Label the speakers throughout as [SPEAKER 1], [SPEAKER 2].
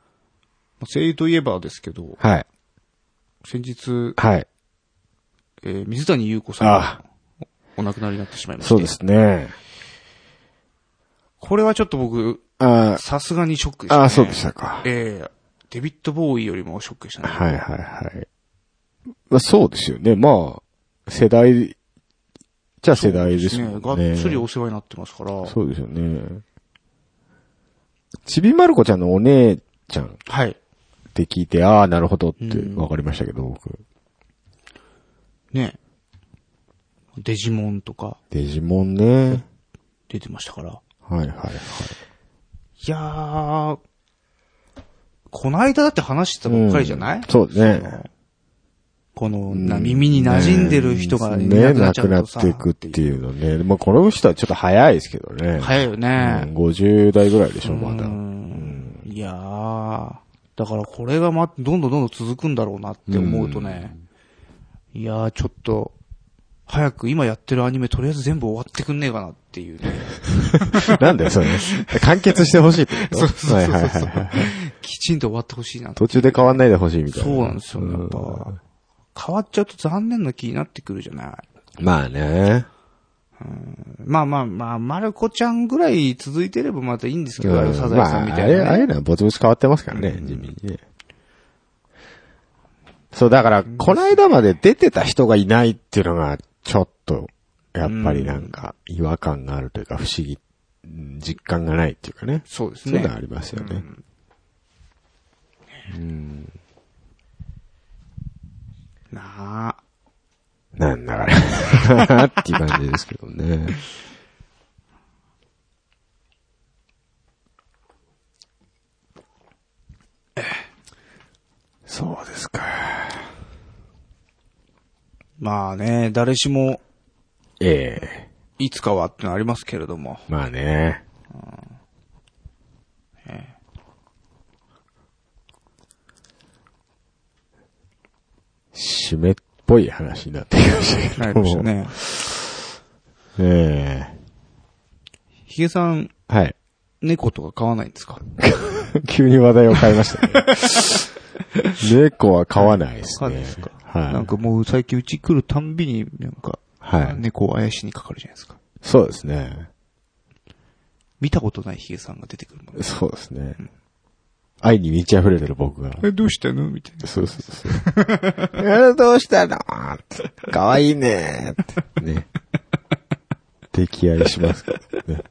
[SPEAKER 1] まあ声優といえばですけど、
[SPEAKER 2] はい。
[SPEAKER 1] 先日、
[SPEAKER 2] はい。
[SPEAKER 1] えー水谷優子さん
[SPEAKER 2] あ
[SPEAKER 1] がおお亡くなりになってしまいました。
[SPEAKER 2] そうで。すね。
[SPEAKER 1] これはちょっと僕、
[SPEAKER 2] あ
[SPEAKER 1] さすがにショックでした、ね。
[SPEAKER 2] あ、そうでしたか。
[SPEAKER 1] ええデビッド・ボーイよりもショックでしたね。
[SPEAKER 2] はいはいはい。まあそうですよね。まあ、世代、じゃあ世代ですもんね。
[SPEAKER 1] がっつりお世話になってますから。
[SPEAKER 2] そうですよね。ちびまる子ちゃんのお姉ちゃんっ
[SPEAKER 1] はい。
[SPEAKER 2] て聞いて、ああ、なるほどって
[SPEAKER 1] うん
[SPEAKER 2] 分かりましたけど、僕。
[SPEAKER 1] ね。デジモンとか
[SPEAKER 2] デジモンね。
[SPEAKER 1] 出てましたから。
[SPEAKER 2] はいはいはい。
[SPEAKER 1] いやー、この間だって話してたばっかりじゃない、
[SPEAKER 2] うんそうですね。
[SPEAKER 1] この、な、耳に馴染んでる人がいな
[SPEAKER 2] ね、
[SPEAKER 1] くなっ
[SPEAKER 2] な
[SPEAKER 1] ちゃう
[SPEAKER 2] くな
[SPEAKER 1] と
[SPEAKER 2] っ
[SPEAKER 1] さ。
[SPEAKER 2] ていくっていうのね。まあこの人はちょっと早いですけどね。
[SPEAKER 1] 早いよ
[SPEAKER 2] うん
[SPEAKER 1] ね。
[SPEAKER 2] 50代ぐらいでしょ、まだ
[SPEAKER 1] う。んいやー、だからこれがま、どんどんどんどん続くんだろうなって思うとね。いやー、ちょっと、早く今やってるアニメとりあえず全部終わってくんねえかなっていうね。
[SPEAKER 2] なんだよ、それ。完結してほしいってこ
[SPEAKER 1] そう
[SPEAKER 2] と
[SPEAKER 1] そうそうそう
[SPEAKER 2] はいはいはい。
[SPEAKER 1] きちんと終わってほしいなと。
[SPEAKER 2] 途中で変わんないでほしいみたいな。
[SPEAKER 1] そうなんですよね、やっぱ。変わっちゃうと残念な気になってくるじゃない。
[SPEAKER 2] まあね。
[SPEAKER 1] まあまあまあ、まる子ちゃんぐらい続いてればまたいいんですけど、あのサザエさんみたい
[SPEAKER 2] まあ、あれ、
[SPEAKER 1] な、
[SPEAKER 2] あ
[SPEAKER 1] ね
[SPEAKER 2] れのはぼちぼち変わってますからね、地味にね。そう、だから、この間まで出てた人がいないっていうのが、ちょっと、やっぱりなんか、違和感があるというか、不思議、うん実感がないっていうかね。
[SPEAKER 1] そうです
[SPEAKER 2] そういう
[SPEAKER 1] ね
[SPEAKER 2] の。はありますよね。
[SPEAKER 1] なあ。
[SPEAKER 2] なんだから。っていう感じですけどね。そうですか。
[SPEAKER 1] まあね、誰しも
[SPEAKER 2] ええ
[SPEAKER 1] いつかはってのありますけれど も。
[SPEAKER 2] まあね。締めっぽい話になってきました
[SPEAKER 1] な
[SPEAKER 2] け
[SPEAKER 1] り
[SPEAKER 2] ど
[SPEAKER 1] ま
[SPEAKER 2] も。
[SPEAKER 1] したね。
[SPEAKER 2] え
[SPEAKER 1] ヒゲさん、
[SPEAKER 2] えはい。
[SPEAKER 1] 猫とか飼わないんですか
[SPEAKER 2] 急に話題を変えましたね。 猫は飼わないです
[SPEAKER 1] 飼わない
[SPEAKER 2] ね
[SPEAKER 1] ですか。
[SPEAKER 2] はい。
[SPEAKER 1] なんかもう最近うち来るたんびに、なんか、
[SPEAKER 2] はい
[SPEAKER 1] 猫を怪しにかかるじゃないですか。
[SPEAKER 2] そうですね。
[SPEAKER 1] 見たことないヒゲさんが出てくるもんね。
[SPEAKER 2] そうですね。愛に満ち溢れてる僕が。
[SPEAKER 1] え、どうしたのみたいな。
[SPEAKER 2] そうそうそう。えどうしたのかわいいねって ね。溺愛しますけどね。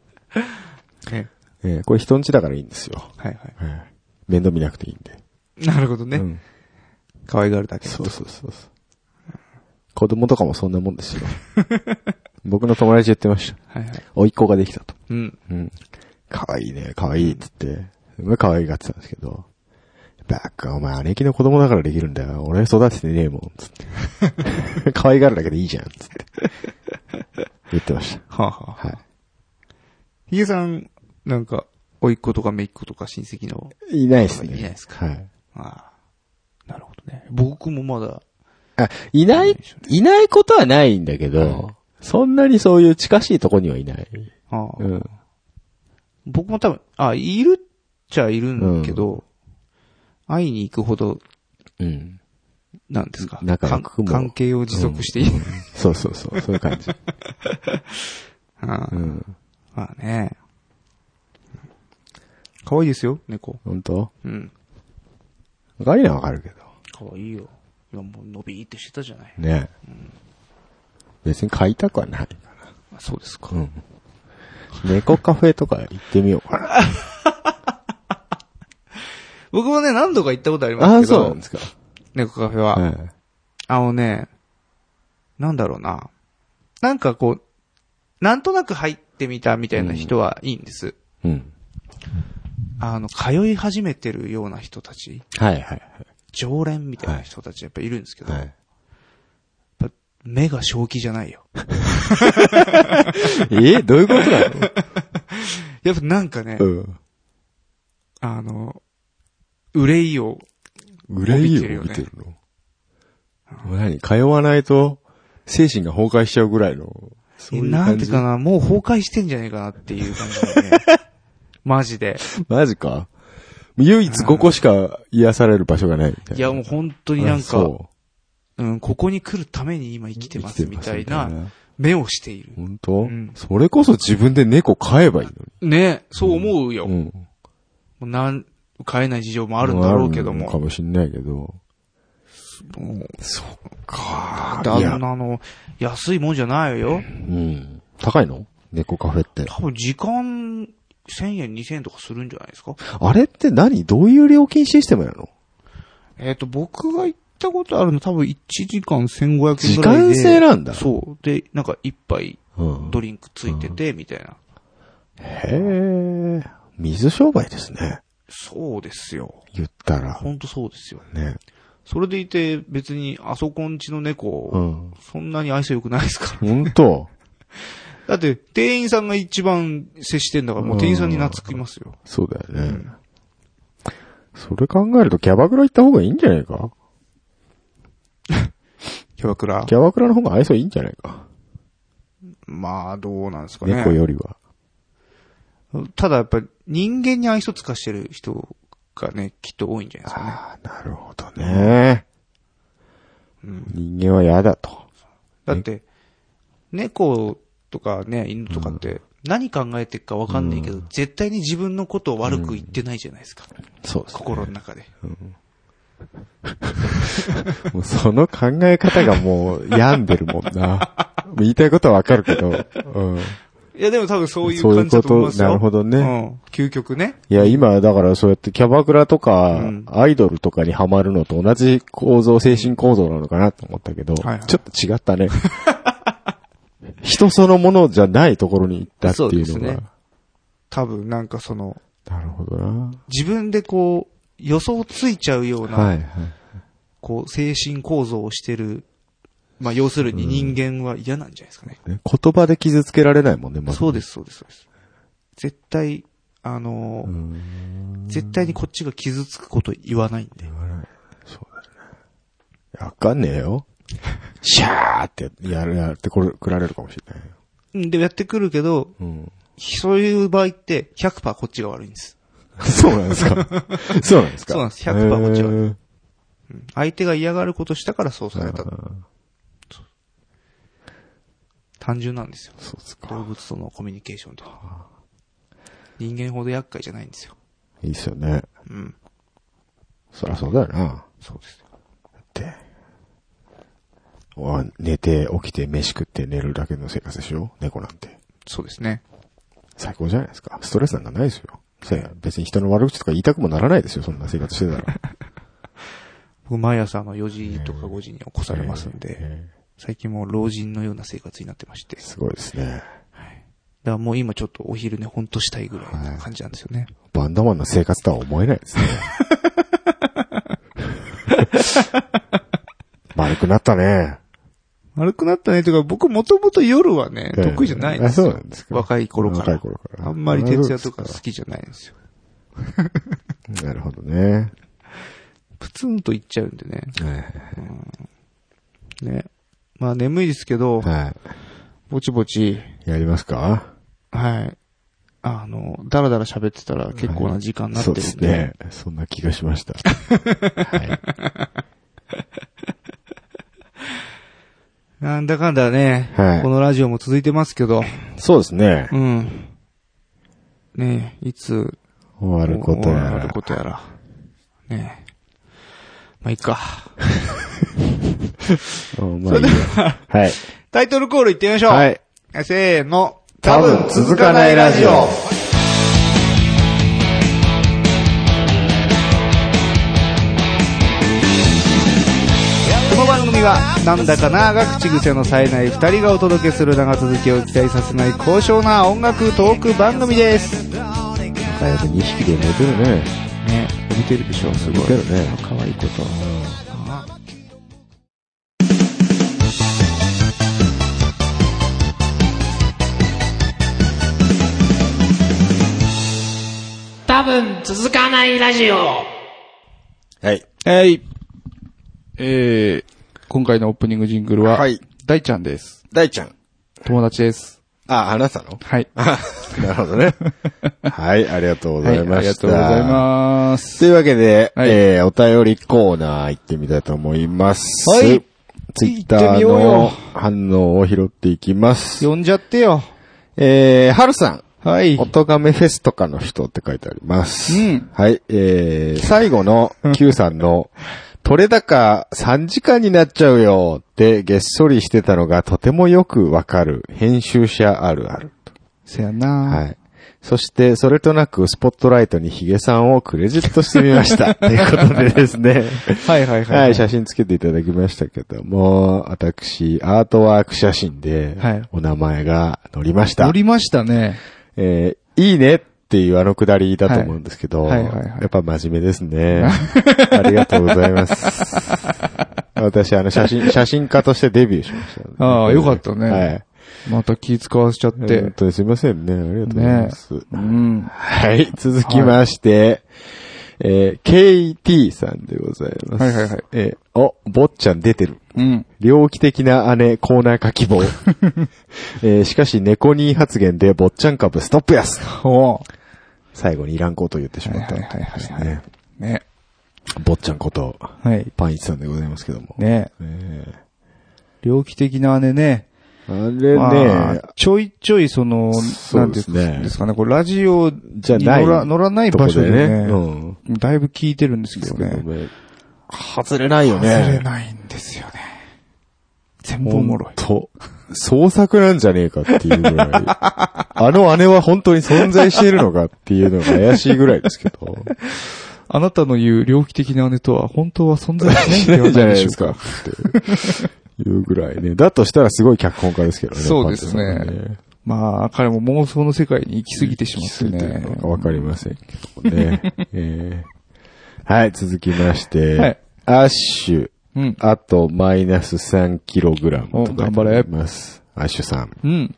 [SPEAKER 1] え
[SPEAKER 2] えーこれ人ん家だからいいんですよ。
[SPEAKER 1] はいは
[SPEAKER 2] はい面倒見なくていいんで。
[SPEAKER 1] い。なるほど
[SPEAKER 2] う
[SPEAKER 1] ね。
[SPEAKER 2] ん
[SPEAKER 1] 可愛がるだけだ
[SPEAKER 2] そ
[SPEAKER 1] と
[SPEAKER 2] う。そうそうそう。子供とかもそんなもんですよ。僕の友達言ってました。
[SPEAKER 1] はいはい。
[SPEAKER 2] 甥っ子ができたと。
[SPEAKER 1] うん。
[SPEAKER 2] うん。かわいいね、かわいいっつって、すごいかわいがってたんですけど、バカ、お前姉貴の子供だからできるんだよ。俺育ててねえもん、つって。 可愛がるだけでいいじゃん、つって。言ってました。
[SPEAKER 1] はあはあ。
[SPEAKER 2] は
[SPEAKER 1] ヒゲさん、なんか、甥っ子とか姪っ子とか親戚の。
[SPEAKER 2] い。いないですね。
[SPEAKER 1] いないですか
[SPEAKER 2] はい。
[SPEAKER 1] ああ。なるほどね。僕もまだ、
[SPEAKER 2] あ、いない、いないことはないんだけど、そんなにそういう近しいとこにはいない。
[SPEAKER 1] ああ
[SPEAKER 2] うん。
[SPEAKER 1] 僕も多分、あ、いるっちゃいるんだけど、会いに行くほど、
[SPEAKER 2] うん。
[SPEAKER 1] なんですか
[SPEAKER 2] 仲良
[SPEAKER 1] か
[SPEAKER 2] くも
[SPEAKER 1] 関係を持続している。
[SPEAKER 2] そうそうそう、そういう感 じ。
[SPEAKER 1] ああ
[SPEAKER 2] うん。
[SPEAKER 1] まあね。可愛いですよ、猫。
[SPEAKER 2] 本当
[SPEAKER 1] うん。
[SPEAKER 2] 可愛いのはわかるけど。
[SPEAKER 1] 可愛いよ。今もう伸びーってしてたじゃない。
[SPEAKER 2] ね、別に買いたくはないか
[SPEAKER 1] あそうですか。
[SPEAKER 2] ら。うん。猫カフェとか行ってみようかな。
[SPEAKER 1] 僕もね、何度か行ったことあり
[SPEAKER 2] あ
[SPEAKER 1] ま
[SPEAKER 2] あ、
[SPEAKER 1] すけ
[SPEAKER 2] そうな
[SPEAKER 1] ど
[SPEAKER 2] んで、すか。
[SPEAKER 1] 猫カフェは。
[SPEAKER 2] はい。
[SPEAKER 1] あのね、なんだろうな。なんかこう、なんとなく入ってみたみたいな人はいいんです。
[SPEAKER 2] うん。
[SPEAKER 1] あの、通い始めてるような人たち、
[SPEAKER 2] はいはい
[SPEAKER 1] 常連みたいな人たちやっぱいるんですけど、
[SPEAKER 2] はい。はい
[SPEAKER 1] やっぱ目が正気じゃないよ。
[SPEAKER 2] えどういうこと
[SPEAKER 1] やっぱなんかね、
[SPEAKER 2] なの
[SPEAKER 1] あの、憂いを、
[SPEAKER 2] うん。憂いを見てるの。もう何通わないと、精神が崩壊しちゃうぐらいの。そういう
[SPEAKER 1] なん
[SPEAKER 2] 感
[SPEAKER 1] て
[SPEAKER 2] じ
[SPEAKER 1] かな、も う崩壊してんじゃないかなっていう感じだよね。マジで。
[SPEAKER 2] マジか。唯一ここしか癒される場所がないみたいな。
[SPEAKER 1] いや、もう本当になん
[SPEAKER 2] う
[SPEAKER 1] か、
[SPEAKER 2] そ
[SPEAKER 1] うん、ここに来るために今生きて
[SPEAKER 2] う
[SPEAKER 1] ますみたいな
[SPEAKER 2] 生きてますみ
[SPEAKER 1] 目をしている
[SPEAKER 2] たい。本当、
[SPEAKER 1] ん
[SPEAKER 2] それこそ自分で猫飼えばいい
[SPEAKER 1] ね、そう思うよ。も
[SPEAKER 2] のに。うん。
[SPEAKER 1] うなん、買えない事情もあるんだろうけど
[SPEAKER 2] あるのか
[SPEAKER 1] も。
[SPEAKER 2] もしんないけど。
[SPEAKER 1] もう
[SPEAKER 2] そっか
[SPEAKER 1] だ
[SPEAKER 2] い
[SPEAKER 1] あ
[SPEAKER 2] や、
[SPEAKER 1] の、あの安いもんじゃないよ。
[SPEAKER 2] うん。高いの猫カフェって。
[SPEAKER 1] 多分時間1000円、2000円とかするんじゃないですか
[SPEAKER 2] あれって何どういう料金システムなの
[SPEAKER 1] えっ、と、僕が行ったことあるの多分1時間1500円
[SPEAKER 2] 時
[SPEAKER 1] ぐらいで。
[SPEAKER 2] 間制なんだ。
[SPEAKER 1] そう。で、なんか一杯
[SPEAKER 2] うん。
[SPEAKER 1] ドリンクついてて、みたいな。
[SPEAKER 2] へえ。水商売ですね。
[SPEAKER 1] そうですよ。
[SPEAKER 2] 言ったら。
[SPEAKER 1] ほんとそうですよ。
[SPEAKER 2] ね。
[SPEAKER 1] それでいて、別にあそこんちの猫、
[SPEAKER 2] うん。
[SPEAKER 1] そんなに愛想良くないですから。
[SPEAKER 2] ほんと。
[SPEAKER 1] だって、店員さんが一番接してんだから、もう店員さんに懐きますよ。
[SPEAKER 2] そうだよね。それ考えるとキャバクラ行った方がいいんじゃないか
[SPEAKER 1] キャバクラ
[SPEAKER 2] キャバクラの方が愛想いいんじゃないか
[SPEAKER 1] まあ、どうなんですかね。
[SPEAKER 2] 猫よりは。
[SPEAKER 1] ただやっぱり人間に愛想つかしてる人がね、きっと多いんじゃないですかね。
[SPEAKER 2] ああ、なるほどね。人間は嫌だと。
[SPEAKER 1] だって、猫とかね、犬とかって、何考えてるかわかんないけど、絶対に自分のことを悪く言ってないじゃないですか。
[SPEAKER 2] そうですね
[SPEAKER 1] 心の中で。
[SPEAKER 2] もうその考え方がもう病んでるもんな。言いたいことはわかるけど。うん。
[SPEAKER 1] いや、でも多分そういう
[SPEAKER 2] そうい
[SPEAKER 1] 感じ
[SPEAKER 2] う
[SPEAKER 1] だ
[SPEAKER 2] こと
[SPEAKER 1] 思いま
[SPEAKER 2] と、
[SPEAKER 1] すよ。
[SPEAKER 2] なるほどね。
[SPEAKER 1] うん。究極ね。
[SPEAKER 2] いや、今、だからそうやってキャバクラとか
[SPEAKER 1] うん、
[SPEAKER 2] アイドルとかにハマるのと同じ構造、精神構造なのかなと思ったけど、
[SPEAKER 1] はいはい
[SPEAKER 2] ちょっと違ったね。 人そのものじゃないところに行ったっていう
[SPEAKER 1] そう
[SPEAKER 2] の
[SPEAKER 1] で
[SPEAKER 2] が。
[SPEAKER 1] すね多分なんかその、
[SPEAKER 2] なるほどな。
[SPEAKER 1] 自分でこう、予想ついちゃうような、
[SPEAKER 2] はいはい。
[SPEAKER 1] こう、精神構造をしてる、まあ、要するに人間は嫌なんじゃないですかね。
[SPEAKER 2] ね言葉で傷つけられないもんね、まず
[SPEAKER 1] そうです、そうです、そうです。絶対、あのー絶対にこっちが傷つくこと言わないんで。
[SPEAKER 2] わかんねえ よ。シャーってやる、やってこれ、くられるかもしれないよ。
[SPEAKER 1] うんで、やってくるけど、
[SPEAKER 2] うん。
[SPEAKER 1] そういう場合って100%こっちが悪いんです。
[SPEAKER 2] そうなんです か。そうなんですか。
[SPEAKER 1] そうなんです100%もちろん
[SPEAKER 2] へー
[SPEAKER 1] 相手が嫌がることしたからそうされた。そう単純なんですよ。
[SPEAKER 2] そうです
[SPEAKER 1] 動
[SPEAKER 2] か。
[SPEAKER 1] 物とのコミュニケーションとか。人間ほど厄介じゃないんですよ。
[SPEAKER 2] いいっすよね。
[SPEAKER 1] うん。
[SPEAKER 2] そりゃそうだよな。
[SPEAKER 1] そうです。
[SPEAKER 2] って。わ寝て、起きて、飯食って寝るだけの生活でしょ猫なんて。
[SPEAKER 1] そうですね。
[SPEAKER 2] 最高じゃないですか。ストレスなんかないですよ。せや別に人の悪口とか言いたくもならないですよ、そんな生 活してたら。
[SPEAKER 1] 僕、毎朝あの4時とか5時に起こされますんで、
[SPEAKER 2] え
[SPEAKER 1] 最近もう老人のような生活になってまして。
[SPEAKER 2] ーすごいですね。
[SPEAKER 1] だからもう今ちょっとお昼寝ほんとしたいぐらいな感じなんですよね。
[SPEAKER 2] バンダマンの生活とは思えない ですね。丸くなったね。
[SPEAKER 1] 丸くなったねというか、僕もともと夜はね、得意じゃないんですよ。
[SPEAKER 2] あそうなんですか
[SPEAKER 1] 若い頃から。
[SPEAKER 2] 若い頃から
[SPEAKER 1] あんまり徹夜とか好きじゃないんですよ。
[SPEAKER 2] なるほどね。
[SPEAKER 1] プツンといっちゃうんでね。
[SPEAKER 2] は
[SPEAKER 1] ね。まあ眠いですけど、
[SPEAKER 2] い。
[SPEAKER 1] ぼちぼち、
[SPEAKER 2] やりますか
[SPEAKER 1] はい。あの、だらだら喋ってたら結構な時間になって
[SPEAKER 2] そう
[SPEAKER 1] る
[SPEAKER 2] で
[SPEAKER 1] ん
[SPEAKER 2] す
[SPEAKER 1] で。
[SPEAKER 2] ね。そんな気がし ました。はい。
[SPEAKER 1] なんだかんだね、
[SPEAKER 2] はい
[SPEAKER 1] このラジオも続いてますけど、
[SPEAKER 2] そうですね
[SPEAKER 1] う。ん。ねえいつ
[SPEAKER 2] 終わること
[SPEAKER 1] 終
[SPEAKER 2] や
[SPEAKER 1] わる
[SPEAKER 2] ら
[SPEAKER 1] こ。とやら。ねえ。まあ、いっか。
[SPEAKER 2] うんまあいいやはい。
[SPEAKER 1] タイトルコールいってみましょう。
[SPEAKER 2] はい。
[SPEAKER 1] せーの。
[SPEAKER 2] 多分続かないラジオ。
[SPEAKER 1] この番組は、なんだかなあが口癖の冴えない二人がお届けする長続きを期待させない高尚な音楽トーク番組です。
[SPEAKER 2] カヤと2匹で寝てるね。
[SPEAKER 1] ね、似てるでしょ、すごい
[SPEAKER 2] 寝。てるね。
[SPEAKER 1] 可愛いこと。
[SPEAKER 3] 多分続かないラジオ。
[SPEAKER 2] はい。
[SPEAKER 4] はい。えー、今回のオープニングジングルは、
[SPEAKER 2] はい
[SPEAKER 4] 大ちゃんです。
[SPEAKER 2] 大ちゃん。
[SPEAKER 4] 友達です。
[SPEAKER 2] あ、話 したの
[SPEAKER 4] はい。
[SPEAKER 2] なるほどね。はい、ありがとうご
[SPEAKER 4] は
[SPEAKER 2] ざ
[SPEAKER 4] い、
[SPEAKER 2] い
[SPEAKER 4] あり
[SPEAKER 2] ま
[SPEAKER 4] が
[SPEAKER 2] した。
[SPEAKER 4] とうございます。
[SPEAKER 2] というわけで、
[SPEAKER 4] はい
[SPEAKER 2] えー、お便りコーナー行ってみたいと思います。
[SPEAKER 1] はい。
[SPEAKER 2] ツイッタ
[SPEAKER 4] 行って
[SPEAKER 2] ー
[SPEAKER 4] みよう
[SPEAKER 2] の
[SPEAKER 4] よ
[SPEAKER 2] 反応を拾っていきます。
[SPEAKER 1] 呼んじゃってよ。
[SPEAKER 2] えー、はるさん。
[SPEAKER 4] はい。
[SPEAKER 2] おとがめフェスとかの人って書いてあります。
[SPEAKER 4] うん
[SPEAKER 2] はい、えー、最後の Q さんの、取れ高3時間になっちゃうよってげっそりしてたのがとてもよくわかる編集者あるある。
[SPEAKER 4] せやな
[SPEAKER 2] はい。そして、それとなく、スポットライトにヒゲさんをクレジットしてみま した。ということでですね。
[SPEAKER 4] はいはいはい。
[SPEAKER 2] はい、写真つけていただきましたけども、私、アートワーク写真で
[SPEAKER 4] はい、
[SPEAKER 2] お名前が載りました。
[SPEAKER 4] 乗りましたね。
[SPEAKER 2] えーいいねっていうあのくだりだと思うんですけど、
[SPEAKER 4] はいはいはいはい
[SPEAKER 2] やっぱ真面目です ね。ありがとうございます。私、あの、写 真、写真家としてデビューしました、
[SPEAKER 4] ああよかったね
[SPEAKER 2] はい。
[SPEAKER 4] また気使わせちゃっ
[SPEAKER 2] 本
[SPEAKER 4] て。
[SPEAKER 2] 当にすいませんね。ありがとうございます。
[SPEAKER 4] うん。
[SPEAKER 2] はい、続きまして、えー KT さんでございます。
[SPEAKER 4] はいはいはい
[SPEAKER 2] えーお、坊ちゃん出てる。
[SPEAKER 4] うん。
[SPEAKER 2] 猟奇的な姉、コーナー化希 望。えーしかし、猫に発言で、坊ちゃん株ストップやす。
[SPEAKER 4] おう
[SPEAKER 2] 最後にいらんことを言ってし
[SPEAKER 4] は
[SPEAKER 2] ま
[SPEAKER 4] い
[SPEAKER 2] った
[SPEAKER 4] は
[SPEAKER 2] と
[SPEAKER 4] い
[SPEAKER 2] いうこ
[SPEAKER 4] はい
[SPEAKER 2] とですね。
[SPEAKER 4] はいはい。ね。
[SPEAKER 2] 坊ちゃんこと、
[SPEAKER 4] はい。
[SPEAKER 2] パンイチさんでございますけども。
[SPEAKER 4] ね
[SPEAKER 2] え
[SPEAKER 4] 猟奇的な姉ね。
[SPEAKER 2] えあれね、
[SPEAKER 4] まあちょいちょいその、
[SPEAKER 2] そ
[SPEAKER 4] な
[SPEAKER 2] うん
[SPEAKER 4] て
[SPEAKER 2] で
[SPEAKER 4] い
[SPEAKER 2] す
[SPEAKER 4] う
[SPEAKER 2] ね
[SPEAKER 4] んですかね、これラジオに
[SPEAKER 2] じゃない
[SPEAKER 4] 乗ら乗らない場所でね、
[SPEAKER 2] とこでね
[SPEAKER 4] だいぶ聞いてるんですけどね。
[SPEAKER 2] うん。外れないよね。
[SPEAKER 4] 忘れないんですよね。全部おもろい。
[SPEAKER 2] と、創作なんじゃねえかっていうぐ らい、あの姉は本当に存在しているのかっていうのが怪しいぐらいですけど、
[SPEAKER 4] あなたの言う猟奇的な姉とは本当は存在し
[SPEAKER 2] し
[SPEAKER 4] な
[SPEAKER 2] ないい
[SPEAKER 4] んで は
[SPEAKER 2] じゃ
[SPEAKER 4] な
[SPEAKER 2] ないい
[SPEAKER 4] でし
[SPEAKER 2] で
[SPEAKER 4] ょう
[SPEAKER 2] すかっ。
[SPEAKER 4] か
[SPEAKER 2] ていうぐらいね。だとしたらすごい脚本家ですけどね。
[SPEAKER 4] そうですね
[SPEAKER 2] パンテさんは
[SPEAKER 4] まあ、彼も妄想の世界に行き過ぎてしま
[SPEAKER 2] 気
[SPEAKER 4] って
[SPEAKER 2] づいてる
[SPEAKER 4] ね
[SPEAKER 2] の。かわかりませんけどね。 えーはい、続きまして、
[SPEAKER 4] はい
[SPEAKER 2] アッシュ、
[SPEAKER 4] うん。
[SPEAKER 2] あとマイナス3キログラムと書いてあ
[SPEAKER 4] お頑張れ
[SPEAKER 2] ります。アッシュさん。
[SPEAKER 4] うん。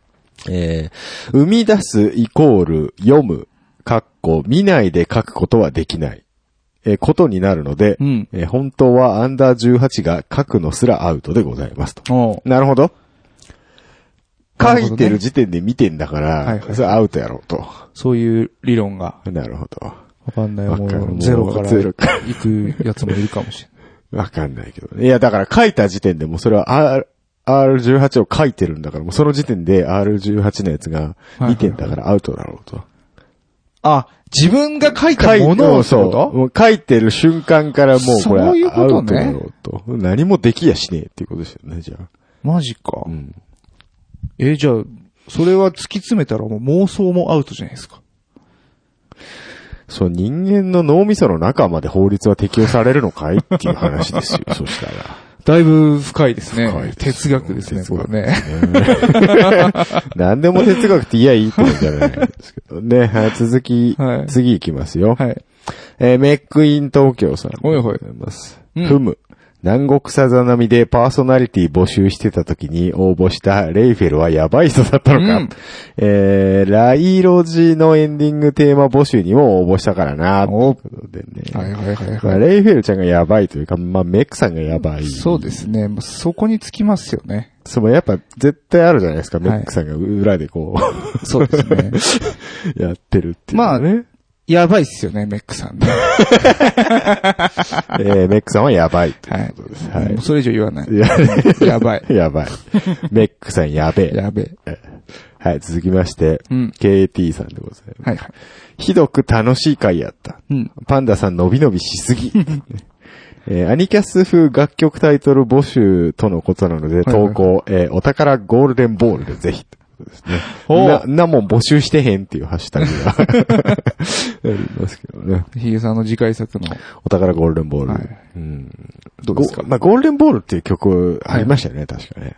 [SPEAKER 2] えー生み出すイコール読む、かっこ、見ないで書くことはできない、えーことになるので、
[SPEAKER 4] うん
[SPEAKER 2] えー本当はアンダー18が書くのすらアウトでございますと。
[SPEAKER 4] おう
[SPEAKER 2] なるほど。
[SPEAKER 4] な
[SPEAKER 2] 書
[SPEAKER 4] るほどね
[SPEAKER 2] いてる時点で見てんだから、
[SPEAKER 4] はいはい
[SPEAKER 2] それアウトやろうと。
[SPEAKER 4] そういう理論が。
[SPEAKER 2] なるほど。
[SPEAKER 4] わかんない。
[SPEAKER 2] わか
[SPEAKER 4] も、
[SPEAKER 2] んないう
[SPEAKER 4] ゼロから
[SPEAKER 2] ゼロ
[SPEAKER 4] 行
[SPEAKER 2] から
[SPEAKER 4] くやつもいるかもしれない。
[SPEAKER 2] わかんないけどね。いや、だから書いた時点でもうそれは R、R18 を書いてるんだから、もうその時点で R18 のやつが見てんだからアウトだろうと。
[SPEAKER 4] あ、自分が書い
[SPEAKER 2] 書
[SPEAKER 4] た
[SPEAKER 2] い
[SPEAKER 4] ものを
[SPEAKER 2] そうそうもう書いてる瞬間からもうこれ
[SPEAKER 4] そういう
[SPEAKER 2] ア
[SPEAKER 4] こ
[SPEAKER 2] ウト
[SPEAKER 4] とね
[SPEAKER 2] だろうと。何もできやしねえっていうことですよね、じゃあ。
[SPEAKER 4] マジか
[SPEAKER 2] う。ん。
[SPEAKER 4] え、じゃあ、それは突き詰めたらもう妄想もアウトじゃないですか。
[SPEAKER 2] そう、人間の脳みその中まで法律は適用されるのかいっていう話ですよ、 そしたら。
[SPEAKER 4] だいぶ深いですね。
[SPEAKER 2] 深いです
[SPEAKER 4] 哲学ですね、
[SPEAKER 2] 哲
[SPEAKER 4] こ
[SPEAKER 2] 学
[SPEAKER 4] れね。
[SPEAKER 2] 何でも哲学って言いやいいってことじゃないんですけどね。はい、続き、
[SPEAKER 4] はい
[SPEAKER 2] 次行きますよ。
[SPEAKER 4] はい。
[SPEAKER 2] えーメックイン東京さん。
[SPEAKER 4] ほいほ
[SPEAKER 2] あ
[SPEAKER 4] い
[SPEAKER 2] りがとうございます。
[SPEAKER 4] うん
[SPEAKER 2] ふむ。南国さざ波でパーソナリティ募集してた時に応募したレイフェルはやばい人だったのか。
[SPEAKER 4] うん
[SPEAKER 2] えー、ライロジのエンディングテーマ募集にも応募したからな、ということでね。
[SPEAKER 4] はいはいはい
[SPEAKER 2] ま
[SPEAKER 4] は
[SPEAKER 2] あ、レイフェルちゃんがやばいというか、まあ、メックさんがやばい。
[SPEAKER 4] い。そうですね。まあそこにつきますよね。
[SPEAKER 2] そのやっぱ絶対あるじゃないですか、
[SPEAKER 4] はい
[SPEAKER 2] メックさんが裏でこ
[SPEAKER 4] そうですね。
[SPEAKER 2] う、やってるっていう。
[SPEAKER 4] まあ、やばいっすよね、メックさんね。
[SPEAKER 2] えー、メックさんはやば いと
[SPEAKER 4] はいいう
[SPEAKER 2] ことです。は
[SPEAKER 4] もうそれ以上言わない。
[SPEAKER 2] い。
[SPEAKER 4] やばい。
[SPEAKER 2] ややばい。メックさんやべえ。
[SPEAKER 4] やべえ。
[SPEAKER 2] はい、続きまして、
[SPEAKER 4] うん。
[SPEAKER 2] KT さんでございます。
[SPEAKER 4] はいはい。
[SPEAKER 2] ひどく楽しい回やった。
[SPEAKER 4] うん。
[SPEAKER 2] パンダさん伸び伸びしすぎ。 えーアニキャス風楽曲タイトル募集とのことなので、
[SPEAKER 4] はいはい
[SPEAKER 2] 投稿、えーお宝ゴールデンボールでぜひ。ですね。
[SPEAKER 4] おう
[SPEAKER 2] な、なもん募集してへんっていうハッシュタグが ありますけどね。
[SPEAKER 4] ヒゲさんの次回作の、
[SPEAKER 2] お宝ゴールデンボール。
[SPEAKER 4] はい
[SPEAKER 2] うん。
[SPEAKER 4] どうですか
[SPEAKER 2] ゴまあ、ゴールデンボールっていう曲ありましたよね、確かね。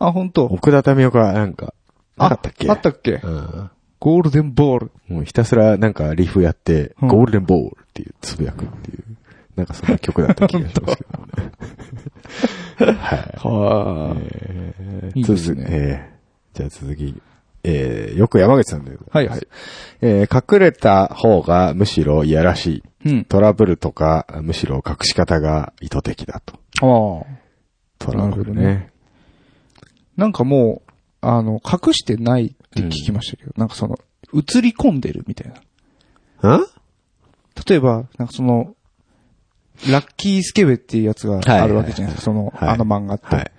[SPEAKER 4] あ、本当。
[SPEAKER 2] 奥田民生がなんか、なかったっけ
[SPEAKER 4] あったっけ
[SPEAKER 2] うん。
[SPEAKER 4] ゴールデンボール。
[SPEAKER 2] もうひたすらなんかリフやって、
[SPEAKER 4] うん
[SPEAKER 2] ゴールデンボールっていうつぶやくっていう、なんかそんな曲だった気がしますけどね。はい。
[SPEAKER 4] は
[SPEAKER 2] え
[SPEAKER 4] いいですね
[SPEAKER 2] 続えーじゃあ続き。えーよく山口さんで。
[SPEAKER 4] はいはい。
[SPEAKER 2] えー隠れた方がむしろいやらしい。
[SPEAKER 4] うん。
[SPEAKER 2] トラブルとか、むしろ隠し方が意図的だと。
[SPEAKER 4] ああ。
[SPEAKER 2] トラブル
[SPEAKER 4] なるほど
[SPEAKER 2] ね。
[SPEAKER 4] なんかもう、あの、隠してないって聞きましたけど、なんかその、映り込んでるみたいな。
[SPEAKER 2] ん
[SPEAKER 4] 例えば、なんかその、ラッキースケベっていうやつがあるわけじゃないですか、その、
[SPEAKER 2] はい
[SPEAKER 4] あの漫画って。
[SPEAKER 2] はい。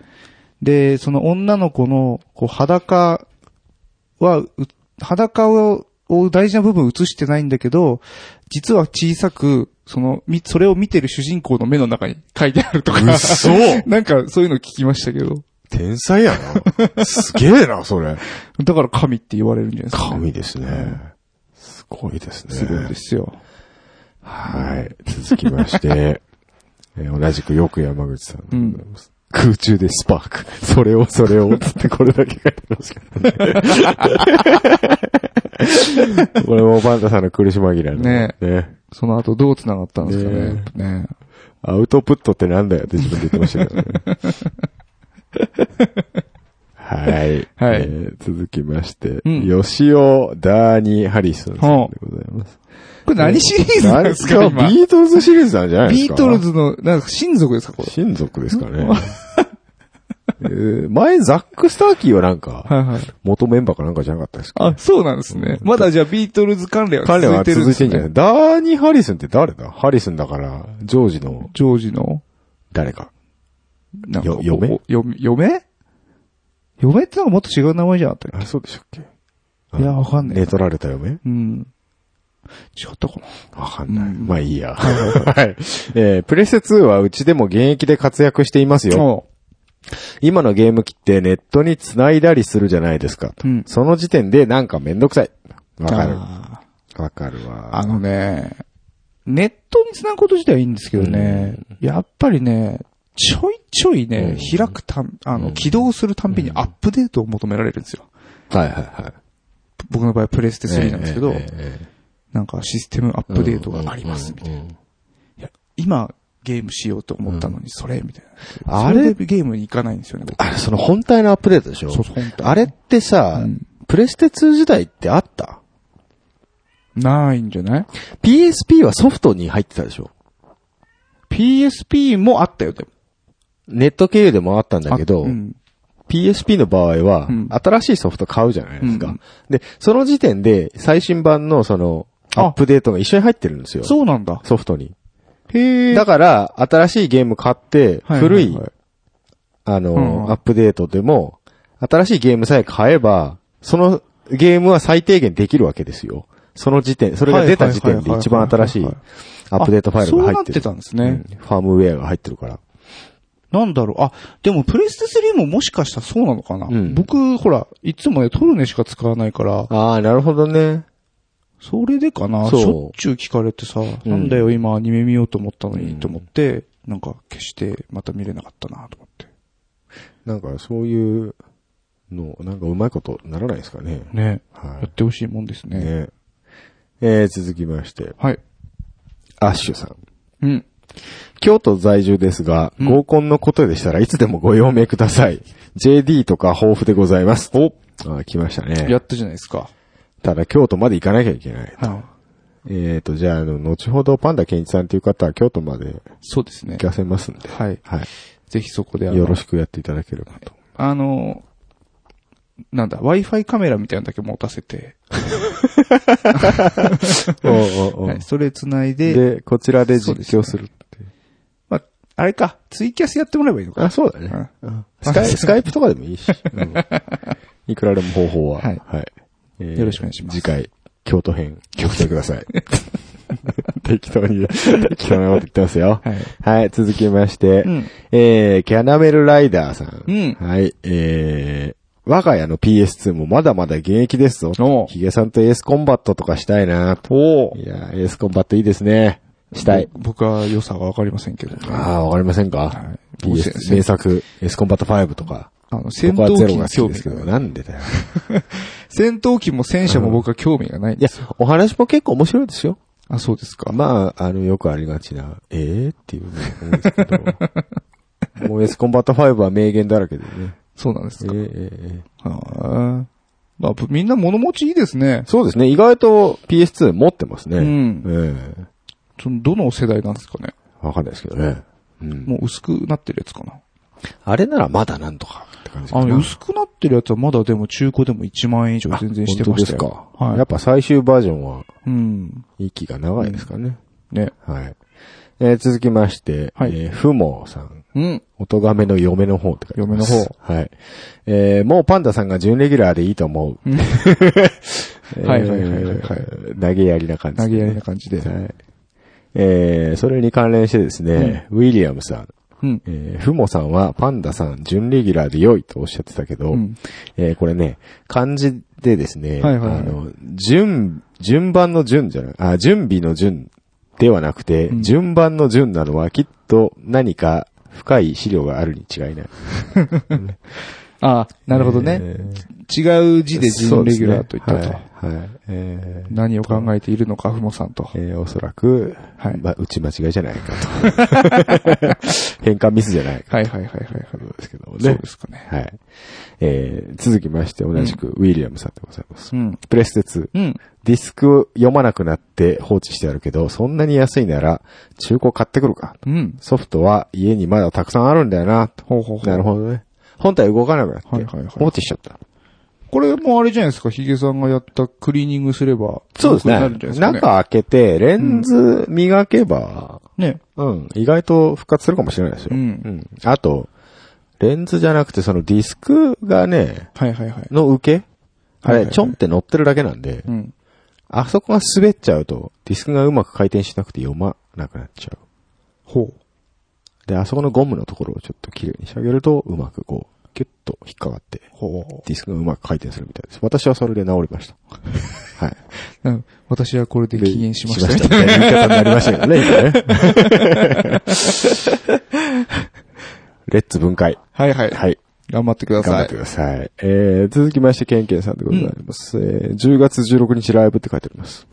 [SPEAKER 4] で、その女の子の、こう、裸は、う裸を、を大事な部分を映してないんだけど、実は小さく、その、み、それを見てる主人公の目の中に書いてあるとか。
[SPEAKER 2] 嘘
[SPEAKER 4] なんか、そういうの聞きましたけど。
[SPEAKER 2] 天才やな。すげえな、そ れ。
[SPEAKER 4] だから神って言われるんじゃないですか。
[SPEAKER 2] 神ですね。すごいですね。
[SPEAKER 4] すごいですよ。
[SPEAKER 2] はい。続きま して、えー同じくよく山口さんでございます。空中でスパーク。それをそれを、つってこれだけ書いてますけ どね。これもパンダさんの苦し紛れの
[SPEAKER 4] ね
[SPEAKER 2] ね。
[SPEAKER 4] その後どう繋がったんですかね。
[SPEAKER 2] ね
[SPEAKER 4] ね
[SPEAKER 2] アウトプットってなんだよって自分で言ってましたけどね。 はい。はい、続きまして、
[SPEAKER 4] うん
[SPEAKER 2] 吉尾ダーニー・ハリスンさんでございます。
[SPEAKER 4] これ何シリーズな
[SPEAKER 2] 何
[SPEAKER 4] んで
[SPEAKER 2] ですす
[SPEAKER 4] か
[SPEAKER 2] か
[SPEAKER 4] 今
[SPEAKER 2] ビートルズシリーズなんじゃないです
[SPEAKER 4] ビ
[SPEAKER 2] か
[SPEAKER 4] ートルズの、なんか親族ですかこれ。
[SPEAKER 2] 親族ですかね。 えー前、ザック・スターキーはなんか、
[SPEAKER 4] はいはい。
[SPEAKER 2] 元メンバーかなんかじゃなかったですか
[SPEAKER 4] あ、そうなんですね。まだじゃあビートルズ関連は
[SPEAKER 2] 彼
[SPEAKER 4] 続い
[SPEAKER 2] は
[SPEAKER 4] てるん
[SPEAKER 2] 続
[SPEAKER 4] で
[SPEAKER 2] いてん
[SPEAKER 4] す
[SPEAKER 2] じゃな
[SPEAKER 4] ね。
[SPEAKER 2] いダーニー・ハリスンって誰だハリスンだから、ジョージの
[SPEAKER 4] ジョージの、
[SPEAKER 2] 誰か。
[SPEAKER 4] なんか
[SPEAKER 2] よ嫁
[SPEAKER 4] おお嫁嫁嫁ってのはもっと違う名前じゃなかったっ
[SPEAKER 2] あ、そうでしたっけ
[SPEAKER 4] けいや、わかんね
[SPEAKER 2] 寝
[SPEAKER 4] え。
[SPEAKER 2] 取られた嫁
[SPEAKER 4] うん。違ったかな
[SPEAKER 2] わかんない。
[SPEAKER 4] うん
[SPEAKER 2] まあいいや。はい。えープレステ2はうちでも現役で活躍していますよ。
[SPEAKER 4] お
[SPEAKER 2] 今のゲーム機ってネットに繋いだりするじゃないですかと。
[SPEAKER 4] うん
[SPEAKER 2] その時点でなんかめんどくさい。わかる。
[SPEAKER 4] あ
[SPEAKER 2] わかるわ。
[SPEAKER 4] ーあのね、ネットに繋ぐこと自体はいいんですけどね、やっぱりね、ちょいちょいね、
[SPEAKER 2] うん
[SPEAKER 4] 開くたん、あ
[SPEAKER 2] う
[SPEAKER 4] の、
[SPEAKER 2] ん
[SPEAKER 4] 起動するたんびにアップデートを求められるんですよ。
[SPEAKER 2] はいはいはい。
[SPEAKER 4] 僕の場合はプレステ3なんですけ
[SPEAKER 2] え
[SPEAKER 4] ど
[SPEAKER 2] ーえ、ーえー
[SPEAKER 4] なんかシステムアップデートがあります、みたいな。
[SPEAKER 2] いな。
[SPEAKER 4] 今、ゲームしようと思ったのに、それ、みたいな。
[SPEAKER 2] あ
[SPEAKER 4] そ
[SPEAKER 2] れ
[SPEAKER 4] でゲームに行かないんですよね、僕。
[SPEAKER 2] あれ、その本体のアップデートでしょ
[SPEAKER 4] そう、本当
[SPEAKER 2] あれってさ、
[SPEAKER 4] うん
[SPEAKER 2] プレステ2時代ってあった
[SPEAKER 4] ないんじゃない
[SPEAKER 2] ?PSP はソフトに入ってたでしょ
[SPEAKER 4] ?PSP もあったよ、でも。
[SPEAKER 2] ネット経由でもあったんだけど、
[SPEAKER 4] あうん。
[SPEAKER 2] PSP の場合は
[SPEAKER 4] うん、
[SPEAKER 2] 新しいソフト買うじゃないですか。
[SPEAKER 4] うん
[SPEAKER 2] で、その時点で最新版のその、
[SPEAKER 4] あ
[SPEAKER 2] アップデートが一緒に入ってるんですよ。
[SPEAKER 4] そうなんだ。
[SPEAKER 2] ソフトに。
[SPEAKER 4] へえ。
[SPEAKER 2] だから、新しいゲーム買って、
[SPEAKER 4] はい
[SPEAKER 2] 古
[SPEAKER 4] はい
[SPEAKER 2] い
[SPEAKER 4] はい、
[SPEAKER 2] あ
[SPEAKER 4] うん
[SPEAKER 2] の、アップデートでも、新しいゲームさえ買えば、そのゲームは最低限できるわけですよ。その時点、それが出た時点で一番新しいアップデートファイルが入ってる。
[SPEAKER 4] あそうなってたんですね
[SPEAKER 2] うんファームウェアが入ってるから。
[SPEAKER 4] なんだろう。あ、でもプレステ3ももしかしたらそうなのかな。
[SPEAKER 2] うん
[SPEAKER 4] 僕、ほら、いつもね、トルネしか使わないから、
[SPEAKER 2] ああ、なるほどね。
[SPEAKER 4] それでかな。し
[SPEAKER 2] そう
[SPEAKER 4] ょっちゅう聞かれてさ、なんだよ、今アニメ見ようと思ったのに、と思って、なんか消して、また見れなかったな、と思って。
[SPEAKER 2] なんかそういうの、なんかうまいことならないですかね。
[SPEAKER 4] ね。
[SPEAKER 2] は
[SPEAKER 4] やってほしいもんです
[SPEAKER 2] い。
[SPEAKER 4] ね。
[SPEAKER 2] ねえー続きまして、
[SPEAKER 4] はい。
[SPEAKER 2] アッシュさん。
[SPEAKER 4] うん。
[SPEAKER 2] 京都在住ですが、
[SPEAKER 4] うん
[SPEAKER 2] 合コンのことでしたらいつでもご用命ください。JD とか豊富でございます。おあ来ました
[SPEAKER 4] や
[SPEAKER 2] ね。
[SPEAKER 4] ったじゃないですか。
[SPEAKER 2] ただ京都まで行かなきゃいけない。
[SPEAKER 4] はい。
[SPEAKER 2] えっ、と、じゃあ、あの、後ほどパンダケンイチさんという方は京都まで
[SPEAKER 4] そうですね
[SPEAKER 2] 行。かせますんで。
[SPEAKER 4] はい。
[SPEAKER 2] はい。
[SPEAKER 4] ぜひそこで、あ
[SPEAKER 2] よろ
[SPEAKER 4] の、
[SPEAKER 2] しくやっていただければと。
[SPEAKER 4] あのなんだ、Wi-Fi カメラみたいなのだけ持たせて、
[SPEAKER 2] おうおうおう
[SPEAKER 4] はい、それ繋いで、
[SPEAKER 2] で、こちらで実況するっていう
[SPEAKER 4] まあ、あれか、ツイキャスやってもらえばいいのか。
[SPEAKER 2] あ、そうだね。うんスカイスカイプとかでもいいし。うんいくらでも方法は。
[SPEAKER 4] はい
[SPEAKER 2] えー
[SPEAKER 4] よろしくお願いします
[SPEAKER 2] 次回、京都編、ご期待ください。 適当に、適当なこと言ってますよ。
[SPEAKER 4] はい。
[SPEAKER 2] はい、続きまして、
[SPEAKER 4] うん
[SPEAKER 2] えー、キャナメルライダーさん。
[SPEAKER 4] うん
[SPEAKER 2] はい、えー、我が家の PS2 もまだまだ現役ですぞ
[SPEAKER 4] おう。
[SPEAKER 2] ヒゲさんとエースコンバットとかしたいなと。
[SPEAKER 4] お
[SPEAKER 2] いやーエースコンバットいいですね。したい。
[SPEAKER 4] 僕は良さがわかりませんけど、
[SPEAKER 2] ああ、わかりませんか、
[SPEAKER 4] はいもうせ
[SPEAKER 2] PS 名作、エスコンバット5とか。
[SPEAKER 4] あの、戦
[SPEAKER 2] 僕は
[SPEAKER 4] 闘
[SPEAKER 2] ゼ
[SPEAKER 4] 機
[SPEAKER 2] ロ
[SPEAKER 4] に
[SPEAKER 2] が好き
[SPEAKER 4] 興
[SPEAKER 2] で
[SPEAKER 4] 味
[SPEAKER 2] すけど、
[SPEAKER 4] がない。
[SPEAKER 2] なんでだよ。
[SPEAKER 4] 戦闘機も戦車も僕は興味がないん
[SPEAKER 2] いや
[SPEAKER 4] です。、
[SPEAKER 2] お話も結構面白いですよ。
[SPEAKER 4] あ、そうですか。
[SPEAKER 2] まあ、あの、よくありがちな、ええっていうのが多いですけ ど。もうエスコンバット5は名言だらけでね。
[SPEAKER 4] そうなんで
[SPEAKER 2] え
[SPEAKER 4] す
[SPEAKER 2] え
[SPEAKER 4] か。
[SPEAKER 2] ええええ
[SPEAKER 4] はあまあ、ぶみんな物持ちいいですね。
[SPEAKER 2] そうですね。意外と PS2 持ってますね。
[SPEAKER 4] うん
[SPEAKER 2] え
[SPEAKER 4] そのどの世代なんですかね。
[SPEAKER 2] えわかんないですけどね。うん。
[SPEAKER 4] もう薄くなってるやつかな。
[SPEAKER 2] あれならまだなんとかって感じか
[SPEAKER 4] あ
[SPEAKER 2] な。
[SPEAKER 4] の、薄くなってるやつはまだでも中古でも1万円以上全然してましたよ。
[SPEAKER 2] 本当ですか。
[SPEAKER 4] はい。
[SPEAKER 2] やっぱ最終バージョンは
[SPEAKER 4] うん。
[SPEAKER 2] 息が長いですかね。
[SPEAKER 4] ね。
[SPEAKER 2] はい。えー続きまして、
[SPEAKER 4] はい
[SPEAKER 2] えーふもさん。
[SPEAKER 4] うん。
[SPEAKER 2] おとがめの嫁の方って書いてます。
[SPEAKER 4] 嫁の
[SPEAKER 2] 方。はい。えー、もうパンダさんが準レギュラーでいいと思う。 えー
[SPEAKER 4] はいはいはいはいは
[SPEAKER 2] 投げやりな感じ、
[SPEAKER 4] 投げやりな感じで。
[SPEAKER 2] はい。えー、それに関連してですね、ウィリアムさん。
[SPEAKER 4] うん。
[SPEAKER 2] えー、ふもさんはパンダさん準レギュラーで良いとおっしゃってたけど、
[SPEAKER 4] うん
[SPEAKER 2] えー、これね、漢字でですね、
[SPEAKER 4] はいはいはい
[SPEAKER 2] あの、順、順番の順じゃない、あ、準備の順ではなくて、
[SPEAKER 4] うん
[SPEAKER 2] 順番の順なのはきっと何か深い資料があるに違いない。
[SPEAKER 4] あなるほど
[SPEAKER 2] え
[SPEAKER 4] ね。
[SPEAKER 2] ー
[SPEAKER 4] 違う字で準レギュラーと言った
[SPEAKER 2] そ
[SPEAKER 4] と
[SPEAKER 2] うです。ねはい。はいえー
[SPEAKER 4] 何を考えているのか、ふもさんと。
[SPEAKER 2] えーおそらく、
[SPEAKER 4] はい
[SPEAKER 2] まあ、打ち間違いじゃないかと。 変換ミスじゃないか
[SPEAKER 4] はいはいはいはいはい。
[SPEAKER 2] ということですけどもね。
[SPEAKER 4] そうですかね。
[SPEAKER 2] はい。えー続きまして同じくウィリアムさんでございます。
[SPEAKER 4] うん。
[SPEAKER 2] プレステ2。
[SPEAKER 4] うん。
[SPEAKER 2] ディスクを読まなくなって放置してあるけど、そんなに安いなら中古買ってくるか。
[SPEAKER 4] うん。
[SPEAKER 2] ソフトは家にまだたくさんあるんだよな。と
[SPEAKER 4] ほうほうほう。
[SPEAKER 2] なるほどね。本体動かなくなって、
[SPEAKER 4] はいはいはい
[SPEAKER 2] 放置しちゃった。
[SPEAKER 4] これもあれじゃないですか、ヒゲさんがやったクリーニングすれば。
[SPEAKER 2] そうです
[SPEAKER 4] 良くな
[SPEAKER 2] ね
[SPEAKER 4] るんじゃない。ですかね。
[SPEAKER 2] 中開けて、レンズ磨けば、
[SPEAKER 4] ね。
[SPEAKER 2] うん、意外と復活するかもしれないですよ。
[SPEAKER 4] うん
[SPEAKER 2] うん。あと、レンズじゃなくて、そのディスクがね、
[SPEAKER 4] はいはいはい。
[SPEAKER 2] の受けあ
[SPEAKER 4] はいはい
[SPEAKER 2] れ、
[SPEAKER 4] はい
[SPEAKER 2] ちょんって乗ってるだけなんで
[SPEAKER 4] う、ん。
[SPEAKER 2] あそこが滑っちゃうと、ディスクがうまく回転しなくて読まなくなっちゃう。
[SPEAKER 4] ほ
[SPEAKER 2] で、あそこのゴムのところをちょっと綺麗に仕上げると、うまくこう、キュッと引っかかって、ディスクがうまく回転するみたいです。私はそれで治りま した。はい。
[SPEAKER 4] う。うん。私はこれで禁煙しました。
[SPEAKER 2] み たいな言い方になりましたけどね、今ね。レッツ分解。
[SPEAKER 4] はいはい。
[SPEAKER 2] はい。
[SPEAKER 4] 頑張ってくだ
[SPEAKER 2] 頑張
[SPEAKER 4] さ
[SPEAKER 2] って
[SPEAKER 4] い
[SPEAKER 2] く。ださい。えー、続きまして、ケンケンさんでございます。えー、10月16日ライブって書いてあります。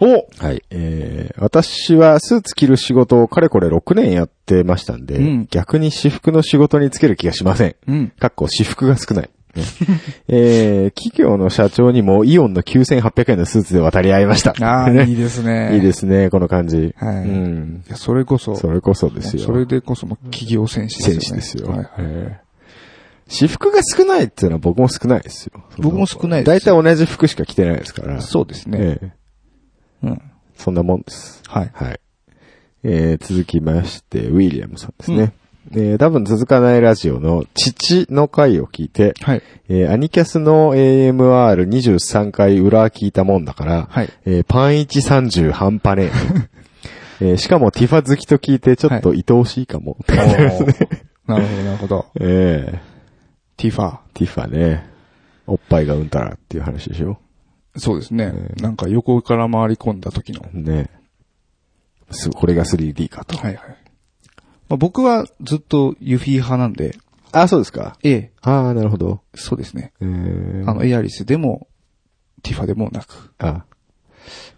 [SPEAKER 4] お
[SPEAKER 2] はい。えー、私はスーツ着る仕事をかれこれ6年やってましたんで、
[SPEAKER 4] うん
[SPEAKER 2] 逆に私服の仕事につける気がしません。
[SPEAKER 4] うん。
[SPEAKER 2] かっこ私服が少ない。ね えー、企業の社長にもイオンの9800円のスーツで渡り合いました。
[SPEAKER 4] ああ、
[SPEAKER 2] ね
[SPEAKER 4] いいですね。
[SPEAKER 2] いいですね、この感じ。
[SPEAKER 4] はい
[SPEAKER 2] うん
[SPEAKER 4] い。や、それこそ、
[SPEAKER 2] それこそですよ。
[SPEAKER 4] それでこその企業戦士
[SPEAKER 2] 選
[SPEAKER 4] ですよね。
[SPEAKER 2] 手ですよ。
[SPEAKER 4] はいはい
[SPEAKER 2] えー私服が少ないっていうのは僕も少ないですよ。
[SPEAKER 4] 僕も少ない
[SPEAKER 2] だ
[SPEAKER 4] で
[SPEAKER 2] い
[SPEAKER 4] す
[SPEAKER 2] たい同じ服しか着てないですから。
[SPEAKER 4] そうですね。
[SPEAKER 2] ええ
[SPEAKER 4] うん。
[SPEAKER 2] そんなもんです。
[SPEAKER 4] はい。
[SPEAKER 2] はい。えー、続きまして、ウィリアムさんですね。えー、多分続かないラジオの父の回を聞いて、
[SPEAKER 4] はい。
[SPEAKER 2] えーアニキャスの AMR23 回裏聞いたもんだから、
[SPEAKER 4] はい
[SPEAKER 2] えーパン130半端ね え。えーしかもティファ好きと聞いてちょっと愛おしいかも。
[SPEAKER 4] おーなるほど、なるほど。
[SPEAKER 2] ええ
[SPEAKER 4] ティファ。
[SPEAKER 2] ティファね。おっぱいがうんたらっていう話でしょ
[SPEAKER 4] そうですね
[SPEAKER 2] え。
[SPEAKER 4] なんか横から回り込んだ時の。
[SPEAKER 2] ねす、これが 3D かと。
[SPEAKER 4] はいはい。まあ、僕はずっとユフィ派なんで、
[SPEAKER 2] あ、そうですか。
[SPEAKER 4] ええ、
[SPEAKER 2] ああ、なるほど。
[SPEAKER 4] そうですね。
[SPEAKER 2] えー、
[SPEAKER 4] あの、エアリスでも、ティファでもなく。
[SPEAKER 2] あ、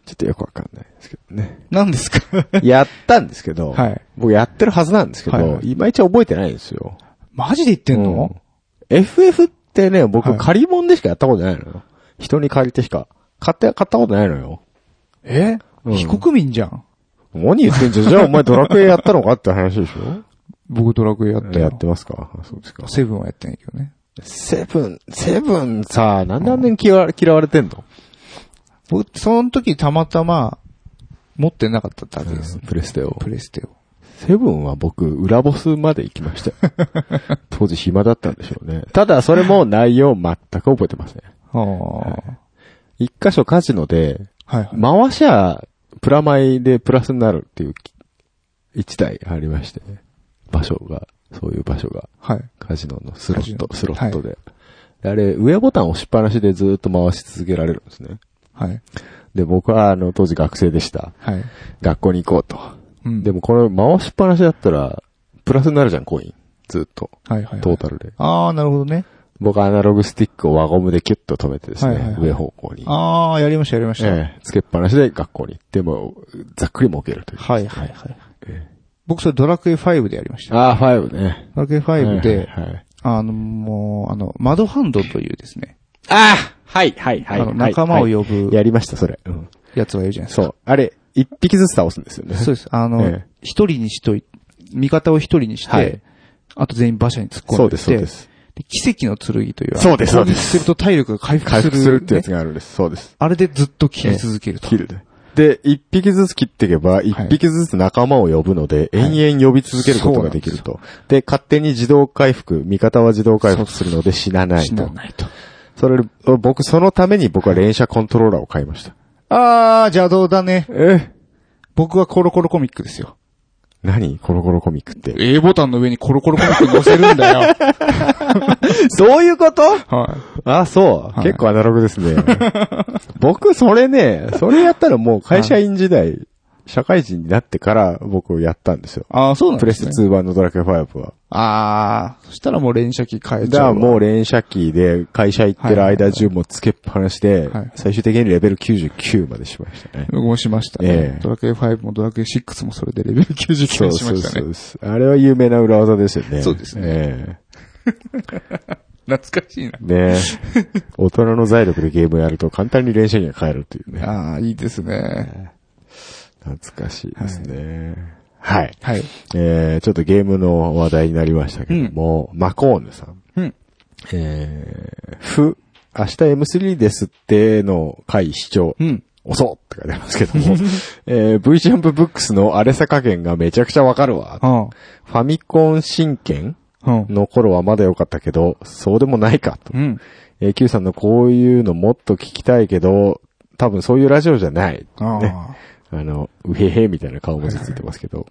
[SPEAKER 2] ちょっとよくわかんないですけどね。
[SPEAKER 4] 何ですか
[SPEAKER 2] やったんですけど、
[SPEAKER 4] はい
[SPEAKER 2] 僕やってるはずなんですけど、
[SPEAKER 4] はい
[SPEAKER 2] い
[SPEAKER 4] はい
[SPEAKER 2] まいち覚えてないんですよ。
[SPEAKER 4] マジで言ってんの、
[SPEAKER 2] うん ?FF ってね、
[SPEAKER 4] は
[SPEAKER 2] 僕
[SPEAKER 4] い
[SPEAKER 2] 借り物でしかやったことないのよ。人に借りてしか。買って、買ったことないのよ。
[SPEAKER 4] え、
[SPEAKER 2] うん
[SPEAKER 4] 非国民じゃん。
[SPEAKER 2] 何言ってんじゃん。じゃあお前ドラクエやったのかって話でし ょ
[SPEAKER 4] 僕ドラクエやって
[SPEAKER 2] やってますかあそうですか。
[SPEAKER 4] セブンはやってないけどね。
[SPEAKER 2] セブン、セブンさ、なんであんなに嫌わ嫌われてんの
[SPEAKER 4] 僕、その時たまたま、持ってなかっただけです。
[SPEAKER 2] プレステを
[SPEAKER 4] プレステを。
[SPEAKER 2] セブンは僕、裏ボスまで行きましたよ。当時暇だったんでしょうね。ただ、それも内容全く覚えてません。
[SPEAKER 4] ああ、
[SPEAKER 2] 一箇所カジノで、
[SPEAKER 4] はいはい。
[SPEAKER 2] 回しゃ、プラマイでプラスになるっていうき、一台ありまして、場所が、そういう場所が、
[SPEAKER 4] はい。
[SPEAKER 2] カジノのスロット、
[SPEAKER 4] カ
[SPEAKER 2] ス
[SPEAKER 4] ジ
[SPEAKER 2] ロ
[SPEAKER 4] ノ
[SPEAKER 2] ットで。であれ、上ボタン押しっぱなしでずっと回し続けられるんですね。
[SPEAKER 4] はい。
[SPEAKER 2] で、僕は、あの、当時学生でした。
[SPEAKER 4] はい。
[SPEAKER 2] 学校に行こうと。
[SPEAKER 4] うん。
[SPEAKER 2] でもこれ回しっぱなしだったら、プラスになるじゃん、コイン。ずっと。
[SPEAKER 4] はいはいはい。
[SPEAKER 2] トータルで。
[SPEAKER 4] ああ、なるほどね。
[SPEAKER 2] 僕はアナログスティックを輪ゴムでキュッと止めてですね、
[SPEAKER 4] はいはいはい
[SPEAKER 2] 上方向に。
[SPEAKER 4] ああ、やりましたやりました。
[SPEAKER 2] ええ、つけっぱなしで学校に行っても、ざっくり儲けるという。
[SPEAKER 4] はいはいはい。僕それドラクエ5でやりました。
[SPEAKER 2] ああ、5ね。
[SPEAKER 4] ドラクエ5で、
[SPEAKER 2] はいはいはい。
[SPEAKER 4] あの、もう、あの、マドハンドというですね、
[SPEAKER 2] ああはいはいはい。
[SPEAKER 4] あの仲間を呼
[SPEAKER 2] はい
[SPEAKER 4] ぶ
[SPEAKER 2] やりました、それ。うん
[SPEAKER 4] やつがいるじゃないです
[SPEAKER 2] そ
[SPEAKER 4] か。
[SPEAKER 2] う。あれ、一匹ずつ倒すんですよね。
[SPEAKER 4] そうです。あの
[SPEAKER 2] ええ、
[SPEAKER 4] 一、人にしとい、味方を一人にして、
[SPEAKER 2] はい
[SPEAKER 4] あと全員馬車に突っ込んで
[SPEAKER 2] そう
[SPEAKER 4] って
[SPEAKER 2] です、そうです。
[SPEAKER 4] で奇跡の剣という。
[SPEAKER 2] そうですそうです
[SPEAKER 4] 攻撃すると体力が回復する。
[SPEAKER 2] 回復するってやつ
[SPEAKER 4] ね
[SPEAKER 2] があるんです。そうです。
[SPEAKER 4] あれでずっと切り続けると。
[SPEAKER 2] 切るで。で、一匹ずつ切っていけば、一匹ずつ仲間を呼ぶので、延々呼び続けることができると。で勝手に自動回復、味方は自動回復するので死なない
[SPEAKER 4] 死な
[SPEAKER 2] と。
[SPEAKER 4] ないと。
[SPEAKER 2] それ、僕、そのために僕は連射コントローラーを買いました。
[SPEAKER 4] あー、邪道だね。
[SPEAKER 2] え
[SPEAKER 4] 僕はコロコロコミックですよ。
[SPEAKER 2] 何コロコロコミックって。
[SPEAKER 4] A ボタンの上にコロコロコミック載せるんだよ。
[SPEAKER 2] そういうこと
[SPEAKER 4] は
[SPEAKER 2] あ、そう。
[SPEAKER 4] はい
[SPEAKER 2] 結構アナログです ね。僕、それね、それやったらもう会社員時代、社会人になってから僕やったんですよ
[SPEAKER 4] い。。あー、そうなん
[SPEAKER 2] プ
[SPEAKER 4] で
[SPEAKER 2] レ
[SPEAKER 4] す
[SPEAKER 2] ス
[SPEAKER 4] ね。
[SPEAKER 2] 2版のドラクエ5は。
[SPEAKER 4] あー、そしたらもう連射機変えち
[SPEAKER 2] だか
[SPEAKER 4] ゃ
[SPEAKER 2] ら
[SPEAKER 4] うわ。
[SPEAKER 2] もう連射キーで会社行ってる間中もつけっぱなしで
[SPEAKER 4] はい、
[SPEAKER 2] 最終的にレベル99までしましたね。
[SPEAKER 4] 僕もしましたね
[SPEAKER 2] ええ。
[SPEAKER 4] ドラクエ5もドラクエ6もそれでレベル99にしま
[SPEAKER 2] そう
[SPEAKER 4] し
[SPEAKER 2] そ
[SPEAKER 4] た
[SPEAKER 2] う
[SPEAKER 4] ね。
[SPEAKER 2] です。あれは有名な裏技ですよね。
[SPEAKER 4] そうですね
[SPEAKER 2] え
[SPEAKER 4] 懐かしいな。
[SPEAKER 2] えね え大人の財力でゲームやると簡単に連射機が変えるっていうね。
[SPEAKER 4] あー、いいですね。
[SPEAKER 2] 懐かしいですね。はい。
[SPEAKER 4] はい。
[SPEAKER 2] えー、ちょっとゲームの話題になりましたけども、マコーンヌさん。
[SPEAKER 4] うん
[SPEAKER 2] えー、ふ、明日 M3 ですっての回視聴。
[SPEAKER 4] うん。
[SPEAKER 2] 遅っって書いてありますけど も、えー、V ジャンプブックスの荒れさ加減がめちゃくちゃわかるわ。
[SPEAKER 4] あ
[SPEAKER 2] ファミコン真剣
[SPEAKER 4] ーうん。
[SPEAKER 2] の頃はまだ良かったけど、そうでもないかと
[SPEAKER 4] う。ん。
[SPEAKER 2] えー、Q さんのこういうのもっと聞きたいけど、多分そういうラジオじゃない。
[SPEAKER 4] あ
[SPEAKER 2] ね
[SPEAKER 4] ー。
[SPEAKER 2] あの、うへへみたいな顔文字ついてますけど。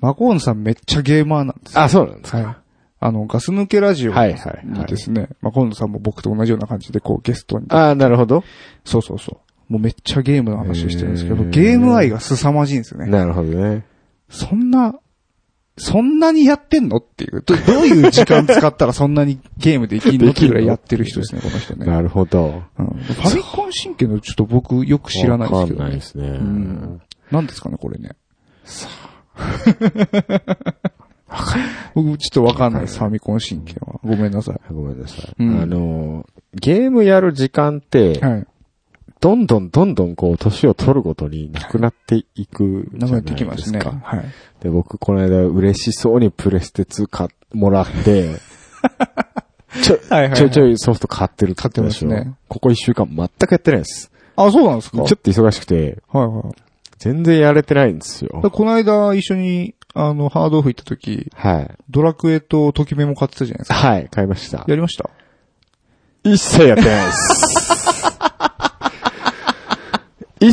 [SPEAKER 4] マコーンさんめっちゃゲーマーなんですよ
[SPEAKER 2] あ、そうなんですか。
[SPEAKER 4] はい。あの、ガス抜けラジオ
[SPEAKER 2] はい
[SPEAKER 4] に
[SPEAKER 2] はいはい
[SPEAKER 4] ですね、マコーンさんも僕と同じような感じでこうゲストに。
[SPEAKER 2] ああ、なるほど。
[SPEAKER 4] そうそうそう。もうめっちゃゲームの話をしてるんですけど、
[SPEAKER 2] へー
[SPEAKER 4] ゲーム愛が凄まじいんですよね。
[SPEAKER 2] なるほどね。
[SPEAKER 4] そんな、そんなにやってんのっていう。どどういう時間使ったらそんなにゲー ムできんのってぐらいやってる人ですね、この人ね。
[SPEAKER 2] なるほど。
[SPEAKER 4] うんファミコン神経のちょっと僕よく知らないですけど、
[SPEAKER 2] わかんない
[SPEAKER 4] ね
[SPEAKER 2] で。すね。
[SPEAKER 4] んなんですかね、これね。 僕ちょっとわかんないです、ファミコン神経は。ごめんなさい。
[SPEAKER 2] ごめんなさい。
[SPEAKER 4] うん
[SPEAKER 2] あの、ゲームやる時間って、
[SPEAKER 4] はい。
[SPEAKER 2] どんどんどんどんこう、年を取るごとになくなっていくじ
[SPEAKER 4] な
[SPEAKER 2] ゃな
[SPEAKER 4] くないってきま
[SPEAKER 2] ですす
[SPEAKER 4] ね。
[SPEAKER 2] か。
[SPEAKER 4] はい。
[SPEAKER 2] で、僕、この間、嬉しそうにプレステ2買っもらって、ちょ、
[SPEAKER 4] はいはいはい
[SPEAKER 2] ちょいちょいソフト買ってる買って
[SPEAKER 4] ますね
[SPEAKER 2] ここ一週間全くやってないです。
[SPEAKER 4] あ、そうなんです
[SPEAKER 2] ち
[SPEAKER 4] か
[SPEAKER 2] ょっと忙しくて、
[SPEAKER 4] はいはい。
[SPEAKER 2] 全然やれてないんですよ
[SPEAKER 4] だから。この間一緒に、あの、ハードオフ行った時、
[SPEAKER 2] はい。
[SPEAKER 4] ドラクエとときめも買ってたじゃないですか。
[SPEAKER 2] はい、買いました。
[SPEAKER 4] やりました
[SPEAKER 2] 一切やってない で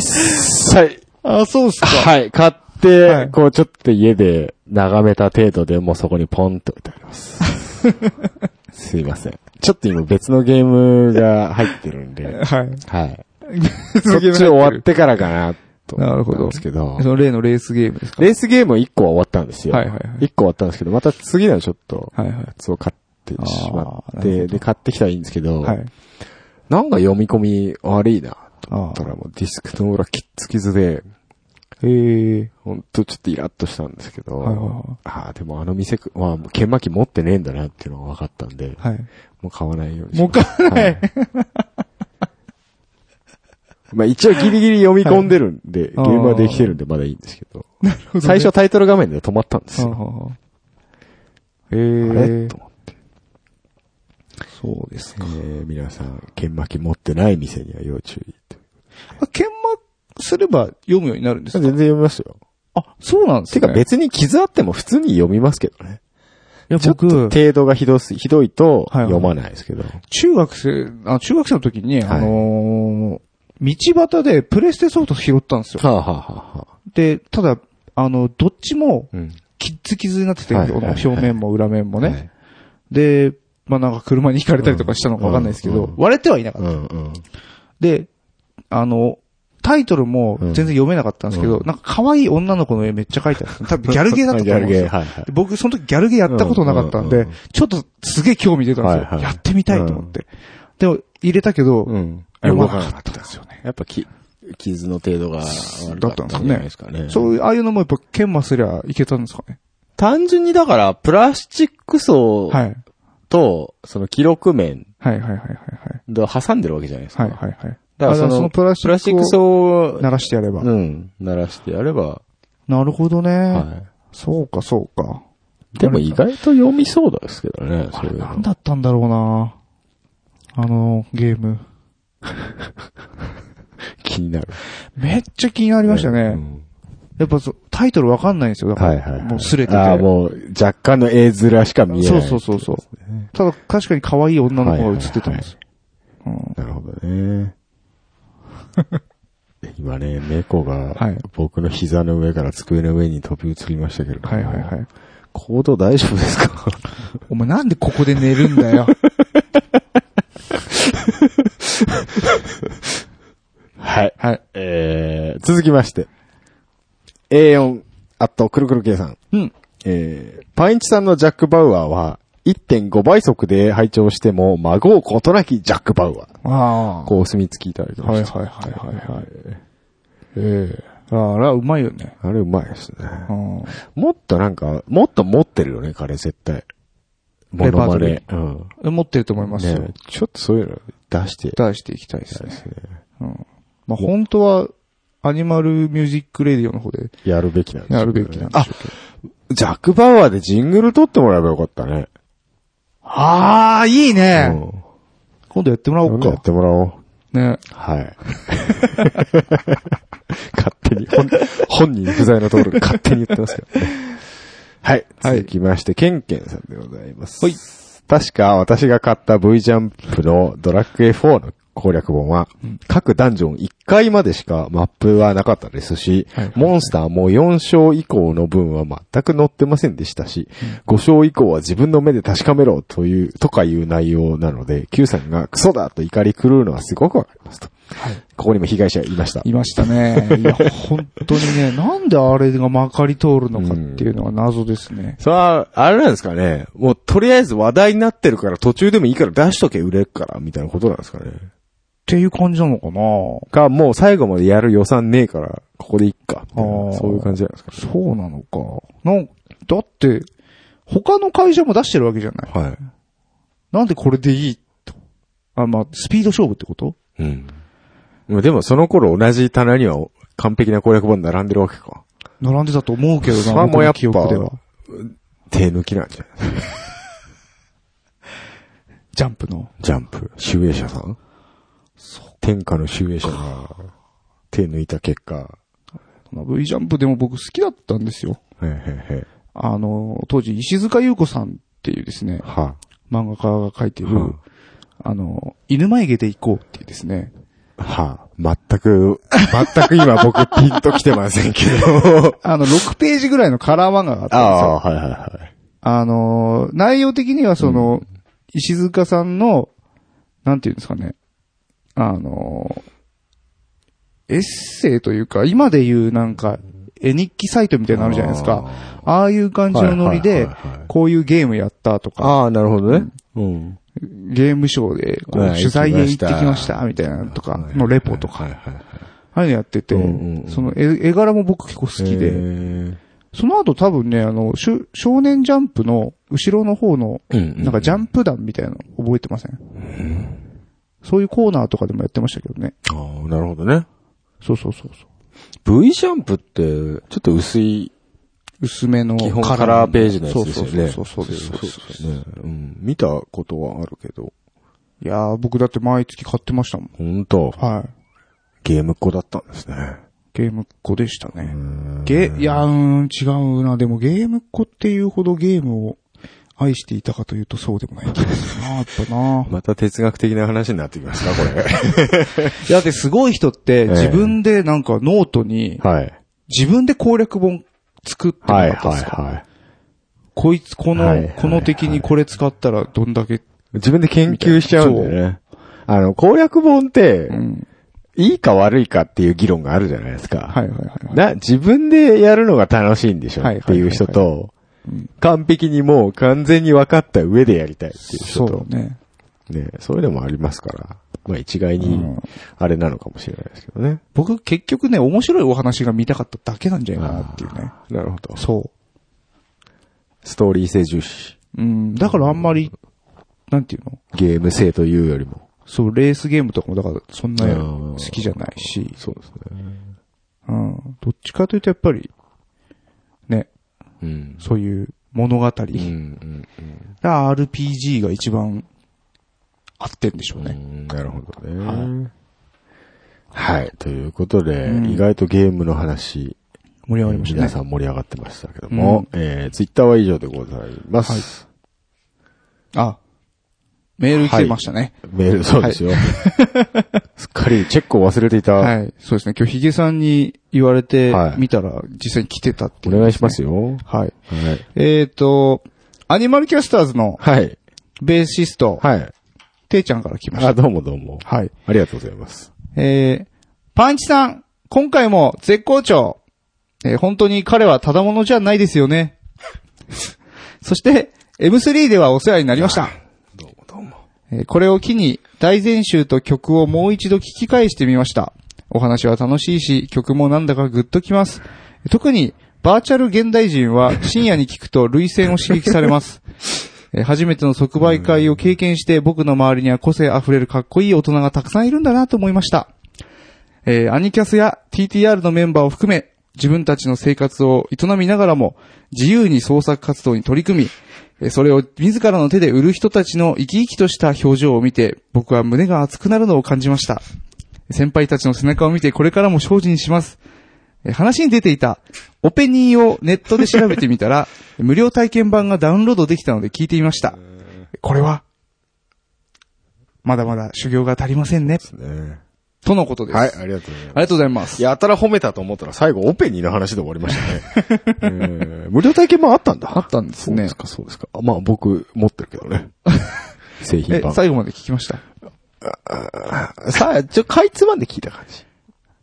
[SPEAKER 2] す。一切、
[SPEAKER 4] あ、そうっす
[SPEAKER 2] はい、買っ
[SPEAKER 4] は
[SPEAKER 2] て
[SPEAKER 4] い、
[SPEAKER 2] こうちょっと家で眺めた程度でもうそこにポンと置いてあります。 すいません。ちょっと今別のゲームが入ってるんで、
[SPEAKER 4] はい。
[SPEAKER 2] はい。 そ
[SPEAKER 4] そ
[SPEAKER 2] っち終わってからかな、と思ったんですけど
[SPEAKER 4] そ、の例のレースゲームですか
[SPEAKER 2] レースゲーム1個は終わったんですよ。
[SPEAKER 4] はいはいはい。
[SPEAKER 2] 1個終わったんですけど、また次のちょっと、
[SPEAKER 4] はい
[SPEAKER 2] やつを買ってしま
[SPEAKER 4] あ
[SPEAKER 2] っ
[SPEAKER 4] ーなる
[SPEAKER 2] て、
[SPEAKER 4] ほど
[SPEAKER 2] で、買ってきたらいいんですけど、
[SPEAKER 4] はい。はい。
[SPEAKER 2] なんか読み込み悪いな、と思
[SPEAKER 4] あ
[SPEAKER 2] ったらもうディスクの裏きっつきずで、
[SPEAKER 4] あ。へえ。
[SPEAKER 2] ほんとちょっとイラッとしたんですけど、
[SPEAKER 4] はいは
[SPEAKER 2] ああ、でもあの店く、まあ、研磨機持ってねえんだなっていうのが分かったんで、
[SPEAKER 4] いはい。はい。
[SPEAKER 2] もう買わないように
[SPEAKER 4] もう買
[SPEAKER 2] わない。はいまあ一応ギリギリ読み込んでるんで、ゲ
[SPEAKER 4] はい
[SPEAKER 2] ームはできてるんでまだいいんですけど、
[SPEAKER 4] ほどね
[SPEAKER 2] 最 初タイトル画面で止まったんですよ。
[SPEAKER 4] へ
[SPEAKER 2] あれ
[SPEAKER 4] え
[SPEAKER 2] と。思って、
[SPEAKER 4] そうです
[SPEAKER 2] え
[SPEAKER 4] か。
[SPEAKER 2] ー皆さん、研磨機持ってない店には要注意と。
[SPEAKER 4] あ、研磨すれば読むようになるんです
[SPEAKER 2] 全
[SPEAKER 4] か
[SPEAKER 2] 然読みますよ。
[SPEAKER 4] あ、そうなんです
[SPEAKER 2] て
[SPEAKER 4] ね
[SPEAKER 2] か別に傷あっても普通に読みますけどね。
[SPEAKER 4] いや、
[SPEAKER 2] ちょっと
[SPEAKER 4] 僕、
[SPEAKER 2] 程度がひどす、ひどいと
[SPEAKER 4] はいはい
[SPEAKER 2] 読まないですけど。
[SPEAKER 4] 中学生、あ、中学生の時
[SPEAKER 2] は
[SPEAKER 4] に、
[SPEAKER 2] い
[SPEAKER 4] あのー道端でプレステソフト拾ったんですよ。
[SPEAKER 2] はあ、はあはあはあ、
[SPEAKER 4] で、ただ、あの、どっちも、
[SPEAKER 2] うん。
[SPEAKER 4] キッズキズになってて、
[SPEAKER 2] はいはいはい
[SPEAKER 4] 表面も裏面もね。
[SPEAKER 2] はい
[SPEAKER 4] で、まあ、なんか車にひかれたりとかしたのかわかんないですけど、
[SPEAKER 2] うんうん
[SPEAKER 4] 割れてはいなかっ
[SPEAKER 2] う
[SPEAKER 4] た。
[SPEAKER 2] んうん。
[SPEAKER 4] で、あの、タイトルも全然読めなかったんですけど、なんか可愛い女の子の絵めっちゃ描いてある。多分ギャルゲーだったと思うんですよ。
[SPEAKER 2] ギャルゲーはいはい
[SPEAKER 4] で僕、その時ギャルゲーやったことなかったんで、
[SPEAKER 2] うんうんうん
[SPEAKER 4] ちょっとすげえ興味出たんですよ。
[SPEAKER 2] はいはい
[SPEAKER 4] やってみたいと思って。でも、入れたけど、
[SPEAKER 2] うん。
[SPEAKER 4] 読まなかったんですよね。
[SPEAKER 2] やっぱき、傷の程度が悪
[SPEAKER 4] だ
[SPEAKER 2] か
[SPEAKER 4] っ
[SPEAKER 2] ったた
[SPEAKER 4] ん
[SPEAKER 2] んじ
[SPEAKER 4] です
[SPEAKER 2] ゃ
[SPEAKER 4] ね
[SPEAKER 2] ないですかね。
[SPEAKER 4] そういう、ああいうのもやっぱ研磨すりゃいけたんですかね。
[SPEAKER 2] 単純にだから、プラスチック層
[SPEAKER 4] はい。
[SPEAKER 2] と、その記録面
[SPEAKER 4] はいはいはいはい
[SPEAKER 2] を挟んでるわけじゃないです
[SPEAKER 4] は
[SPEAKER 2] か。
[SPEAKER 4] い。はいはいはい。
[SPEAKER 2] だから
[SPEAKER 4] あ
[SPEAKER 2] その、
[SPEAKER 4] プラス
[SPEAKER 2] プラス
[SPEAKER 4] チ
[SPEAKER 2] チ
[SPEAKER 4] ッ
[SPEAKER 2] ッ
[SPEAKER 4] ク
[SPEAKER 2] ク
[SPEAKER 4] 層を
[SPEAKER 2] 層を、
[SPEAKER 4] 鳴らしてやれば。
[SPEAKER 2] うん、鳴らしてやれば、
[SPEAKER 4] なるほどね。
[SPEAKER 2] は
[SPEAKER 4] そうかそうか。
[SPEAKER 2] い。でも意外と読みそうですけどね、
[SPEAKER 4] あ
[SPEAKER 2] そうい
[SPEAKER 4] れ
[SPEAKER 2] うの
[SPEAKER 4] 何だったんだろうなあの、ゲーム。
[SPEAKER 2] 気になる。
[SPEAKER 4] めっちゃ気になりましたね。
[SPEAKER 2] うん
[SPEAKER 4] やっぱそうタイトルわかんないんですよ。だか
[SPEAKER 2] はい
[SPEAKER 4] ら、
[SPEAKER 2] はいはい。
[SPEAKER 4] もうすれてて。
[SPEAKER 2] ああ、もう若干の絵面しか見え
[SPEAKER 4] そ
[SPEAKER 2] な
[SPEAKER 4] う
[SPEAKER 2] い。
[SPEAKER 4] そうそうそう。ただ、確かに可愛い女の子が映ってたんですよ。うん
[SPEAKER 2] なるほどね。 今ね、猫
[SPEAKER 4] は
[SPEAKER 2] が
[SPEAKER 4] い
[SPEAKER 2] 僕の膝の上から机の上に飛び移りましたけれども。
[SPEAKER 4] はいはいはい。
[SPEAKER 2] 行動大丈夫ですか
[SPEAKER 4] お前なんでここで寝るんだよ。
[SPEAKER 2] はい。
[SPEAKER 4] はい。
[SPEAKER 2] えー、続きまして。A4、あと、くるくる計算。
[SPEAKER 4] うん。
[SPEAKER 2] えー、パインチさんのジャック・バウアーは、1.5倍速で拝聴しても、孫をことなきジャック・バウアー。
[SPEAKER 4] あ
[SPEAKER 2] こう、お墨付きいただき
[SPEAKER 4] あ。
[SPEAKER 2] ま
[SPEAKER 4] はいはい
[SPEAKER 2] した。
[SPEAKER 4] はいはいはい。ええあら、うまいよね。
[SPEAKER 2] あれ、うまいですね。
[SPEAKER 4] うん。
[SPEAKER 2] もっとなんか、もっと持ってるよね、彼絶対。
[SPEAKER 4] レパートリー
[SPEAKER 2] モノマネ
[SPEAKER 4] え持ってると思います
[SPEAKER 2] うん。
[SPEAKER 4] よ
[SPEAKER 2] ね。ちょっとそういうの出していき
[SPEAKER 4] 出していきたいで
[SPEAKER 2] た
[SPEAKER 4] す
[SPEAKER 2] いで
[SPEAKER 4] ね。
[SPEAKER 2] すね。
[SPEAKER 4] うん。まあ、本当は、アニマルミュージックレディオの方で
[SPEAKER 2] やるべきなんですよね
[SPEAKER 4] やるべきなんで
[SPEAKER 2] あ
[SPEAKER 4] す、
[SPEAKER 2] ジャック・バウアーでジングル撮ってもらえばよかったね。
[SPEAKER 4] ああ、いいね
[SPEAKER 2] うん
[SPEAKER 4] 今度やってもらお
[SPEAKER 2] 今
[SPEAKER 4] う
[SPEAKER 2] 度や
[SPEAKER 4] か
[SPEAKER 2] っ。てもらおう。
[SPEAKER 4] ね。
[SPEAKER 2] はい。 勝手に、本、本人不在のところで勝手に言ってますけどね。はい。
[SPEAKER 4] はい
[SPEAKER 2] 続きまして、ケンケンさんでございます。はい。確か私が買った V ジャンプのドラクエ4の攻略本は、各ダンジョン1回までしかマップはなかったですし、
[SPEAKER 4] はいはい
[SPEAKER 2] モンスターも4章以降の分は全く載ってませんでしたし、5章以降は自分の目で確かめろという、とかいう内容なので、Q さんがクソだと怒り狂うのはすごくわかりますと。ここにも被害者がいました。
[SPEAKER 4] いましたね。いや、本当に ね、なんであれがまかり通るのかっていうのは謎ですね。
[SPEAKER 2] それは、あれなんですかね。もう、とりあえず話題になってるから、途中でもいいから出しとけ、売れるから、みたいなことなんですかね。
[SPEAKER 4] っていう感じなのかな
[SPEAKER 2] か、もう最後までやる予算ねえから、ここでいっか。みたい
[SPEAKER 4] あ
[SPEAKER 2] な
[SPEAKER 4] ー
[SPEAKER 2] そういう感じじゃないですか。
[SPEAKER 4] そうなのか。なんだって、他の会社も出してるわけじゃない。
[SPEAKER 2] は
[SPEAKER 4] なんでこれでいいと。あ、まあ、スピード勝負ってこと
[SPEAKER 2] い。うん。でも、その頃同じ棚には完璧な攻略本並んでるわけか。
[SPEAKER 4] 並んでたと思うけど
[SPEAKER 2] それ
[SPEAKER 4] な、
[SPEAKER 2] はも
[SPEAKER 4] 僕
[SPEAKER 2] うやっ
[SPEAKER 4] の
[SPEAKER 2] ぱ
[SPEAKER 4] 記憶では。
[SPEAKER 2] 手抜きなんじゃない
[SPEAKER 4] ジャンプの。
[SPEAKER 2] ジャンプ。集英社さん天下の集英社が、手抜いた結果。
[SPEAKER 4] V ジャンプでも僕好きだったんですよ。
[SPEAKER 2] へへへ。
[SPEAKER 4] あの、当時、石塚優子さんっていうですね、
[SPEAKER 2] は
[SPEAKER 4] 漫画家が描いてる、
[SPEAKER 2] うん
[SPEAKER 4] あの、犬眉毛で行こうっていうですね、
[SPEAKER 2] はあ、全く、全く今僕ピンと来てませんけ ど。
[SPEAKER 4] あの、6ページぐらいのカラー漫画があったんですよ。
[SPEAKER 2] はいはいはい。
[SPEAKER 4] あのー、内容的にはその、石塚さんの、なんていうんですかね、あのー、エッセイというか、今で言うなんか、絵日記サイトみたいなのあるじゃないですか。ああいう感じのノリ
[SPEAKER 2] はい
[SPEAKER 4] で
[SPEAKER 2] はいはいはい、
[SPEAKER 4] こういうゲームやったとか、
[SPEAKER 2] ああ、なるほどね。うん。
[SPEAKER 4] ゲームショーでこう
[SPEAKER 2] はい
[SPEAKER 4] 取材へ行って
[SPEAKER 2] 行
[SPEAKER 4] き
[SPEAKER 2] きま
[SPEAKER 4] ま
[SPEAKER 2] し
[SPEAKER 4] したた、みたいなのとか、のレポとか、
[SPEAKER 2] はいはいはい。
[SPEAKER 4] ああいうのやってて
[SPEAKER 2] うんうんうん、
[SPEAKER 4] その絵絵柄も僕結構好き
[SPEAKER 2] へ
[SPEAKER 4] で、
[SPEAKER 2] ー
[SPEAKER 4] その後多分ね、あの、しゅ少年ジャンプの後ろの方の
[SPEAKER 2] うん
[SPEAKER 4] なんかジャンプ団みたいなの覚えてません、そういうコーナーとかでもやってましたけどね。
[SPEAKER 2] ああ、なるほどね。
[SPEAKER 4] そうそうそうそう。
[SPEAKER 2] V ジャンプって、ちょっと薄い、
[SPEAKER 4] 薄めの
[SPEAKER 2] 基本カラーページのやつですよね。
[SPEAKER 4] そうそうそうそうそうですそうです。
[SPEAKER 2] ですね。うん。見たことはあるけど。
[SPEAKER 4] いやー、僕だって毎月買ってましたもん。
[SPEAKER 2] 本当
[SPEAKER 4] はい。
[SPEAKER 2] ゲームっ子だったんですね。
[SPEAKER 4] ゲームっ子でしたね。ゲ、いやーうーん、違うな。でもゲームっ子っていうほどゲームを愛していたかというとそうでもない気がするな、やっぱな。
[SPEAKER 2] また哲学的な話になってきますか、これ。
[SPEAKER 4] いや、で、すごい人って自分でなんかノートに、
[SPEAKER 2] はい。
[SPEAKER 4] 自分で攻略本作ってなか
[SPEAKER 2] はい
[SPEAKER 4] ったで
[SPEAKER 2] はい
[SPEAKER 4] すか
[SPEAKER 2] はい。
[SPEAKER 4] こいつ、この、
[SPEAKER 2] はいはいはい
[SPEAKER 4] この敵にこれ使ったらどんだけ、
[SPEAKER 2] 自分で研究しちゃうんだよね。あの、攻略本って、
[SPEAKER 4] ん
[SPEAKER 2] いいか悪いかっていう議論があるじゃないですか。
[SPEAKER 4] はいはい
[SPEAKER 2] な、自分でやるのが楽しいんでしょ
[SPEAKER 4] はい
[SPEAKER 2] っていう人と、完璧にもう完全に分かった上でやりたいっていう
[SPEAKER 4] そ
[SPEAKER 2] 人
[SPEAKER 4] う
[SPEAKER 2] と、
[SPEAKER 4] ね。
[SPEAKER 2] ね、そういうのもありますから、まあ一概
[SPEAKER 4] う
[SPEAKER 2] に
[SPEAKER 4] ん、
[SPEAKER 2] あれなのかもしれないですけどね。
[SPEAKER 4] 僕結局ね、面白いお話が見たかっただけなんじゃないかなっていうね。
[SPEAKER 2] なるほど。
[SPEAKER 4] そ
[SPEAKER 2] ストーリー性重視。
[SPEAKER 4] う。うん。だからあんまり、なんていうの
[SPEAKER 2] ゲーム性というよりも。
[SPEAKER 4] そう、レースゲームとかもだからそんな
[SPEAKER 2] うん
[SPEAKER 4] 好きじゃないし、
[SPEAKER 2] そうですね。
[SPEAKER 4] うん。どっちかというとやっぱり、ね、
[SPEAKER 2] うん。
[SPEAKER 4] そういう物語。
[SPEAKER 2] うんうん
[SPEAKER 4] が RPG が一番合ってんでしょう
[SPEAKER 2] う
[SPEAKER 4] ね。
[SPEAKER 2] ん。なるほど
[SPEAKER 4] は
[SPEAKER 2] ね。はい。ということで
[SPEAKER 4] う、ん
[SPEAKER 2] 意外とゲームの話、
[SPEAKER 4] 盛り上がりましたね。
[SPEAKER 2] 皆さん盛り上がってましたけども、えー、ツイッターは以上でございます。
[SPEAKER 4] あ、メール来てましたね。
[SPEAKER 2] メール、そうですよ。 すっかりチェックを忘れていた。
[SPEAKER 4] はい。そうですね。今日ヒゲさんに言われて
[SPEAKER 2] はい
[SPEAKER 4] 見たら実際に来てたって
[SPEAKER 2] お
[SPEAKER 4] いう、
[SPEAKER 2] 願いします
[SPEAKER 4] よ。
[SPEAKER 2] よ。
[SPEAKER 4] はい。
[SPEAKER 2] はい。
[SPEAKER 4] えっ、と、アニマルキャスターズの
[SPEAKER 2] はい。
[SPEAKER 4] ベーシスト、
[SPEAKER 2] はい。
[SPEAKER 4] ていちゃんから来まし
[SPEAKER 2] あ、どうもどうも。
[SPEAKER 4] た。はい。
[SPEAKER 2] ありがとうございます。
[SPEAKER 4] えー、パンチさん、今回も絶好調。えー本当に彼はただものじゃないですよね。 そして、M3 ではお世話になりました。
[SPEAKER 2] どうもどうも。
[SPEAKER 4] えーこれを機に大全集と曲をもう一度聞き返してみました。お話は楽しいし、曲もなんだかグッときます。特に、バーチャル現代人は深夜に聞くと類線を刺激されます。えー初めての即売会を経験して僕の周りには個性あふれるかっこいい大人がたくさんいるんだなと思いました。えーアニキャスや TTR のメンバーを含め、自分たちの生活を営みながらも、自由に創作活動に取り組み、えーそれを自らの手で売る人たちの生き生きとした表情を見て、僕は胸が熱くなるのを感じました。先輩たちの背中を見て、これからも精進します。えー話に出ていた、オペニーをネットで調べてみたら、 無料体験版がダウンロードできたので聞いてみました。これは、まだまだ修行が足りませんね。
[SPEAKER 2] ね
[SPEAKER 4] とのことです。
[SPEAKER 2] はい、ありがとうございま
[SPEAKER 4] ありがとうございます
[SPEAKER 2] す。。やたら褒めたと思ったら最後オペニーの話で終わりましたね。えー無料体験版あったんだ。
[SPEAKER 4] あったんです
[SPEAKER 2] そう
[SPEAKER 4] ね
[SPEAKER 2] ですか、そうですか。あまあ僕持ってるけど ね。製品
[SPEAKER 4] え、
[SPEAKER 2] 版。
[SPEAKER 4] 最後まで聞きました。
[SPEAKER 2] さあ、ちょ、かいつまんで聞いた感じ。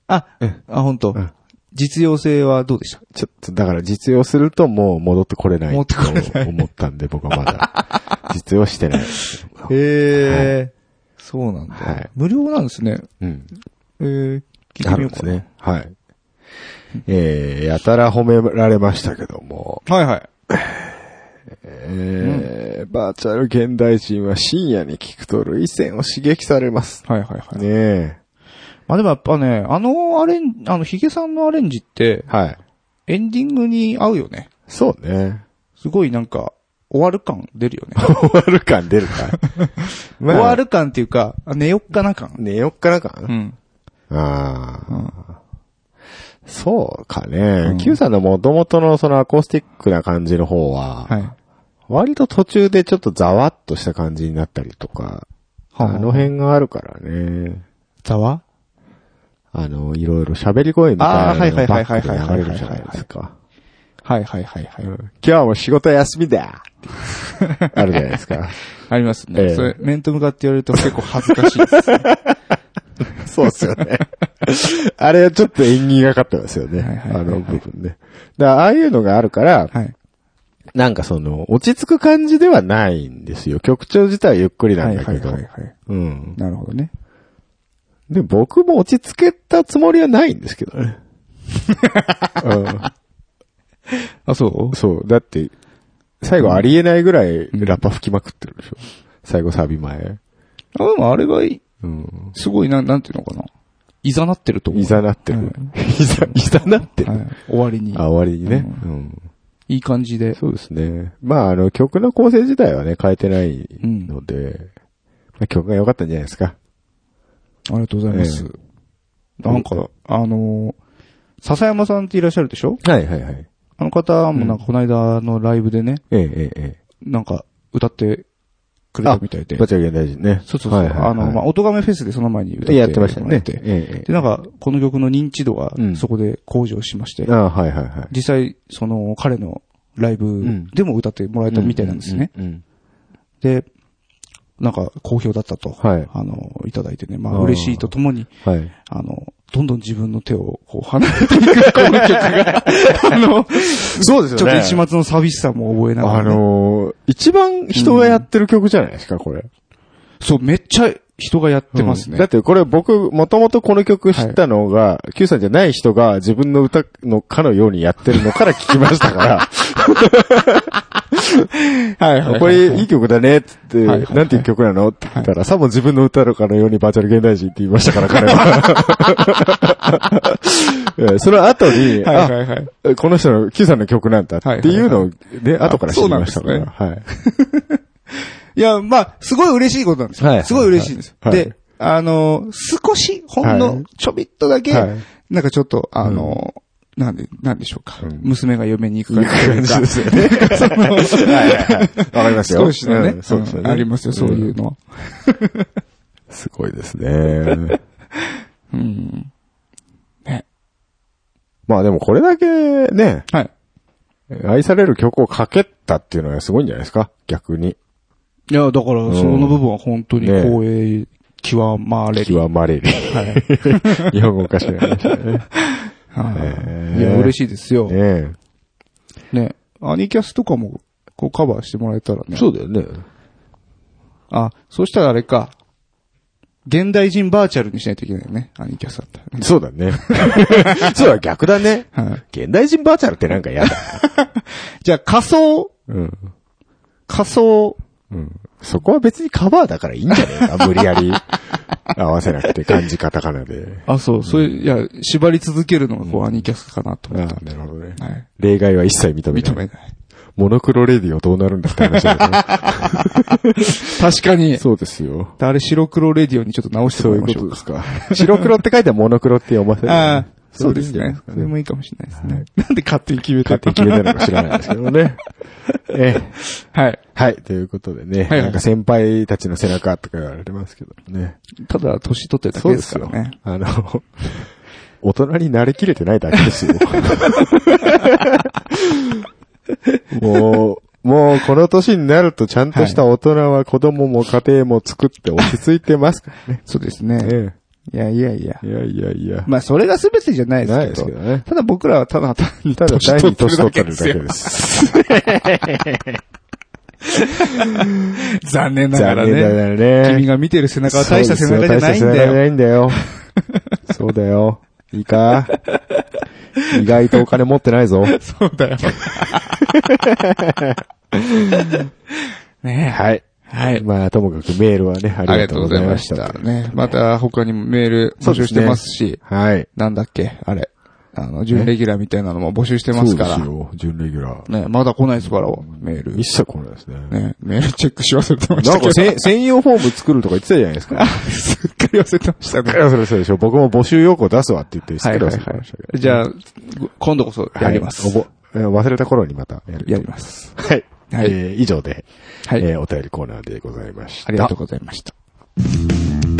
[SPEAKER 4] あ、あ、本当
[SPEAKER 2] うん
[SPEAKER 4] 実用性はどうでした
[SPEAKER 2] ちょっと、だから実用するともう戻ってこれない
[SPEAKER 4] 戻ってこれ
[SPEAKER 2] と思ったんで僕はま だ実用してない。
[SPEAKER 4] へえ、そうなんだ、
[SPEAKER 2] はい
[SPEAKER 4] 無料なんですね。
[SPEAKER 2] うん。
[SPEAKER 4] えー、聞いて
[SPEAKER 2] あ
[SPEAKER 4] み
[SPEAKER 2] る
[SPEAKER 4] よ
[SPEAKER 2] ん
[SPEAKER 4] う
[SPEAKER 2] です
[SPEAKER 4] か。
[SPEAKER 2] ね。はい。えー、やたら褒められましたけども、
[SPEAKER 4] はいはい。
[SPEAKER 2] えーバーチャル現代人は深夜に聞くと類線を刺激されます。
[SPEAKER 4] はいはいはい。
[SPEAKER 2] ねえ。
[SPEAKER 4] まあでもやっぱね、あのアレン、あのヒゲさんのアレンジって、
[SPEAKER 2] はい。
[SPEAKER 4] エンディングに合うよね。
[SPEAKER 2] そうね。
[SPEAKER 4] すごいなんか、終わる感出るよね。
[SPEAKER 2] 終わる感出るか。 まあ
[SPEAKER 4] 終わる感っていうか、あ寝よっかな感。
[SPEAKER 2] 寝よっからか
[SPEAKER 4] う
[SPEAKER 2] な。
[SPEAKER 4] ん。
[SPEAKER 2] あ
[SPEAKER 4] う
[SPEAKER 2] あ。
[SPEAKER 4] ん。
[SPEAKER 2] そうか
[SPEAKER 4] う
[SPEAKER 2] ね
[SPEAKER 4] ん。
[SPEAKER 2] Q さんの元々のそのアコースティックな感じの方は、
[SPEAKER 4] はい。は
[SPEAKER 2] 割と途中でちょっとざわっとした感じになったりとか、あの。辺があるからね。
[SPEAKER 4] ざわ
[SPEAKER 2] あの、いろいろ喋り声みたいな
[SPEAKER 4] あー
[SPEAKER 2] の
[SPEAKER 4] はいは
[SPEAKER 2] が
[SPEAKER 4] いは
[SPEAKER 2] バ
[SPEAKER 4] いはいはい
[SPEAKER 2] ックで流れるじゃないですか。
[SPEAKER 4] はいはいはいはい。
[SPEAKER 2] 今日も仕事休み だあるじゃないですか。
[SPEAKER 4] ありますね。
[SPEAKER 2] ええ
[SPEAKER 4] それ、面と向かって言われると結構恥ずかしい です。
[SPEAKER 2] そうっすよね。 あれはちょっと縁起がかったですよ
[SPEAKER 4] はい
[SPEAKER 2] ね。
[SPEAKER 4] はい
[SPEAKER 2] あ
[SPEAKER 4] はいはい
[SPEAKER 2] の部分ね。だからああいうのがあるから、
[SPEAKER 4] はい。
[SPEAKER 2] なんかその、落ち着く感じではないんですよ。曲調自体はゆっくりなんだけど
[SPEAKER 4] はいはい。はいはい。
[SPEAKER 2] うん。
[SPEAKER 4] なるほどね。
[SPEAKER 2] で、僕も落ち着けたつもりはないんですけどね。
[SPEAKER 4] あ、そう
[SPEAKER 2] そう。だって、最後ありえないぐらいラッパ吹きまくってるでしょ。最後サビ前。
[SPEAKER 4] あ、でもあれがいい
[SPEAKER 2] うん。
[SPEAKER 4] すごい、なん、なんていうのかな。いざなってると思う。
[SPEAKER 2] いざなってる。いざ、いざなって
[SPEAKER 4] は
[SPEAKER 2] る。
[SPEAKER 4] い。終わりに。
[SPEAKER 2] あ、終わりにね。
[SPEAKER 4] う
[SPEAKER 2] うん。
[SPEAKER 4] いい感じで。
[SPEAKER 2] そうですね。まあ、あの、曲の構成自体はね、変えてない
[SPEAKER 4] うん
[SPEAKER 2] ので、まあ、曲が良かったんじゃないですか。
[SPEAKER 4] ありがとうございます
[SPEAKER 2] え。
[SPEAKER 4] なんか、あのー、笹山さんっていらっしゃるでしょ
[SPEAKER 2] はいはいはい。
[SPEAKER 4] あの方もなんかこの間のライブでね、
[SPEAKER 2] えええええ
[SPEAKER 4] なんか歌ってくれたみたい
[SPEAKER 2] え。
[SPEAKER 4] で
[SPEAKER 2] バ。チャル現代人ね。
[SPEAKER 4] そうそうそう。
[SPEAKER 2] はいはいはい
[SPEAKER 4] あの、まあ、音亀フェスでその前に歌って
[SPEAKER 2] やってました
[SPEAKER 4] もら
[SPEAKER 2] ね
[SPEAKER 4] っ。て
[SPEAKER 2] え
[SPEAKER 4] で、なんか、この曲の認知度が
[SPEAKER 2] うん
[SPEAKER 4] そこで向上しまして、
[SPEAKER 2] ああはいはいはい。
[SPEAKER 4] 実際、その、彼のライブでも歌ってもらえたみたいなんですね。
[SPEAKER 2] うん。うん
[SPEAKER 4] で、なんか好評だったと、
[SPEAKER 2] はい
[SPEAKER 4] あの、いただいてね、まあ
[SPEAKER 2] あー
[SPEAKER 4] 嬉しいとともに、
[SPEAKER 2] うんはい。
[SPEAKER 4] あの、どんどん自分の手をこう離れていく、この曲 が、あの、
[SPEAKER 2] そうです
[SPEAKER 4] ちょっと一末の寂しさも覚えなが
[SPEAKER 2] あ
[SPEAKER 4] ら、ね。
[SPEAKER 2] のー一番人がやってる曲じゃないですか、これ。
[SPEAKER 4] そう、めっちゃ人がやってますね。
[SPEAKER 2] だってこれ僕、もともとこの曲知ったのが、Q さんじゃない人が自分の歌のかのようにやってるのから聞きましたから。はいはい、これいい曲だねっつって、
[SPEAKER 4] はいはいはい
[SPEAKER 2] なんていう曲なのって言ったら、さも 自分の歌のかのようにバーチャル現代人って言いましたから、彼は。うんその後に、
[SPEAKER 4] はいはいはい。
[SPEAKER 2] あ、この人の Q さんの曲なんだっていうのを、で、後から知りましたか
[SPEAKER 4] あ
[SPEAKER 2] ら。はい。
[SPEAKER 4] いや、まあ、すごい嬉しいことなんですよ。
[SPEAKER 2] はい
[SPEAKER 4] すごい嬉しいんですよ。
[SPEAKER 2] はい
[SPEAKER 4] で、あのー、少し、ほん
[SPEAKER 2] は
[SPEAKER 4] の
[SPEAKER 2] い
[SPEAKER 4] ちょびっとだけ、
[SPEAKER 2] はい
[SPEAKER 4] なんかちょっと、あのー、なんで、なんでしょうか。
[SPEAKER 2] うん
[SPEAKER 4] 娘が嫁に行く
[SPEAKER 2] い
[SPEAKER 4] 感
[SPEAKER 2] う
[SPEAKER 4] じと
[SPEAKER 2] 感
[SPEAKER 4] いう
[SPEAKER 2] じで
[SPEAKER 4] か
[SPEAKER 2] すよね。わかりますよ。
[SPEAKER 4] 少しのね、
[SPEAKER 2] うんそうですよ
[SPEAKER 4] うんありますよ、そういう。のは。
[SPEAKER 2] んすごいですね。
[SPEAKER 4] うん。ね。
[SPEAKER 2] まあでもこれだけね、
[SPEAKER 4] はい。
[SPEAKER 2] 愛される曲をかけたっていうのがすごいんじゃないですか逆に。
[SPEAKER 1] いや、だから、その部分は本当に
[SPEAKER 2] ね
[SPEAKER 1] 光栄極まれる。
[SPEAKER 2] 極まれる。 日本語おかしくなりましたね。
[SPEAKER 4] はい
[SPEAKER 2] へー
[SPEAKER 4] いや、嬉しいですよ。
[SPEAKER 2] ね
[SPEAKER 4] ね。アニキャスとかも、こうカバーしてもらえたらね。
[SPEAKER 2] そうだよね。
[SPEAKER 4] あ、そうしたらあれか。現代人バーチャルにしないといけないよね。アニキャスだったらね。
[SPEAKER 2] そうだ ね。そうだ、逆だね。
[SPEAKER 4] はい。
[SPEAKER 2] 現代人バーチャルってなんか嫌だ。
[SPEAKER 4] じゃあ仮想、
[SPEAKER 2] うん。
[SPEAKER 4] 仮想、
[SPEAKER 2] うん。そこは別にカバーだからいいんじゃねえ か、無理やり。合わせなくて、漢字カタカナで。
[SPEAKER 4] あ、そう、そういう、いや、縛り続けるのがこう、アニキャスかなと
[SPEAKER 2] あ
[SPEAKER 4] 思
[SPEAKER 2] あ
[SPEAKER 4] ったん、で。
[SPEAKER 2] なるほどね。
[SPEAKER 4] はい。
[SPEAKER 2] 例外は一切認めない。
[SPEAKER 4] 認めない。
[SPEAKER 2] モノクロレディオどうなるんだって話だよ
[SPEAKER 4] 確かに
[SPEAKER 2] ね。。 そうですよ。
[SPEAKER 4] あれ、白黒レディオにちょっと直して
[SPEAKER 2] そ
[SPEAKER 4] も
[SPEAKER 2] うい
[SPEAKER 4] らいうま
[SPEAKER 2] こ
[SPEAKER 4] しょ
[SPEAKER 2] と
[SPEAKER 4] う
[SPEAKER 2] で
[SPEAKER 4] か。
[SPEAKER 2] すか。 白黒って書いてはモノクロって読ませる。
[SPEAKER 4] ああ、そうで
[SPEAKER 2] いい
[SPEAKER 4] す
[SPEAKER 2] んじゃない
[SPEAKER 4] ね
[SPEAKER 2] です。か
[SPEAKER 4] それ
[SPEAKER 2] ね。
[SPEAKER 4] もいいかもしれないですね。なんで勝手に決めた
[SPEAKER 2] 勝手に決めたのか知らないですけど ね。ええ。
[SPEAKER 4] はい。
[SPEAKER 2] はい、ということでね。
[SPEAKER 4] はいはい
[SPEAKER 2] なんか先輩たちの背中とか言われてますけどね。
[SPEAKER 4] ただ、年取ってるだけですからね。。
[SPEAKER 2] あの、大人に慣れきれてないだけですよ。もう、もうこの年になるとちゃんとした大人は子供も家庭も作って落ち着いてますからね
[SPEAKER 4] そうですね。
[SPEAKER 2] え
[SPEAKER 4] いやいやいや
[SPEAKER 2] え。いやいやいや。
[SPEAKER 4] まあ、それが全てじゃない
[SPEAKER 2] ない
[SPEAKER 4] で
[SPEAKER 2] ですす
[SPEAKER 4] け
[SPEAKER 2] け
[SPEAKER 4] ど
[SPEAKER 2] ど。ね。
[SPEAKER 4] ただ僕らはただ単に
[SPEAKER 2] ただ
[SPEAKER 4] 年
[SPEAKER 2] 第
[SPEAKER 4] 取
[SPEAKER 2] 二
[SPEAKER 4] ってる
[SPEAKER 2] 年取
[SPEAKER 4] だ
[SPEAKER 2] っ
[SPEAKER 4] け
[SPEAKER 2] て
[SPEAKER 4] で
[SPEAKER 2] る
[SPEAKER 4] す
[SPEAKER 2] だけ
[SPEAKER 4] よ
[SPEAKER 2] で。す。
[SPEAKER 4] 残念な
[SPEAKER 2] 残
[SPEAKER 4] がら
[SPEAKER 2] 念だ
[SPEAKER 4] ね。
[SPEAKER 2] よね。
[SPEAKER 4] 君が見てる背中は大した背中じゃない
[SPEAKER 2] そうですよ
[SPEAKER 4] ん
[SPEAKER 2] 大した背
[SPEAKER 4] だ
[SPEAKER 2] 中じゃ
[SPEAKER 4] よ。
[SPEAKER 2] ないんだよ。そうだよ。いいか意外とお金持ってないぞ。
[SPEAKER 4] そうだよ。ねえ。
[SPEAKER 2] はい。
[SPEAKER 4] はい。
[SPEAKER 2] まあ、ともかくメールはね、あ
[SPEAKER 4] あり
[SPEAKER 2] りが
[SPEAKER 4] がと
[SPEAKER 2] と
[SPEAKER 4] う
[SPEAKER 2] う
[SPEAKER 4] ご
[SPEAKER 2] ご
[SPEAKER 4] ざ
[SPEAKER 2] ざ
[SPEAKER 4] い
[SPEAKER 2] い
[SPEAKER 4] ま
[SPEAKER 2] ま
[SPEAKER 4] し
[SPEAKER 2] した。
[SPEAKER 4] た。ね。また他にもメール募集してますし、
[SPEAKER 2] はい。
[SPEAKER 4] なんだっけ、あれ。あの、準レギュラーみたいなのも募集してますから。
[SPEAKER 2] よ、準レギュラー。
[SPEAKER 4] ね、まだ来ないですから、メール。
[SPEAKER 2] 一切来ないですね。
[SPEAKER 4] ね、メールチェックし忘れてまし
[SPEAKER 2] な
[SPEAKER 4] た
[SPEAKER 2] ん
[SPEAKER 4] けど
[SPEAKER 2] か。せん専用フォーム作るとか言ってたじゃないですか。
[SPEAKER 4] すっかり忘れてましたね。
[SPEAKER 2] いや それそうでしょ。僕も募集要項出すわって言 って、すっかり忘れてましたけど。
[SPEAKER 4] じゃあ、今度こそやります。
[SPEAKER 2] はいおぼえー忘れた頃にまたやる。
[SPEAKER 4] やります。
[SPEAKER 2] はい。
[SPEAKER 4] はい
[SPEAKER 2] えー以上で、
[SPEAKER 4] はい
[SPEAKER 2] えーお便りコーナーでございました。
[SPEAKER 4] ありがとうございました。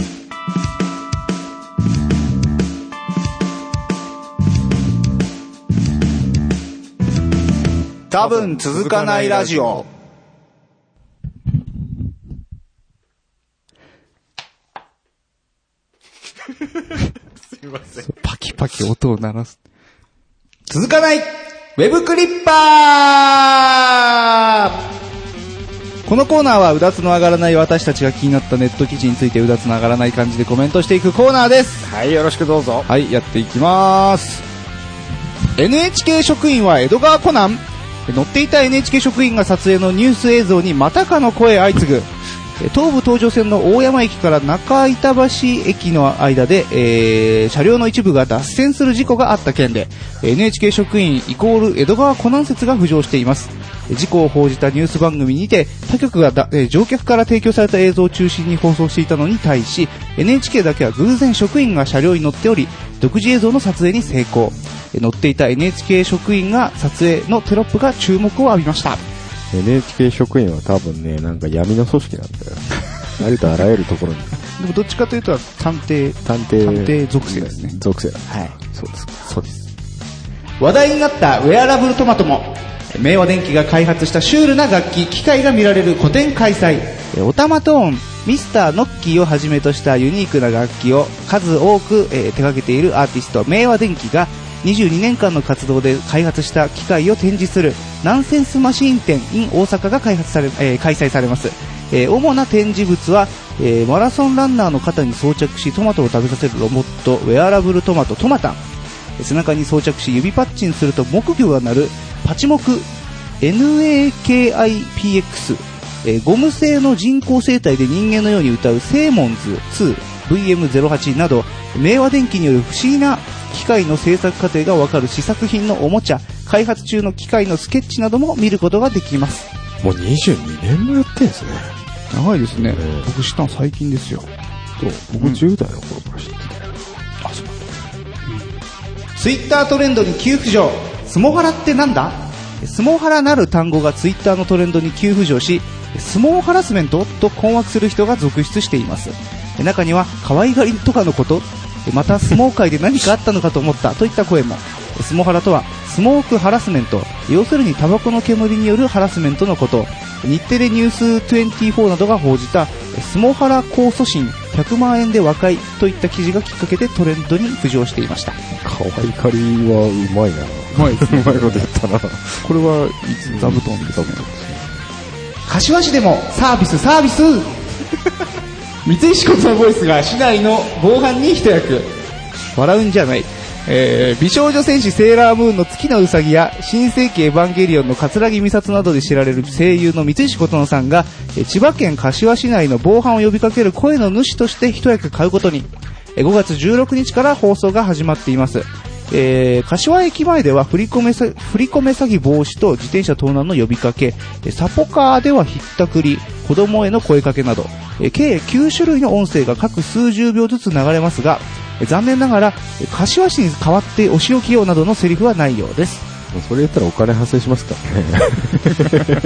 [SPEAKER 4] 多分続かないラジオ。すいません。パキパキ音を鳴らす。続かないウェブクリッパーこのコーナーはうだつの上がらない私たちが気になったネット記事についてうだつの上がらない感じでコメントしていくコーナーです
[SPEAKER 2] はい、よろしくどうぞ。
[SPEAKER 4] はい、やっていきます。NHK 職員は江戸川コナン乗っていた NHK 職員が撮影のニュース映像にまたかの声相次ぐ。え東武東上線の大山駅から中板橋駅の間で、えー車両の一部が脱線する事故があった件で、NHK 職員イコール江戸川コナン説が浮上しています。事故を報じたニュース番組にて、他局がだ、えー乗客から提供された映像を中心に放送していたのに対し、NHK だけは偶然職員が車両に乗っており、独自映像の撮影に成功。えー乗っていた NHK 職員が撮影のテロップが注目を浴びました。
[SPEAKER 2] NHK 職員は多分ね、なんか闇の組織なん だよ。ありとあらゆるところに。
[SPEAKER 4] でもどっちかというと、探偵、
[SPEAKER 2] 探偵。
[SPEAKER 4] 探偵属性ですね
[SPEAKER 2] 属性だ。
[SPEAKER 4] はい。
[SPEAKER 2] そうですか。
[SPEAKER 4] そうです。話題になったウェアラブルトマトも、明和電機が開発したシュールな楽器、機械が見られる個展開催。えオタマトーン、ミスターノッキーをはじめとしたユニークな楽器を数多く、えー手掛けているアーティスト、明和電機が22年間の活動で開発した機械を展示するナンセンスマシーン展 in 大阪が開発され、えー開催されます。えー主な展示物は、えーマラソンランナーの肩に装着しトマトを食べさせるロボット、ウェアラブルトマト、トマタン。背中に装着し指パッチンすると木魚が鳴るパチモク NAKIPX、えーゴム製の人工生体で人間のように歌うセーモンズ 2VM08 など明和電機による不思議な機械の制作過程がわかる試作品のおもちゃ、開発中の機械のスケッチなども見ることができます。
[SPEAKER 2] もう22年もやってんですね。
[SPEAKER 4] 長いですね
[SPEAKER 2] うん
[SPEAKER 4] 僕したの最近ですよ。
[SPEAKER 2] そう。僕10代の頃から知ってて。
[SPEAKER 4] ツイッタートレンドに急浮上スモハラってなんだスモハラなる単語がツイッターのトレンドに急浮上しスモーハラスメントと困惑する人が続出しています中には可愛がりとかのことまた相撲界で何かあったのかと思ったといった声もスモハラとはスモークハラスメント要するにタバコの煙によるハラスメントのこと日テレニュース24などが報じたスモハラ控訴審100万円で和解といった記事がきっかけでトレンドに浮上していました
[SPEAKER 2] 可愛がりはうまいな。
[SPEAKER 4] うまいです
[SPEAKER 2] うまいこと言ったな。
[SPEAKER 4] これは座布団ですね。柏市でもサービスサービス 三石コツノボイスが市内の防犯に一役。笑うんじゃない。えー美少女戦士セーラームーンの月のうさぎや新世紀エヴァンゲリオンの桂木美里などで知られる声優の三石琴乃さんが、えー千葉県柏市内の防犯を呼びかける声の主として一役買うことに、えー5月16日から放送が始まっています。えー柏駅前では振り込めさ、振り込め詐欺防止と自転車盗難の呼びかけ、えーサポカーではひったくり、子供への声かけなど、えー計9種類の音声が各数十秒ずつ流れますが、えー残念ながら、えー柏市に代わってお仕置きようなどのセリフはないようです。
[SPEAKER 2] それ言ったらお金発生しますからね。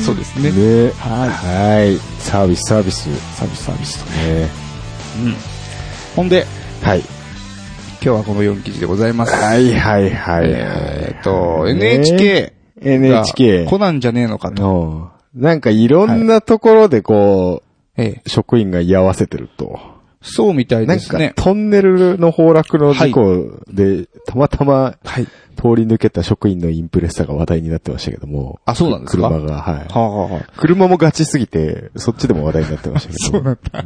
[SPEAKER 4] そうです。
[SPEAKER 2] ね
[SPEAKER 4] はい。
[SPEAKER 2] はい。サービス、サービス。ね
[SPEAKER 4] サービスサービスと。うん。ほんで、
[SPEAKER 2] はい。
[SPEAKER 4] 今日はこの4記事でございます。
[SPEAKER 2] はいはいはい。
[SPEAKER 4] えーっと、
[SPEAKER 2] ね
[SPEAKER 4] NHK が
[SPEAKER 2] NHK。
[SPEAKER 4] コナンじゃねえのかと。
[SPEAKER 2] うんなんかいろんなところでこ
[SPEAKER 4] ええ
[SPEAKER 2] う、職員が居合わせてると。
[SPEAKER 4] そうみたい
[SPEAKER 2] な
[SPEAKER 4] で
[SPEAKER 2] ん
[SPEAKER 4] す
[SPEAKER 2] か
[SPEAKER 4] ね。
[SPEAKER 2] トンネルの崩落の事故で、たまたま
[SPEAKER 4] はい。
[SPEAKER 2] 通り抜けた職員のインプレッサが話題になってましたけども。
[SPEAKER 4] あそうなんですか
[SPEAKER 2] 車が、はい。
[SPEAKER 4] はあ、はあはあ、
[SPEAKER 2] 車もガチすぎて、そっちでも話題になってましたけど。そうなんだ。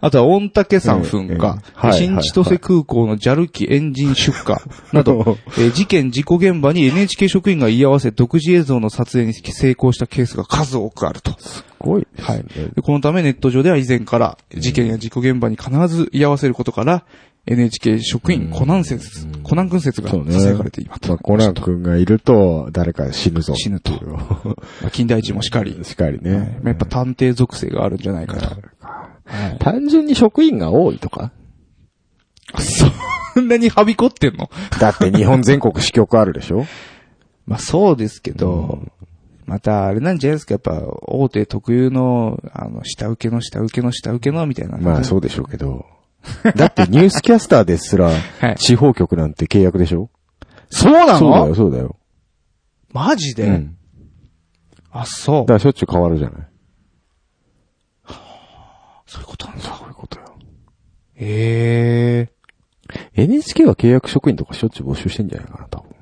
[SPEAKER 4] あとは、御嶽山噴
[SPEAKER 2] え
[SPEAKER 4] 火、
[SPEAKER 2] えええはい
[SPEAKER 4] 新千歳空港の JAL 機エンジン出火など、
[SPEAKER 2] ど
[SPEAKER 4] えー事件事故現場に NHK 職員が居合わせ独自映像の撮影に成功したケースが数多くあると。
[SPEAKER 2] すごいです
[SPEAKER 4] は
[SPEAKER 2] ね。
[SPEAKER 4] い。でこのためネット上では以前から事件や事故現場に必ず居合わせることから、NHK 職員コナン説、コナン軍説が
[SPEAKER 2] そうね。
[SPEAKER 4] 囁かれています。
[SPEAKER 2] まあ、コナン君がいると、誰か死ぬぞ。
[SPEAKER 4] 死ぬと。近代一もしかり。
[SPEAKER 2] しっかり
[SPEAKER 4] はい
[SPEAKER 2] ね
[SPEAKER 4] まあ。やっぱ探偵属性があるんじゃないかと。はい
[SPEAKER 2] 単純に職員が多いとか
[SPEAKER 4] そんなにはびこってんの
[SPEAKER 2] だって日本全国支局あるでしょ
[SPEAKER 4] まあそうですけど、またあれなんじゃないですか、やっぱ大手特有の、あの、下請けの下請けの下請けのみたいな。
[SPEAKER 2] まあそうでしょうけど。だってニュースキャスターですら、
[SPEAKER 4] い
[SPEAKER 2] 地方局なんて契約でしょ
[SPEAKER 4] そうな
[SPEAKER 2] そうだよ、そうだよ。
[SPEAKER 4] マジで、
[SPEAKER 2] うん。
[SPEAKER 4] あ、そ
[SPEAKER 2] だか
[SPEAKER 4] う。
[SPEAKER 2] らしょっちゅう変わるじゃない。
[SPEAKER 4] そういうことなんだ。
[SPEAKER 2] そういうことよ。
[SPEAKER 4] ええ
[SPEAKER 2] NHK は契約職員とかしょっちゅう募集してんじゃないかな、多分。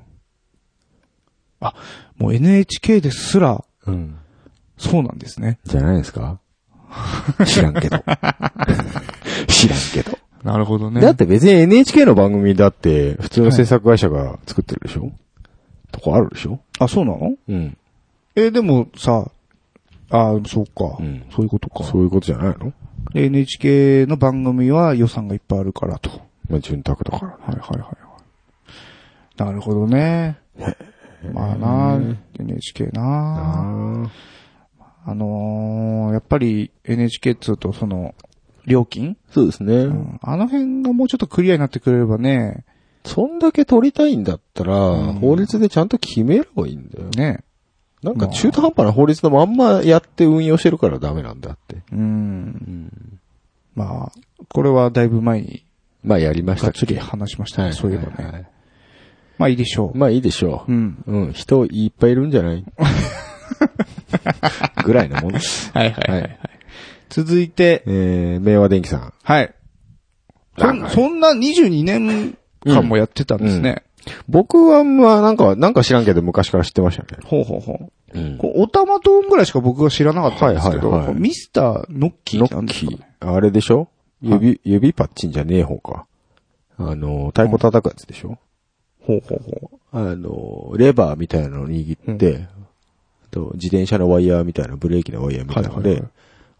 [SPEAKER 4] もう NHK ですら、
[SPEAKER 2] うん。
[SPEAKER 4] そうなんですね。
[SPEAKER 2] じゃないです か知らんけ ど。知らんけど。
[SPEAKER 4] なるほど
[SPEAKER 2] だって別に NHK の番組だって、普通の制作会社が作ってるでしょ、とかあるでしょ
[SPEAKER 4] あ、そうなの
[SPEAKER 2] うん。
[SPEAKER 4] えでもさ、あそうか、
[SPEAKER 2] うん
[SPEAKER 4] そういうことか。
[SPEAKER 2] そういうことじゃないの
[SPEAKER 4] NHK の番組は予算がいっぱいあるからと。
[SPEAKER 2] まあ、潤沢だから。
[SPEAKER 4] はいはいはいはい。なるほどね。まあな、NHK な。
[SPEAKER 2] あ
[SPEAKER 4] あのー、やっぱり NHK っつうとその、料金、
[SPEAKER 2] そうですね、
[SPEAKER 4] うんあの辺がもうちょっとクリアになってくれればね、
[SPEAKER 2] そんだけ取りたいんだったら、
[SPEAKER 4] ん
[SPEAKER 2] 法律でちゃんと決めればいいんだよ。
[SPEAKER 4] ね。
[SPEAKER 2] なんか中途半端な法律のまんまやって運用してるからダメなんだって。
[SPEAKER 4] うん。まあ、これはだいぶ前に
[SPEAKER 2] まあやりまし
[SPEAKER 4] が
[SPEAKER 2] た
[SPEAKER 4] っつり話しましたね、そういえばね。
[SPEAKER 2] はい
[SPEAKER 4] まあいいでしょう。
[SPEAKER 2] まあいいでしょう。
[SPEAKER 4] うん。
[SPEAKER 2] うん、人いっぱいいるんじゃ ないぐらいのもんです。
[SPEAKER 4] はいはいはい。はい、続いて、
[SPEAKER 2] えー、明和電機さん。
[SPEAKER 4] はい。そん
[SPEAKER 2] はい
[SPEAKER 4] そんな22年間もやってたんですね。
[SPEAKER 2] 僕はまあなんか、なんか知らんけど昔から知ってましたね。
[SPEAKER 4] ほうほうほう。
[SPEAKER 2] うん
[SPEAKER 4] こうおたまトーンぐらいしか僕は知らなかったんですけど、
[SPEAKER 2] はいはいはい
[SPEAKER 4] こうミスターノッキー
[SPEAKER 2] ノ
[SPEAKER 4] ってなん
[SPEAKER 2] ッ
[SPEAKER 4] です
[SPEAKER 2] キ
[SPEAKER 4] か
[SPEAKER 2] ー
[SPEAKER 4] ね。
[SPEAKER 2] あれでしょ指、指パッチンじゃねえ方か。あの、太鼓叩くやつでしょ、
[SPEAKER 4] ほうほうほう。
[SPEAKER 2] あの、レバーみたいなのを握って、と自転車のワイヤーみたいな、ブレーキのワイヤーみたいなので、
[SPEAKER 4] はいはいはい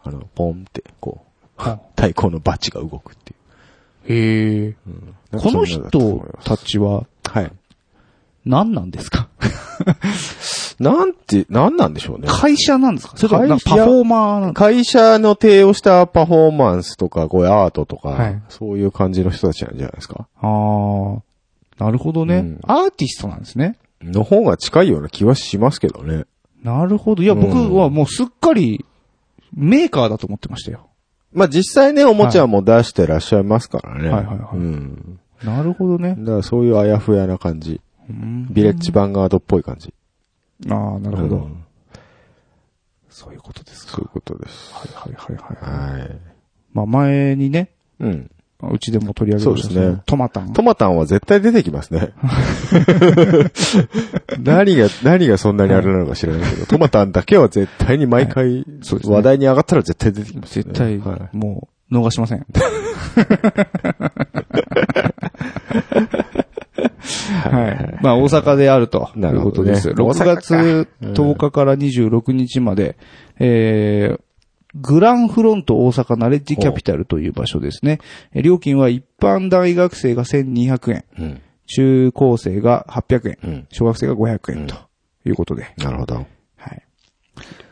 [SPEAKER 2] あの、ポンって、こう、
[SPEAKER 4] は
[SPEAKER 2] 太鼓のバチが動くってい
[SPEAKER 1] へ
[SPEAKER 2] う。
[SPEAKER 1] え。
[SPEAKER 2] なんかそ
[SPEAKER 4] こ
[SPEAKER 2] ん
[SPEAKER 4] の
[SPEAKER 2] なだったと思
[SPEAKER 4] 人
[SPEAKER 2] います
[SPEAKER 4] たちは
[SPEAKER 2] はい。
[SPEAKER 4] 何なんですか
[SPEAKER 2] なんて、なんなんでしょうね。
[SPEAKER 4] 会社なんですかそれともなんか
[SPEAKER 2] 会
[SPEAKER 4] パ
[SPEAKER 2] 社
[SPEAKER 4] フォーマーな ん
[SPEAKER 2] 会社の提をしたパフォーマンスとか、こういうアートとか、
[SPEAKER 4] はい
[SPEAKER 2] そういう感じの人たちなんじゃないですか。
[SPEAKER 4] ああ、なるほどね、
[SPEAKER 2] うん
[SPEAKER 4] アーティストなんですね。
[SPEAKER 2] の方が近いような気はしますけどね。
[SPEAKER 4] なるほど。いや、
[SPEAKER 2] うん
[SPEAKER 4] 僕はもうすっかりメーカーだと思ってましたよ。
[SPEAKER 2] まあ、実際ね、おもちゃも出してらっしゃいますからね。
[SPEAKER 4] はいはいはい
[SPEAKER 2] うん。
[SPEAKER 4] なるほどね。
[SPEAKER 2] だからそういうあやふやな感じ。
[SPEAKER 4] うん
[SPEAKER 2] ビレッジヴァンガードっぽい感じ。
[SPEAKER 4] ああ、なるほど、
[SPEAKER 2] うん
[SPEAKER 4] そういうことですか。
[SPEAKER 2] そういうことです。
[SPEAKER 4] はいはいはいはい。
[SPEAKER 2] はい。
[SPEAKER 4] まあ前にね、
[SPEAKER 2] うん。
[SPEAKER 4] うちでも取り上げました
[SPEAKER 2] そうですね
[SPEAKER 4] トマタン。
[SPEAKER 2] トマタンは絶対出てきます ね。何が、何がそんなにあれなのか知らない けど、トマタンだけは絶対に毎回
[SPEAKER 4] そうですね
[SPEAKER 2] 話題に上がったら絶対出てきますね。
[SPEAKER 4] 絶対、
[SPEAKER 2] は
[SPEAKER 4] もう、逃しません。はい。まあ、大阪であると。
[SPEAKER 2] なるほど
[SPEAKER 4] いうこと
[SPEAKER 2] ね
[SPEAKER 4] です。
[SPEAKER 2] 大
[SPEAKER 4] 6
[SPEAKER 2] 阪か
[SPEAKER 4] 月10日から26日まで、えー、グランフロント大阪ナレッジキャピタルという場所ですね。え料金は一般大学生が1200
[SPEAKER 2] い。
[SPEAKER 4] 円、
[SPEAKER 2] うん。
[SPEAKER 4] 中高生が800
[SPEAKER 2] う
[SPEAKER 4] 円、
[SPEAKER 2] ん。
[SPEAKER 4] 小学生が500円ということで、
[SPEAKER 2] なるほど。
[SPEAKER 4] はい。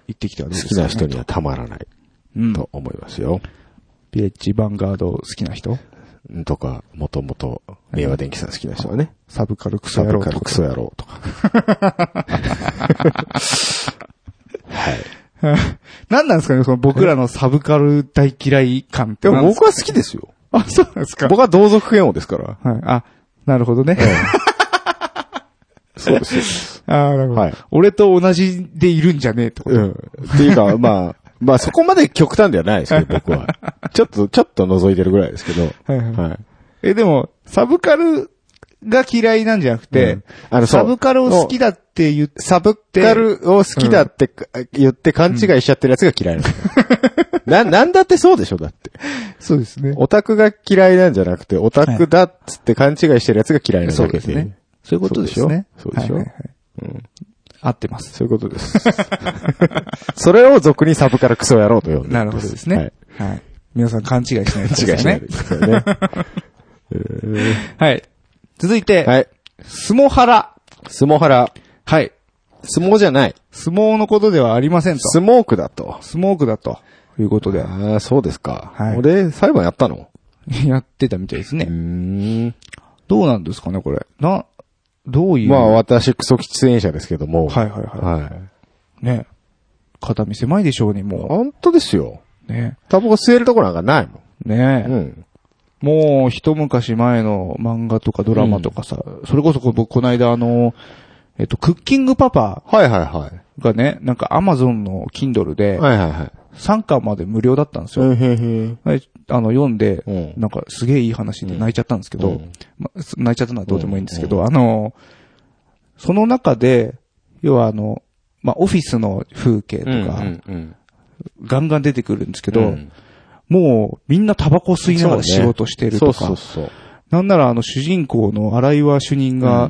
[SPEAKER 4] 行ってきてはど
[SPEAKER 2] 好
[SPEAKER 4] うで
[SPEAKER 2] き
[SPEAKER 4] すか
[SPEAKER 2] な人にはたまらない
[SPEAKER 4] うん。
[SPEAKER 2] と思いますよ。
[SPEAKER 4] ビレッジヴァンガード好きな人
[SPEAKER 2] うんとか、もともと、明和電機さん好きな人はね、
[SPEAKER 4] サブカルクソ
[SPEAKER 2] サ
[SPEAKER 4] 野
[SPEAKER 2] ブ
[SPEAKER 4] 郎
[SPEAKER 2] カル
[SPEAKER 4] とか
[SPEAKER 2] クソ野郎とか。はい。
[SPEAKER 4] 何なんですかねその僕らのサブカル大嫌い感って
[SPEAKER 2] で
[SPEAKER 4] 何
[SPEAKER 2] も
[SPEAKER 4] です
[SPEAKER 2] 僕
[SPEAKER 4] か。
[SPEAKER 2] は好きですよ。
[SPEAKER 4] あ、そうなんですか。
[SPEAKER 2] 僕は同族嫌悪ですから。
[SPEAKER 4] はい。あ、なるほどね。
[SPEAKER 2] そうです。
[SPEAKER 4] あーなるほど。
[SPEAKER 2] はい
[SPEAKER 4] 俺と同じでいるんじゃねえってこと。
[SPEAKER 2] うん。っていうか、まあ、まあそこまで極端ではないです けど、僕は。ちょっと、ちょっと覗いてるぐらいですけど。
[SPEAKER 4] はいはい
[SPEAKER 2] はい。
[SPEAKER 4] え、でも、サブカルが嫌いなんじゃなくて、
[SPEAKER 2] うんあのそう
[SPEAKER 4] サブカルを好きだって言って、
[SPEAKER 2] サブカルを好きだって言って勘違いしちゃってるやつが嫌いなの。な、 なんだってそうでしょ、だって。
[SPEAKER 4] そうですね。
[SPEAKER 2] オタクが嫌いなんじゃなくて、オタクだっつって勘違いしてるやつが嫌いな
[SPEAKER 4] そう
[SPEAKER 2] だけ
[SPEAKER 4] で
[SPEAKER 2] です
[SPEAKER 4] ね。。そういうことですね。
[SPEAKER 2] そうでしょ
[SPEAKER 4] はいはいはい
[SPEAKER 2] うん
[SPEAKER 4] 合ってます。
[SPEAKER 2] そういうことです。それを俗にサブからクソ野郎と呼んで
[SPEAKER 4] なるほどですね。
[SPEAKER 2] は
[SPEAKER 4] はいい。。皆さん 勘違いしないでください
[SPEAKER 2] 違
[SPEAKER 4] ね。
[SPEAKER 2] いしないでくださいね。えー
[SPEAKER 4] はい。続いて、
[SPEAKER 2] はい。
[SPEAKER 4] 相撲原。
[SPEAKER 2] 相撲原。
[SPEAKER 4] はい。
[SPEAKER 2] 相撲じゃない。
[SPEAKER 4] 相撲のことではありませんと。
[SPEAKER 2] スモークだと。
[SPEAKER 4] スモークだと。いうことで、
[SPEAKER 2] ああ、そうですか。
[SPEAKER 4] はい
[SPEAKER 2] 俺、裁判やったの
[SPEAKER 4] やってたみたいです
[SPEAKER 2] う
[SPEAKER 4] ね。
[SPEAKER 2] ーん。
[SPEAKER 4] どうなんですかね、これ。な、どういう。
[SPEAKER 2] まあ、私、クソ喫煙者ですけども。。
[SPEAKER 4] はいいはいは
[SPEAKER 2] はい。
[SPEAKER 4] い。ね。肩身狭いでしょうに、も
[SPEAKER 2] 本当ですよ。
[SPEAKER 4] う。ね。
[SPEAKER 2] タバコ吸えるとこなんかないもん。
[SPEAKER 4] ねえ、
[SPEAKER 2] うん。
[SPEAKER 4] もう、一昔前の漫画とかドラマとかさ、それこそこ僕、この間あの、えっと、クッキングパパ
[SPEAKER 2] はいはいはい。
[SPEAKER 4] がね、なんかアマゾンの Kindle で、
[SPEAKER 2] はいはいはい。
[SPEAKER 4] 3巻まで無料だったんですよ。
[SPEAKER 2] んへん
[SPEAKER 4] はいあの、読んで、
[SPEAKER 2] うん
[SPEAKER 4] なんかすげえいい話で泣いちゃったんですけど、
[SPEAKER 2] うん
[SPEAKER 4] まあす泣いちゃったのはどうでもいいんですけど、あの、その中で、要はあの、まあ、オフィスの風景とか、
[SPEAKER 2] うんうん
[SPEAKER 4] ガンガン出てくるんですけ
[SPEAKER 2] う
[SPEAKER 4] ど、
[SPEAKER 2] ん
[SPEAKER 4] もうみんなタバコ吸いながら
[SPEAKER 2] そう
[SPEAKER 4] 仕
[SPEAKER 2] ね
[SPEAKER 4] 事してる
[SPEAKER 2] そ
[SPEAKER 4] と
[SPEAKER 2] う
[SPEAKER 4] か、
[SPEAKER 2] そうそう。
[SPEAKER 4] なんならあの主人公の荒岩主任が、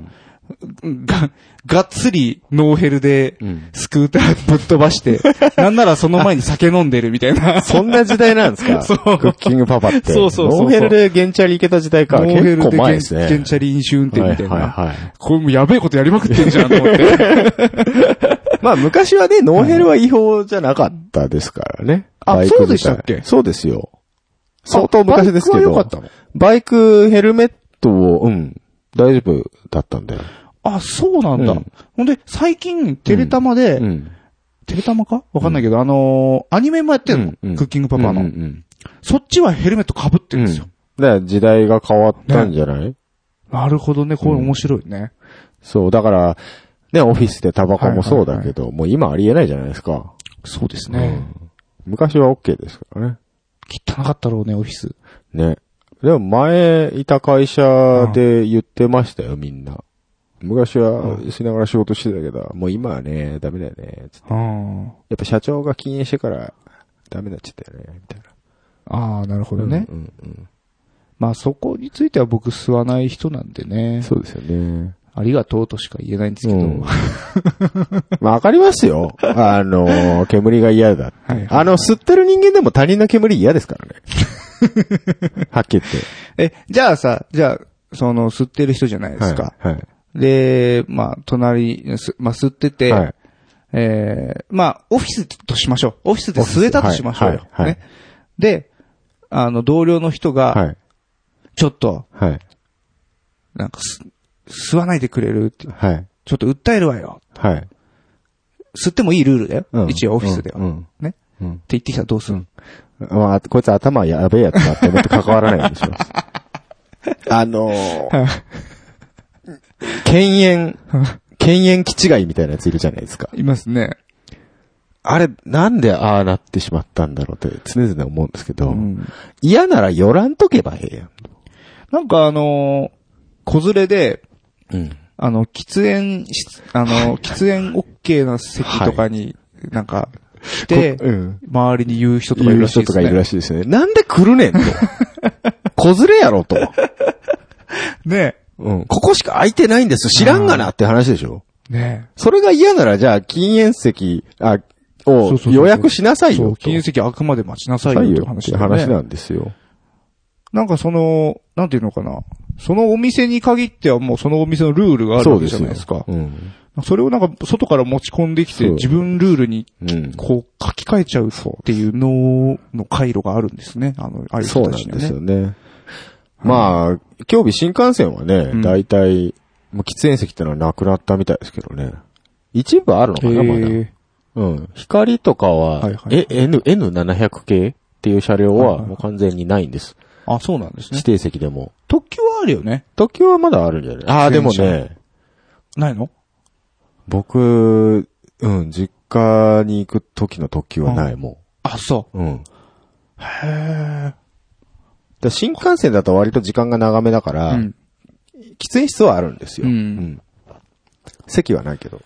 [SPEAKER 4] が、がっつりノーヘルで、
[SPEAKER 2] うん
[SPEAKER 4] スクーターぶっ飛 ばして、なんならその前に酒飲んでるみたいな。
[SPEAKER 2] そんな時代なんですか
[SPEAKER 4] そう
[SPEAKER 2] クッキングパパって。
[SPEAKER 4] そうそうそうそう
[SPEAKER 2] ノーヘルでゲンチャリ行けた時代か。
[SPEAKER 4] ノーヘ
[SPEAKER 2] 結
[SPEAKER 4] ル
[SPEAKER 2] 構
[SPEAKER 4] で
[SPEAKER 2] 前
[SPEAKER 4] ゲ
[SPEAKER 2] で
[SPEAKER 4] ン
[SPEAKER 2] すね。
[SPEAKER 4] ゲンチャリ飲酒運転みたい
[SPEAKER 2] はい
[SPEAKER 4] な。
[SPEAKER 2] はいはい。
[SPEAKER 4] これもうやべえことやりまくってんじゃんと思って。
[SPEAKER 2] まあ昔はね、ノーヘルは違法じゃなかったですからね。
[SPEAKER 4] あ
[SPEAKER 2] バイク
[SPEAKER 4] そうでしたっけ
[SPEAKER 2] そうですよ。相当昔ですけ
[SPEAKER 4] バイ
[SPEAKER 2] ど。
[SPEAKER 4] クは良かったの
[SPEAKER 2] バイク、ヘルメットを、うん、大丈夫だったんだよ。
[SPEAKER 4] あ、そうなんだ。
[SPEAKER 2] うん
[SPEAKER 4] ほんで、最近、テレタマで、
[SPEAKER 2] うん。
[SPEAKER 4] テレタマかわかんないけど、あのーアニメもやってるの、
[SPEAKER 2] うんうん
[SPEAKER 4] クッキングパパの、
[SPEAKER 2] うんうん
[SPEAKER 4] そっちはヘルメット被って
[SPEAKER 2] うん。
[SPEAKER 4] る
[SPEAKER 2] う
[SPEAKER 4] んで
[SPEAKER 2] ん。
[SPEAKER 4] す
[SPEAKER 2] だ
[SPEAKER 4] よ
[SPEAKER 2] か。ら時代が変わったんじゃない、
[SPEAKER 4] なるほどね。これ面白いね。
[SPEAKER 2] そう、だから、ね、オフィスでタバコもそうだけど、もう今ありえないじゃないですか。
[SPEAKER 4] そうですね、
[SPEAKER 2] 昔は OK ですからね。
[SPEAKER 4] 汚かったろうね、オフィス。
[SPEAKER 2] ね。でも前いた会社で言ってましたよ、みんな。昔はしながら仕事してたけど、もう今はね、ダメだよね。つって
[SPEAKER 4] うん。
[SPEAKER 2] やっぱ社長が禁煙してから、ダメになっちゃったよね、みたい
[SPEAKER 4] ああ、なるほど
[SPEAKER 2] な。
[SPEAKER 4] ね、
[SPEAKER 2] うんうんうん
[SPEAKER 4] まあそこについては僕吸わない人なんでね。
[SPEAKER 2] そうですよね。
[SPEAKER 1] ありがとうとしか言えないんですけど、
[SPEAKER 2] うん まあ、わかりますよ。あの、煙が嫌だ。
[SPEAKER 4] はいはい
[SPEAKER 2] あの、吸ってる人間でも他人の煙嫌ですからね。 はっきり言って。
[SPEAKER 4] え、じゃあさ、じゃあ、その、吸ってる人じゃないですか。
[SPEAKER 2] はい。はい
[SPEAKER 4] で、まあ、隣、すまあ、吸ってて、
[SPEAKER 2] はい
[SPEAKER 4] えーまあ、オフィスとしましょう。オフィスで吸えたとしましょうよ。
[SPEAKER 2] はいはいはい
[SPEAKER 4] ね。で、あの、同僚の人が、
[SPEAKER 2] はい。
[SPEAKER 4] ちょっと、
[SPEAKER 2] はい。
[SPEAKER 4] なんかす、吸わないでくれるって、
[SPEAKER 2] はい。
[SPEAKER 4] ちょっと訴えるわよ。
[SPEAKER 2] はい。
[SPEAKER 4] 吸ってもいいルールだよ。
[SPEAKER 2] うん
[SPEAKER 4] 一応オフィスでは。
[SPEAKER 2] うんう
[SPEAKER 4] っ
[SPEAKER 2] ん。
[SPEAKER 4] ね
[SPEAKER 2] うん。
[SPEAKER 4] て言ってきたらどうする、
[SPEAKER 2] まあ、こいつ頭やべえやつだって思って関わらないんでしょ。 あのー、犬猿、犬猿気違いみたいなやついるじゃないですか。
[SPEAKER 4] いますね。
[SPEAKER 2] あれ、なんでああなってしまったんだろうって常々思うんですけど、
[SPEAKER 4] うん。
[SPEAKER 2] 嫌なら寄らんとけばええやん。
[SPEAKER 4] なんかあのー子連れで、
[SPEAKER 2] うん。
[SPEAKER 4] あの、喫煙し、あの、喫煙 OK な席とかに、なんか、来て、
[SPEAKER 2] うん。
[SPEAKER 4] 周りに言う人とかい
[SPEAKER 2] 言
[SPEAKER 4] る
[SPEAKER 2] う
[SPEAKER 4] らしい
[SPEAKER 2] 人
[SPEAKER 4] で
[SPEAKER 2] と
[SPEAKER 4] す
[SPEAKER 2] か
[SPEAKER 4] ね。
[SPEAKER 2] いるらしいですね。なんで来るねん と。子連れやろと。
[SPEAKER 4] ね
[SPEAKER 2] うん。ここしか空いてないんです。知らんがなって話でしょ。
[SPEAKER 4] え。ね
[SPEAKER 2] それが嫌なら、じゃあ、禁煙席、あ、
[SPEAKER 4] そうそう
[SPEAKER 2] を
[SPEAKER 4] そうそう
[SPEAKER 2] 予約しなさ
[SPEAKER 4] え。
[SPEAKER 2] い
[SPEAKER 4] そう、
[SPEAKER 2] よと。
[SPEAKER 4] 禁煙席あくまで待ちなさい
[SPEAKER 2] さい
[SPEAKER 4] よ
[SPEAKER 2] よ
[SPEAKER 4] という
[SPEAKER 2] ってい
[SPEAKER 4] 話
[SPEAKER 2] う
[SPEAKER 4] だ
[SPEAKER 2] 話
[SPEAKER 4] よ
[SPEAKER 2] な
[SPEAKER 4] ね。
[SPEAKER 2] んですよ。
[SPEAKER 4] なんかその、なんていうのかな。そのお店に限ってはもうそのお店のルールがあるわけじゃないですか。
[SPEAKER 2] うん。
[SPEAKER 4] それをなんか外から持ち込んできて
[SPEAKER 2] そう
[SPEAKER 4] 自分ルールに
[SPEAKER 2] うん。
[SPEAKER 4] こう書き換えちゃうっていう脳の回路があるんですね。あの、ある
[SPEAKER 2] そう
[SPEAKER 4] 人た
[SPEAKER 2] な
[SPEAKER 4] ち
[SPEAKER 2] ん
[SPEAKER 4] には
[SPEAKER 2] で
[SPEAKER 4] ね。
[SPEAKER 2] すよね。まあ、今日日新幹線はね
[SPEAKER 4] ん、
[SPEAKER 2] 大体、もう喫煙席ってのはなくなったみたいですけどね。一部あるのかな、まだ。
[SPEAKER 4] へえ
[SPEAKER 2] うん。光とかは、
[SPEAKER 4] はいはい
[SPEAKER 2] え、N、N700 系っていう車両
[SPEAKER 4] はい
[SPEAKER 2] は
[SPEAKER 4] はい
[SPEAKER 2] もう完全にないんです。
[SPEAKER 4] あ、そうなんですね
[SPEAKER 2] 指。定席でも。
[SPEAKER 4] 特急はあるよね。
[SPEAKER 2] 東京はまだあるんじゃないああ、でも
[SPEAKER 4] 全
[SPEAKER 2] ね、
[SPEAKER 4] ないの
[SPEAKER 2] 僕、うん、実家に行く時の特急はない、も。
[SPEAKER 4] あ、そう
[SPEAKER 2] うん。
[SPEAKER 4] う。へえ。
[SPEAKER 2] だ新幹線だと割と時間が長めだか
[SPEAKER 4] う
[SPEAKER 2] ら、
[SPEAKER 4] ん。
[SPEAKER 2] 喫煙室はあるんですよ。
[SPEAKER 4] うん
[SPEAKER 2] 席はないけど。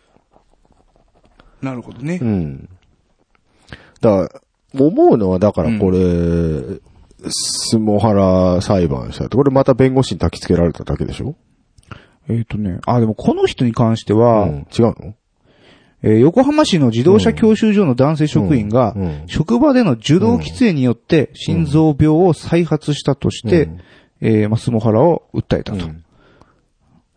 [SPEAKER 4] なるほどね
[SPEAKER 2] う。ん。だから、思うのは、だからこれ、スモハラ裁判したって、これまた弁護士に焚き付けられただけでしょ
[SPEAKER 4] えっとね。あ、でもこの人に関して
[SPEAKER 2] う
[SPEAKER 4] は、
[SPEAKER 2] ん。違うの
[SPEAKER 4] えー横浜市の自動車教習所の男性職員が
[SPEAKER 2] うんうん、
[SPEAKER 4] 職場での受動喫煙によって心臓病を再発したとして、
[SPEAKER 2] うん
[SPEAKER 4] えー、マスモハラを訴えたと。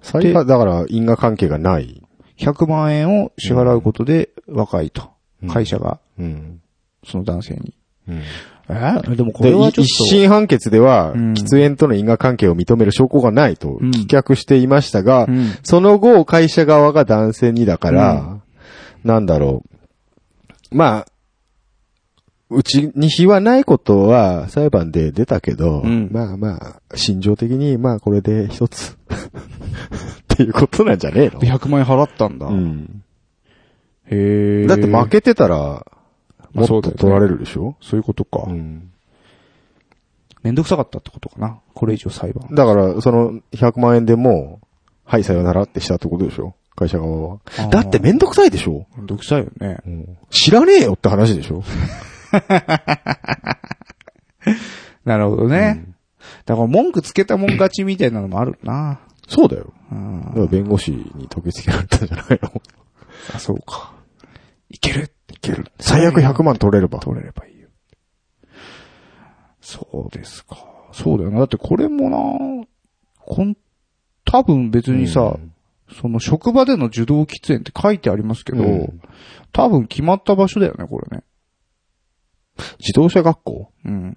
[SPEAKER 2] 裁判、だから因果関係がない。
[SPEAKER 4] 100万円を支払うことで若いと。会社が、
[SPEAKER 2] うん。
[SPEAKER 4] その男性に。
[SPEAKER 2] うん
[SPEAKER 4] えーでもこ
[SPEAKER 2] で
[SPEAKER 4] れはち
[SPEAKER 2] い
[SPEAKER 4] ょっ
[SPEAKER 2] 一
[SPEAKER 4] と、
[SPEAKER 2] 審判決では、
[SPEAKER 4] ん
[SPEAKER 2] 喫煙との因果関係を認める証拠がないと
[SPEAKER 4] ん
[SPEAKER 2] 棄却していましたが、
[SPEAKER 4] うん
[SPEAKER 2] その後、会社側が男性にだから、なんだろう。まあ、うちに非はないことは裁判で出たけど、
[SPEAKER 4] うん
[SPEAKER 2] まあまあ、心情的に、まあこれで一つ、 っていうことなんじゃねえの
[SPEAKER 4] 100万円払ったんだ。
[SPEAKER 2] うん。
[SPEAKER 4] へえ。
[SPEAKER 2] だって負けてたら、もっ
[SPEAKER 4] そう
[SPEAKER 2] と
[SPEAKER 4] だよね
[SPEAKER 2] 取られるでしょ
[SPEAKER 4] そういうことか。
[SPEAKER 2] ん。
[SPEAKER 4] めんどくさかったってことかな。これ以上裁判。
[SPEAKER 2] だから、その100万円でもう、はい、さよならってしたってことでしょ会社側は
[SPEAKER 4] あー。
[SPEAKER 2] だってめんどくさいでしょ
[SPEAKER 4] めんどくさいよね。
[SPEAKER 2] 知らねえよって話でしょ
[SPEAKER 4] なるほどね。だから文句つけたもん勝ちみたいなのもあるな。
[SPEAKER 2] そうだよ。
[SPEAKER 4] うん
[SPEAKER 2] だから弁護士に解きつけられたんじゃないの
[SPEAKER 4] あ、そうか。いけるいける。
[SPEAKER 2] 最悪100万取れれば。
[SPEAKER 4] 取れればいいよ。そうですか。そうだよな。だってこれもな、こん、多分別にさ、
[SPEAKER 2] うん
[SPEAKER 4] その職場での受動喫煙って書いてありますけど、
[SPEAKER 2] うん
[SPEAKER 4] 多分決まった場所だよね、これね。
[SPEAKER 2] 自動車学校
[SPEAKER 4] うん。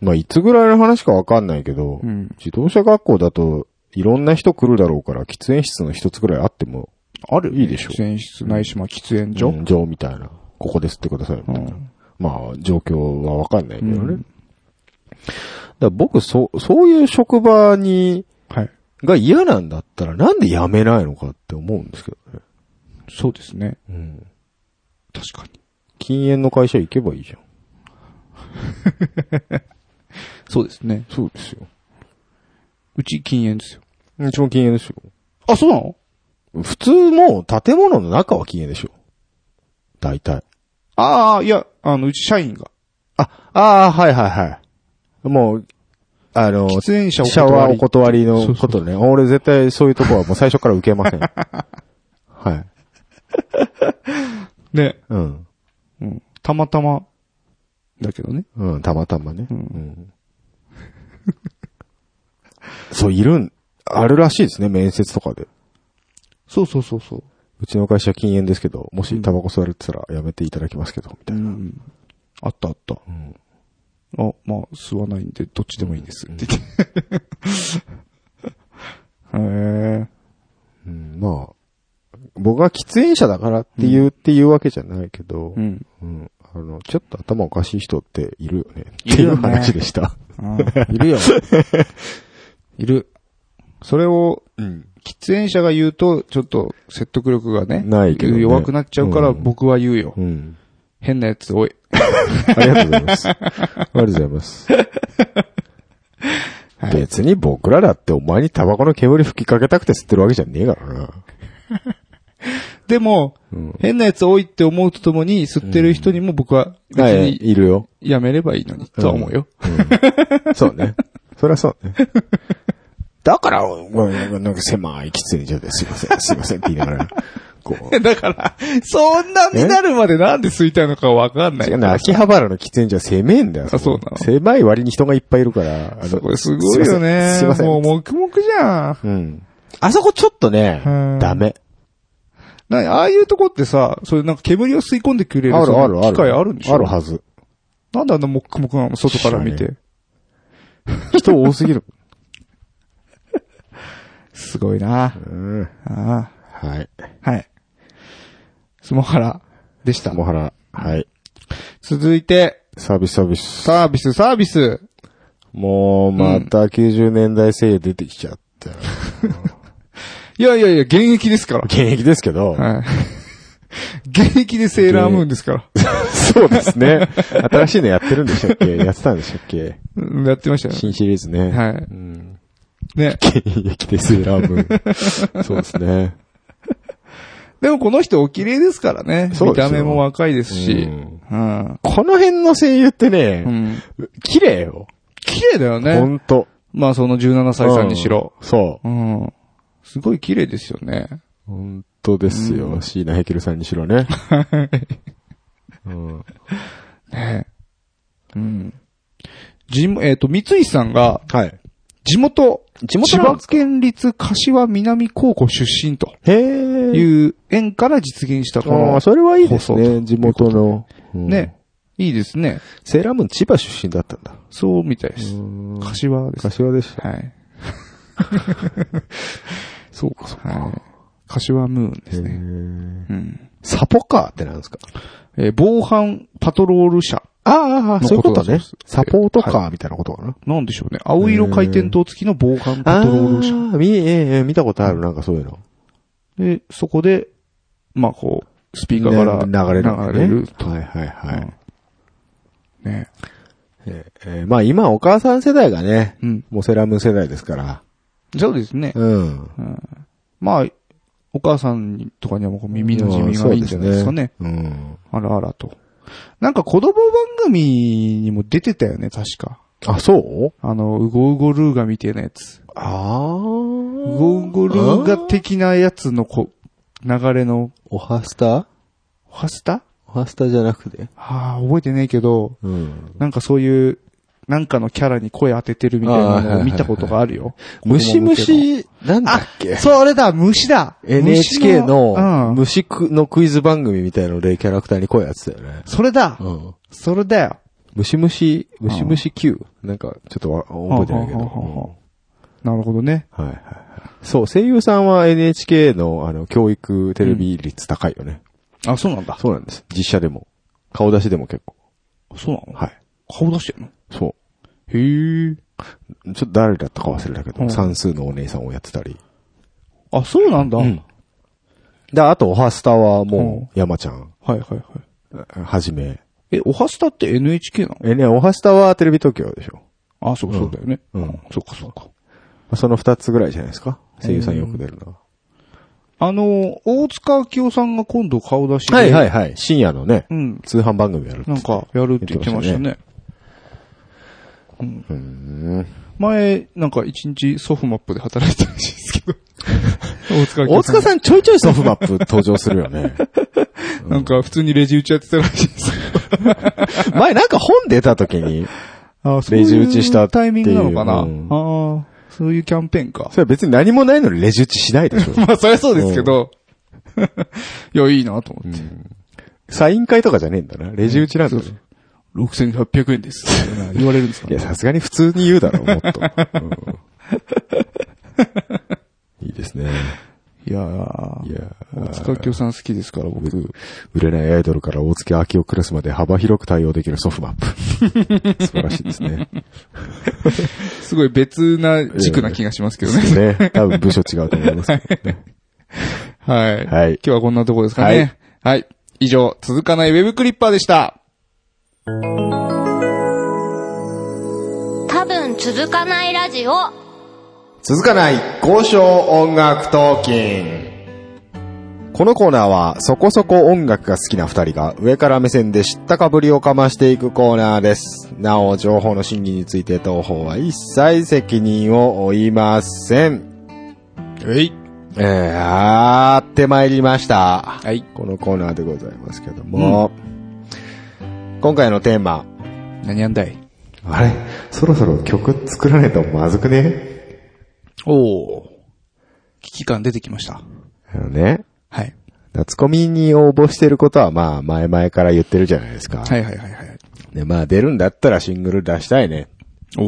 [SPEAKER 2] まあ、いつぐらいの話かわかんないけど、
[SPEAKER 4] うん。
[SPEAKER 2] 自動車学校だと、いろんな人来るだろうから、喫煙室の一つぐらいあっても、
[SPEAKER 4] ある
[SPEAKER 2] いいでしょ
[SPEAKER 4] 喫煙室ないし、まあ喫煙所。
[SPEAKER 2] うん上みたいな。ここですってくださいみたいな。
[SPEAKER 4] うん
[SPEAKER 2] まあ、状況はわかんないけどね。
[SPEAKER 4] うん
[SPEAKER 2] だから僕、そう、そういう職場に、
[SPEAKER 4] はい。
[SPEAKER 2] が嫌なんだったら、なんで辞めないのかって思うんですけどね。
[SPEAKER 4] そうですね。
[SPEAKER 2] うん。
[SPEAKER 4] 確かに。
[SPEAKER 2] 禁煙の会社行けばいいじゃん。
[SPEAKER 4] そうですね。
[SPEAKER 2] そうですよ。
[SPEAKER 4] うち禁煙ですよ。
[SPEAKER 2] うちも禁煙ですよ。
[SPEAKER 4] あ、そうなの
[SPEAKER 2] 普通もう建物の中は禁煙でしょ。大体。
[SPEAKER 4] ああ、いや、あの、うち社員が。
[SPEAKER 2] あ、ああ、はいはいはい。もう、あの、
[SPEAKER 4] 喫煙者お
[SPEAKER 2] シャワー
[SPEAKER 4] 断
[SPEAKER 2] お
[SPEAKER 4] り。
[SPEAKER 2] 断りのことね。俺絶対そういうとこはもう最初から受けませ ん。はい。
[SPEAKER 4] ね。
[SPEAKER 2] うん。
[SPEAKER 4] うん。たまたま、だけどね。
[SPEAKER 2] うん、たまたまね。
[SPEAKER 4] う
[SPEAKER 2] うんん。そう、いるん、あるらしいですね、面接とかで。
[SPEAKER 4] そうそうそうそう。
[SPEAKER 2] うちの会社禁煙ですけど、もしタバコ吸われてたらやめていただきますけど、みたいな。
[SPEAKER 4] うん。あったあった。
[SPEAKER 2] うん。
[SPEAKER 4] あ、まあ、吸わないんで、どっちでもいいです。って言って。へえ。
[SPEAKER 2] うん、まあ、僕は喫煙者だからっていう、っていうわけじゃないけど、
[SPEAKER 4] うん。
[SPEAKER 2] うん。あの、ちょっと頭おかしい人っているよね。
[SPEAKER 4] い
[SPEAKER 2] って
[SPEAKER 4] る
[SPEAKER 2] い
[SPEAKER 4] よ
[SPEAKER 2] う
[SPEAKER 4] ね
[SPEAKER 2] 話でした。
[SPEAKER 4] いるよ。いる。それを、
[SPEAKER 2] うん。
[SPEAKER 4] 喫煙者が言うと、ちょっと説得力がね。
[SPEAKER 2] ないけどね
[SPEAKER 4] 弱くなっちゃうから、
[SPEAKER 2] うん
[SPEAKER 4] 僕は言うよ。
[SPEAKER 2] うん。
[SPEAKER 4] 変なやつ多い。
[SPEAKER 2] ありがとうございます。ありがとうございます。別に僕らだってお前にタバコの煙吹きかけたくて吸ってるわけじゃねえからな。
[SPEAKER 4] でも、
[SPEAKER 2] うん。
[SPEAKER 4] 変なやつ多いって思うとともに、吸ってる人にも僕は、別
[SPEAKER 2] はいはい、
[SPEAKER 4] に
[SPEAKER 2] いるよ。
[SPEAKER 4] やめればいいのに、とは 思うよ。
[SPEAKER 2] うんそうね。そりゃそうね。だから、ごめんなんか狭い喫煙所ですいません、すいませんって言いながら、こ う。
[SPEAKER 4] だから、そんなになるまでなんで吸いたいのかわかんない
[SPEAKER 2] 違う。な、秋葉原の喫煙所は狭いんだよ。
[SPEAKER 4] あそうなの
[SPEAKER 2] 狭い割に人がいっぱいいるから。あの
[SPEAKER 4] そこすごいよね。
[SPEAKER 2] すいません。すいません
[SPEAKER 4] もう、黙々じゃん。
[SPEAKER 2] うん。あそこちょっとね
[SPEAKER 4] うん、
[SPEAKER 2] ダメ。
[SPEAKER 4] なああいうとこってさ、そういうなんか煙を吸い込んでくれる
[SPEAKER 2] ある
[SPEAKER 4] そ
[SPEAKER 2] あ
[SPEAKER 4] の
[SPEAKER 2] るある。
[SPEAKER 4] 機械あるんでしょ
[SPEAKER 2] あるはず。
[SPEAKER 4] なんであんな黙々なの外から見
[SPEAKER 2] 知ら
[SPEAKER 4] て。
[SPEAKER 2] 人多すぎる。
[SPEAKER 4] すごいな
[SPEAKER 2] うん。
[SPEAKER 4] あ
[SPEAKER 2] はい。
[SPEAKER 4] あはい。スモハラでした。
[SPEAKER 2] モハラ、はい。
[SPEAKER 4] 続いて、
[SPEAKER 2] サービスサービス。
[SPEAKER 4] サービス、サービス。
[SPEAKER 2] もう、また90年代声優出てきちゃった。
[SPEAKER 4] いやいやいや、現役ですから。
[SPEAKER 2] 現役ですけど。
[SPEAKER 4] はい。 現役でセーラームーンですから。
[SPEAKER 2] そうですね。新しいのやってるんでしたっけやってたんでしたっけ
[SPEAKER 4] うんやってましたよ
[SPEAKER 2] 新シリーズね。
[SPEAKER 4] はい
[SPEAKER 2] うん。
[SPEAKER 4] ね。ね。
[SPEAKER 2] 現役です、ラブ。 そうですね。
[SPEAKER 4] でもこの人お綺麗ですからね。
[SPEAKER 2] そう
[SPEAKER 4] 見
[SPEAKER 2] ですよ
[SPEAKER 4] た目も若いですし。
[SPEAKER 2] うん
[SPEAKER 4] うん。
[SPEAKER 2] この辺の声優って
[SPEAKER 4] う
[SPEAKER 2] ね、
[SPEAKER 4] ん。
[SPEAKER 2] 綺麗よ。
[SPEAKER 4] 綺麗だよ
[SPEAKER 2] ほ
[SPEAKER 4] ね。
[SPEAKER 2] んと。
[SPEAKER 4] まあその17歳さんにしろ。
[SPEAKER 2] うん。そ
[SPEAKER 4] うん。すごい綺麗ですよね。
[SPEAKER 2] う。ほんとです
[SPEAKER 4] う
[SPEAKER 2] よ。椎名ヘキルさんにしろ ね。うん。
[SPEAKER 4] ねうん。じも、えっ、と、三井さんが、
[SPEAKER 2] はい。
[SPEAKER 4] 地元、
[SPEAKER 2] 地
[SPEAKER 4] 千
[SPEAKER 2] 元なん
[SPEAKER 4] 葉
[SPEAKER 2] ですか
[SPEAKER 4] 県立柏南高校出身と
[SPEAKER 2] へえ。
[SPEAKER 4] いう縁から実現したこ
[SPEAKER 2] ああ、
[SPEAKER 4] の、
[SPEAKER 2] それはいいです
[SPEAKER 4] 放
[SPEAKER 2] ね。地元の。うん
[SPEAKER 4] ね。。いいですね。
[SPEAKER 2] セーラームーン千葉出身だったんだ。
[SPEAKER 4] そうみたいです。
[SPEAKER 2] ん
[SPEAKER 4] 柏です。
[SPEAKER 2] 柏でした。
[SPEAKER 4] はい。 そうか、そうか。はい、柏ムーンですね。
[SPEAKER 2] へえ
[SPEAKER 4] うん。
[SPEAKER 2] サポカーってなんですか
[SPEAKER 4] えー防犯パトロール車。
[SPEAKER 2] ああ、そういうこと
[SPEAKER 4] のことだそうで
[SPEAKER 2] ね
[SPEAKER 4] す。
[SPEAKER 2] サポートカーみたいなことかな。
[SPEAKER 4] なんでしょうね。青色回転灯付きの防犯パトロール車。
[SPEAKER 2] あーみ、ええええ見たことある、なんかそういうの。
[SPEAKER 4] で、そこで、まあこう、スピーカーから
[SPEAKER 2] 流れるわけ
[SPEAKER 4] 流
[SPEAKER 2] ね、
[SPEAKER 4] れると。
[SPEAKER 2] はいはいはい。
[SPEAKER 4] うんね。
[SPEAKER 2] ええまあ今、お母さん世代がね、
[SPEAKER 4] うん。
[SPEAKER 2] もうセラムーン世代ですから。
[SPEAKER 4] そうですね。
[SPEAKER 2] うん。
[SPEAKER 4] まあ、お母さんとかにはもう耳の地味がいいんじゃないですかね。
[SPEAKER 2] うん。
[SPEAKER 4] あらあらと。なんか子供番組にも出てたよね、確か。
[SPEAKER 2] あ、そう
[SPEAKER 4] あの、うごうごルーガみたいなやつ。
[SPEAKER 2] ああ。
[SPEAKER 4] うごうごルーガ的なやつのこ流れの、
[SPEAKER 2] おはスタ
[SPEAKER 4] はスタ
[SPEAKER 2] おはスタじゃなくて
[SPEAKER 4] ああ、覚えてねえけど、
[SPEAKER 2] うん。
[SPEAKER 4] なんかそういう、なんかのキャラに声当ててるみたいなのを見たことがあるよ。
[SPEAKER 2] ムシムシ、なんだっけ
[SPEAKER 4] それだ、虫だ
[SPEAKER 2] NHK の
[SPEAKER 4] うん。
[SPEAKER 2] 虫くのクイズ番組みたいのでキャラクターに声やってたよね。
[SPEAKER 4] それだ
[SPEAKER 2] うん。
[SPEAKER 4] それだよ
[SPEAKER 2] ムシムシ、ムシムシ Q。なんか、ちょっとわ覚えてないけど。
[SPEAKER 4] は
[SPEAKER 2] う
[SPEAKER 4] はははは
[SPEAKER 2] ん
[SPEAKER 4] なるほどね。
[SPEAKER 2] はいはいはい。そう、声優さんは NHK の、あの、教育テレビ率高いよね。
[SPEAKER 4] あ、そうなんだ。
[SPEAKER 2] そうなんです。実写でも。顔出しでも結構。
[SPEAKER 4] そうなの
[SPEAKER 2] はい。
[SPEAKER 4] 顔出してるの
[SPEAKER 2] そ
[SPEAKER 4] へえ。
[SPEAKER 2] う。ちょっと誰だったか忘れたけ
[SPEAKER 4] うん
[SPEAKER 2] ど、算数のお姉さんをやってたり。
[SPEAKER 4] あ、そうなんだ。
[SPEAKER 2] うん。で、あと、オハスタは
[SPEAKER 4] うん
[SPEAKER 2] もう、山ちゃん、
[SPEAKER 4] はいはいはい。
[SPEAKER 2] はじめ。
[SPEAKER 4] え、オハスタって NHK な
[SPEAKER 2] え、ね、オハスタはテレビ東京でしょ。
[SPEAKER 4] のあ、そう、そうだよね。
[SPEAKER 2] うん。
[SPEAKER 4] そうかそうか。
[SPEAKER 2] その二つぐらいじゃないですか。声優さんよく出るのは。
[SPEAKER 4] あの、大塚明夫さんが今度顔出しで。
[SPEAKER 2] はいはいはい。深夜のね
[SPEAKER 4] う、ん。
[SPEAKER 2] 通販番組やるって
[SPEAKER 4] なんか、やるって言ってましたね。うん
[SPEAKER 2] うーん。
[SPEAKER 4] 前、なんか一日ソフマップで働いてたらしいです けど。大塚明夫
[SPEAKER 2] 大塚さんちょいちょいソフマップ登場するよ ね。
[SPEAKER 4] なんか普通にレジ打ちやってたらしいです。
[SPEAKER 2] 前なんか本出た時に、
[SPEAKER 4] あ
[SPEAKER 2] レジ打ちしたってい
[SPEAKER 4] タ
[SPEAKER 2] う
[SPEAKER 4] イミングなのかな、
[SPEAKER 2] うん
[SPEAKER 4] ああ、そういうキャンペーンか
[SPEAKER 2] そ。れは別に何もないのにレジ打ちしない でしょ。
[SPEAKER 4] まあ、そりゃそうですけど。 いや、いいなと思って。
[SPEAKER 2] サイン会とかじゃねえんだな。レジ打ちなんだね。
[SPEAKER 4] 6800円です。言われるんですか
[SPEAKER 2] いや、さすがに普通に言うだろう、もっと。 うんいいですね。
[SPEAKER 4] いや ー
[SPEAKER 2] いやー
[SPEAKER 4] 大塚京さん好きですから、僕。
[SPEAKER 2] 売れないアイドルから大月明夫クラスまで幅広く対応できるソフマップ。素晴らしいですね。
[SPEAKER 4] すごい別な軸な気がしますけどね。
[SPEAKER 2] ね。多分部署違うと思いますけどね。
[SPEAKER 4] はい。
[SPEAKER 2] はい
[SPEAKER 4] 今日はこんなとこですかね。はい。以上、続かないウェブクリッパーでした。
[SPEAKER 5] 多分続かないラジオ
[SPEAKER 2] 続かない交渉音楽トーキン。このコーナーはそこそこ音楽が好きな二人が上から目線で知ったかぶりをかましていくコーナーです。なお、情報の真偽について当方は一切責任を負いません。
[SPEAKER 4] えい。
[SPEAKER 2] えー、やってまいりました。
[SPEAKER 4] はい。
[SPEAKER 2] このコーナーでございますけども、今回のテーマ、
[SPEAKER 4] 何やんだい
[SPEAKER 2] あれ、そろそろ曲作らないとまずくね
[SPEAKER 4] おお。危機感出てきました。
[SPEAKER 2] あのね、
[SPEAKER 4] はい。
[SPEAKER 2] 夏コミに応募してることはまあ前々から言ってるじゃないですか。
[SPEAKER 4] はいはいはいはい。
[SPEAKER 2] で、まあ出るんだったらシングル出したいね、
[SPEAKER 4] おお。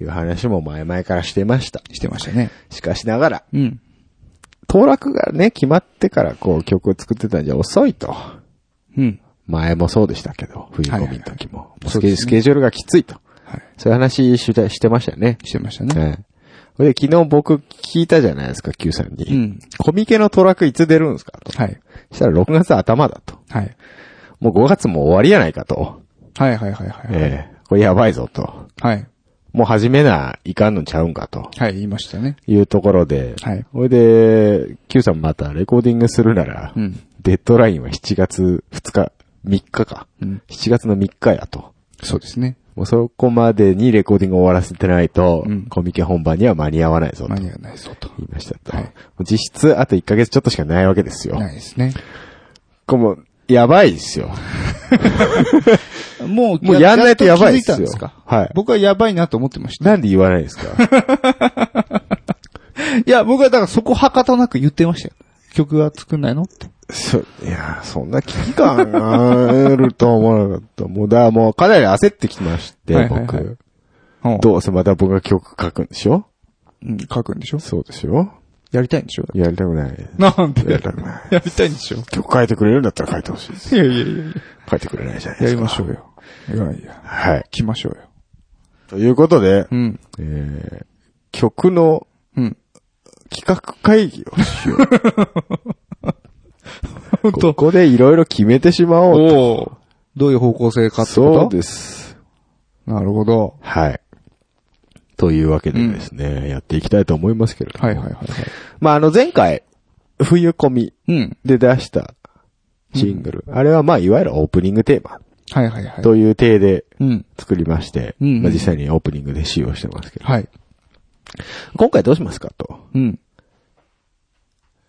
[SPEAKER 2] いう話も前々からしてました。
[SPEAKER 4] してましたね。
[SPEAKER 2] しかしながら、
[SPEAKER 4] うん。
[SPEAKER 2] 当落がね、決まってからこう曲を作ってたんじゃ遅いと。
[SPEAKER 4] うん。
[SPEAKER 2] 前もそうでしたけど、冬コミの時も。
[SPEAKER 4] いはい
[SPEAKER 2] スケスケジュールがきついと。
[SPEAKER 4] はい。
[SPEAKER 2] そういう話ししてましたよね。
[SPEAKER 4] してました
[SPEAKER 2] え
[SPEAKER 4] ね。
[SPEAKER 2] えそれで昨日僕聞いたじゃないですか、Q さんに。
[SPEAKER 4] うん
[SPEAKER 2] コミケのトラックいつ出るんですかと。
[SPEAKER 4] はい。
[SPEAKER 2] そしたら6月頭だと。
[SPEAKER 4] はい。
[SPEAKER 2] もう5月も終わりやないかと。
[SPEAKER 4] はいはいはいはい。
[SPEAKER 2] ええこれやばいぞと。
[SPEAKER 4] はい。
[SPEAKER 2] もう始めないかんのちゃうんかと。
[SPEAKER 4] はい、言いましたね。
[SPEAKER 2] いうところで。
[SPEAKER 4] はい
[SPEAKER 2] これで、Q さんまたレコーディングするなら、
[SPEAKER 4] うん
[SPEAKER 2] デッドラインは7月2日、3日か。
[SPEAKER 4] うん
[SPEAKER 2] 7月の3日やと。
[SPEAKER 4] そうですね。
[SPEAKER 2] もうそこまでにレコーディングを終わらせてないと、
[SPEAKER 4] うん
[SPEAKER 2] コミケ本番には間に合わないぞと。
[SPEAKER 4] 間に合わないぞと。
[SPEAKER 2] 言いましたと。
[SPEAKER 4] はい
[SPEAKER 2] もう実質、あと1ヶ月ちょっとしかないわけですよ。
[SPEAKER 4] ないですね。
[SPEAKER 2] これもう、やばいですよ。
[SPEAKER 4] もう
[SPEAKER 2] もうやんないとやばいっすよ
[SPEAKER 4] っと気づたんですか
[SPEAKER 2] はい
[SPEAKER 4] 僕はやばいなと思ってました。
[SPEAKER 2] なんで言わないですか
[SPEAKER 4] いや、僕はだからそこはかたなく言ってましたよ。曲は作んないのって。
[SPEAKER 2] そいや、そんな危機感があると思わなかった。もう、だからもうかなり焦ってきまして、
[SPEAKER 4] はいはいはい
[SPEAKER 2] 僕。どうせまた僕が曲書くんでしょ
[SPEAKER 4] うん、書くんでしょ
[SPEAKER 2] そうでしょ
[SPEAKER 4] やりたいんでしょ
[SPEAKER 2] やりたくない。
[SPEAKER 4] なんで
[SPEAKER 2] やりたくない。
[SPEAKER 4] やりたいんでしょ
[SPEAKER 2] 曲書いてくれるんだったら書いてほしいです。
[SPEAKER 4] いやいやいや
[SPEAKER 2] 書いてくれないじゃないで
[SPEAKER 4] や
[SPEAKER 2] す
[SPEAKER 4] り
[SPEAKER 2] か。
[SPEAKER 4] ましょうよ。いやいや。
[SPEAKER 2] はい。
[SPEAKER 4] 来ましょうよ。
[SPEAKER 2] ということで、
[SPEAKER 4] うん。
[SPEAKER 2] えー、曲の
[SPEAKER 4] うん。
[SPEAKER 2] 企画会議をしよう。
[SPEAKER 4] 本
[SPEAKER 2] こ。こでいろいろ決めてしまおうと。
[SPEAKER 4] おーどういう方向性かってこと
[SPEAKER 2] そうです。
[SPEAKER 4] なるほど。
[SPEAKER 2] はい。というわけでですね、やっていきたいと思いますけれども。
[SPEAKER 4] はいはいはいはい。
[SPEAKER 2] まあ、あの前回、冬コミ
[SPEAKER 4] うん。
[SPEAKER 2] で出したシングル。あれはまあ、いわゆるオープニングテーマ
[SPEAKER 4] はいはいはい。
[SPEAKER 2] という体で
[SPEAKER 4] うん。
[SPEAKER 2] 作りまして、
[SPEAKER 4] うんうん
[SPEAKER 2] まあ実際にオープニングで使用してますけど、
[SPEAKER 4] はい。
[SPEAKER 2] 今回どうしますかと。
[SPEAKER 4] うん。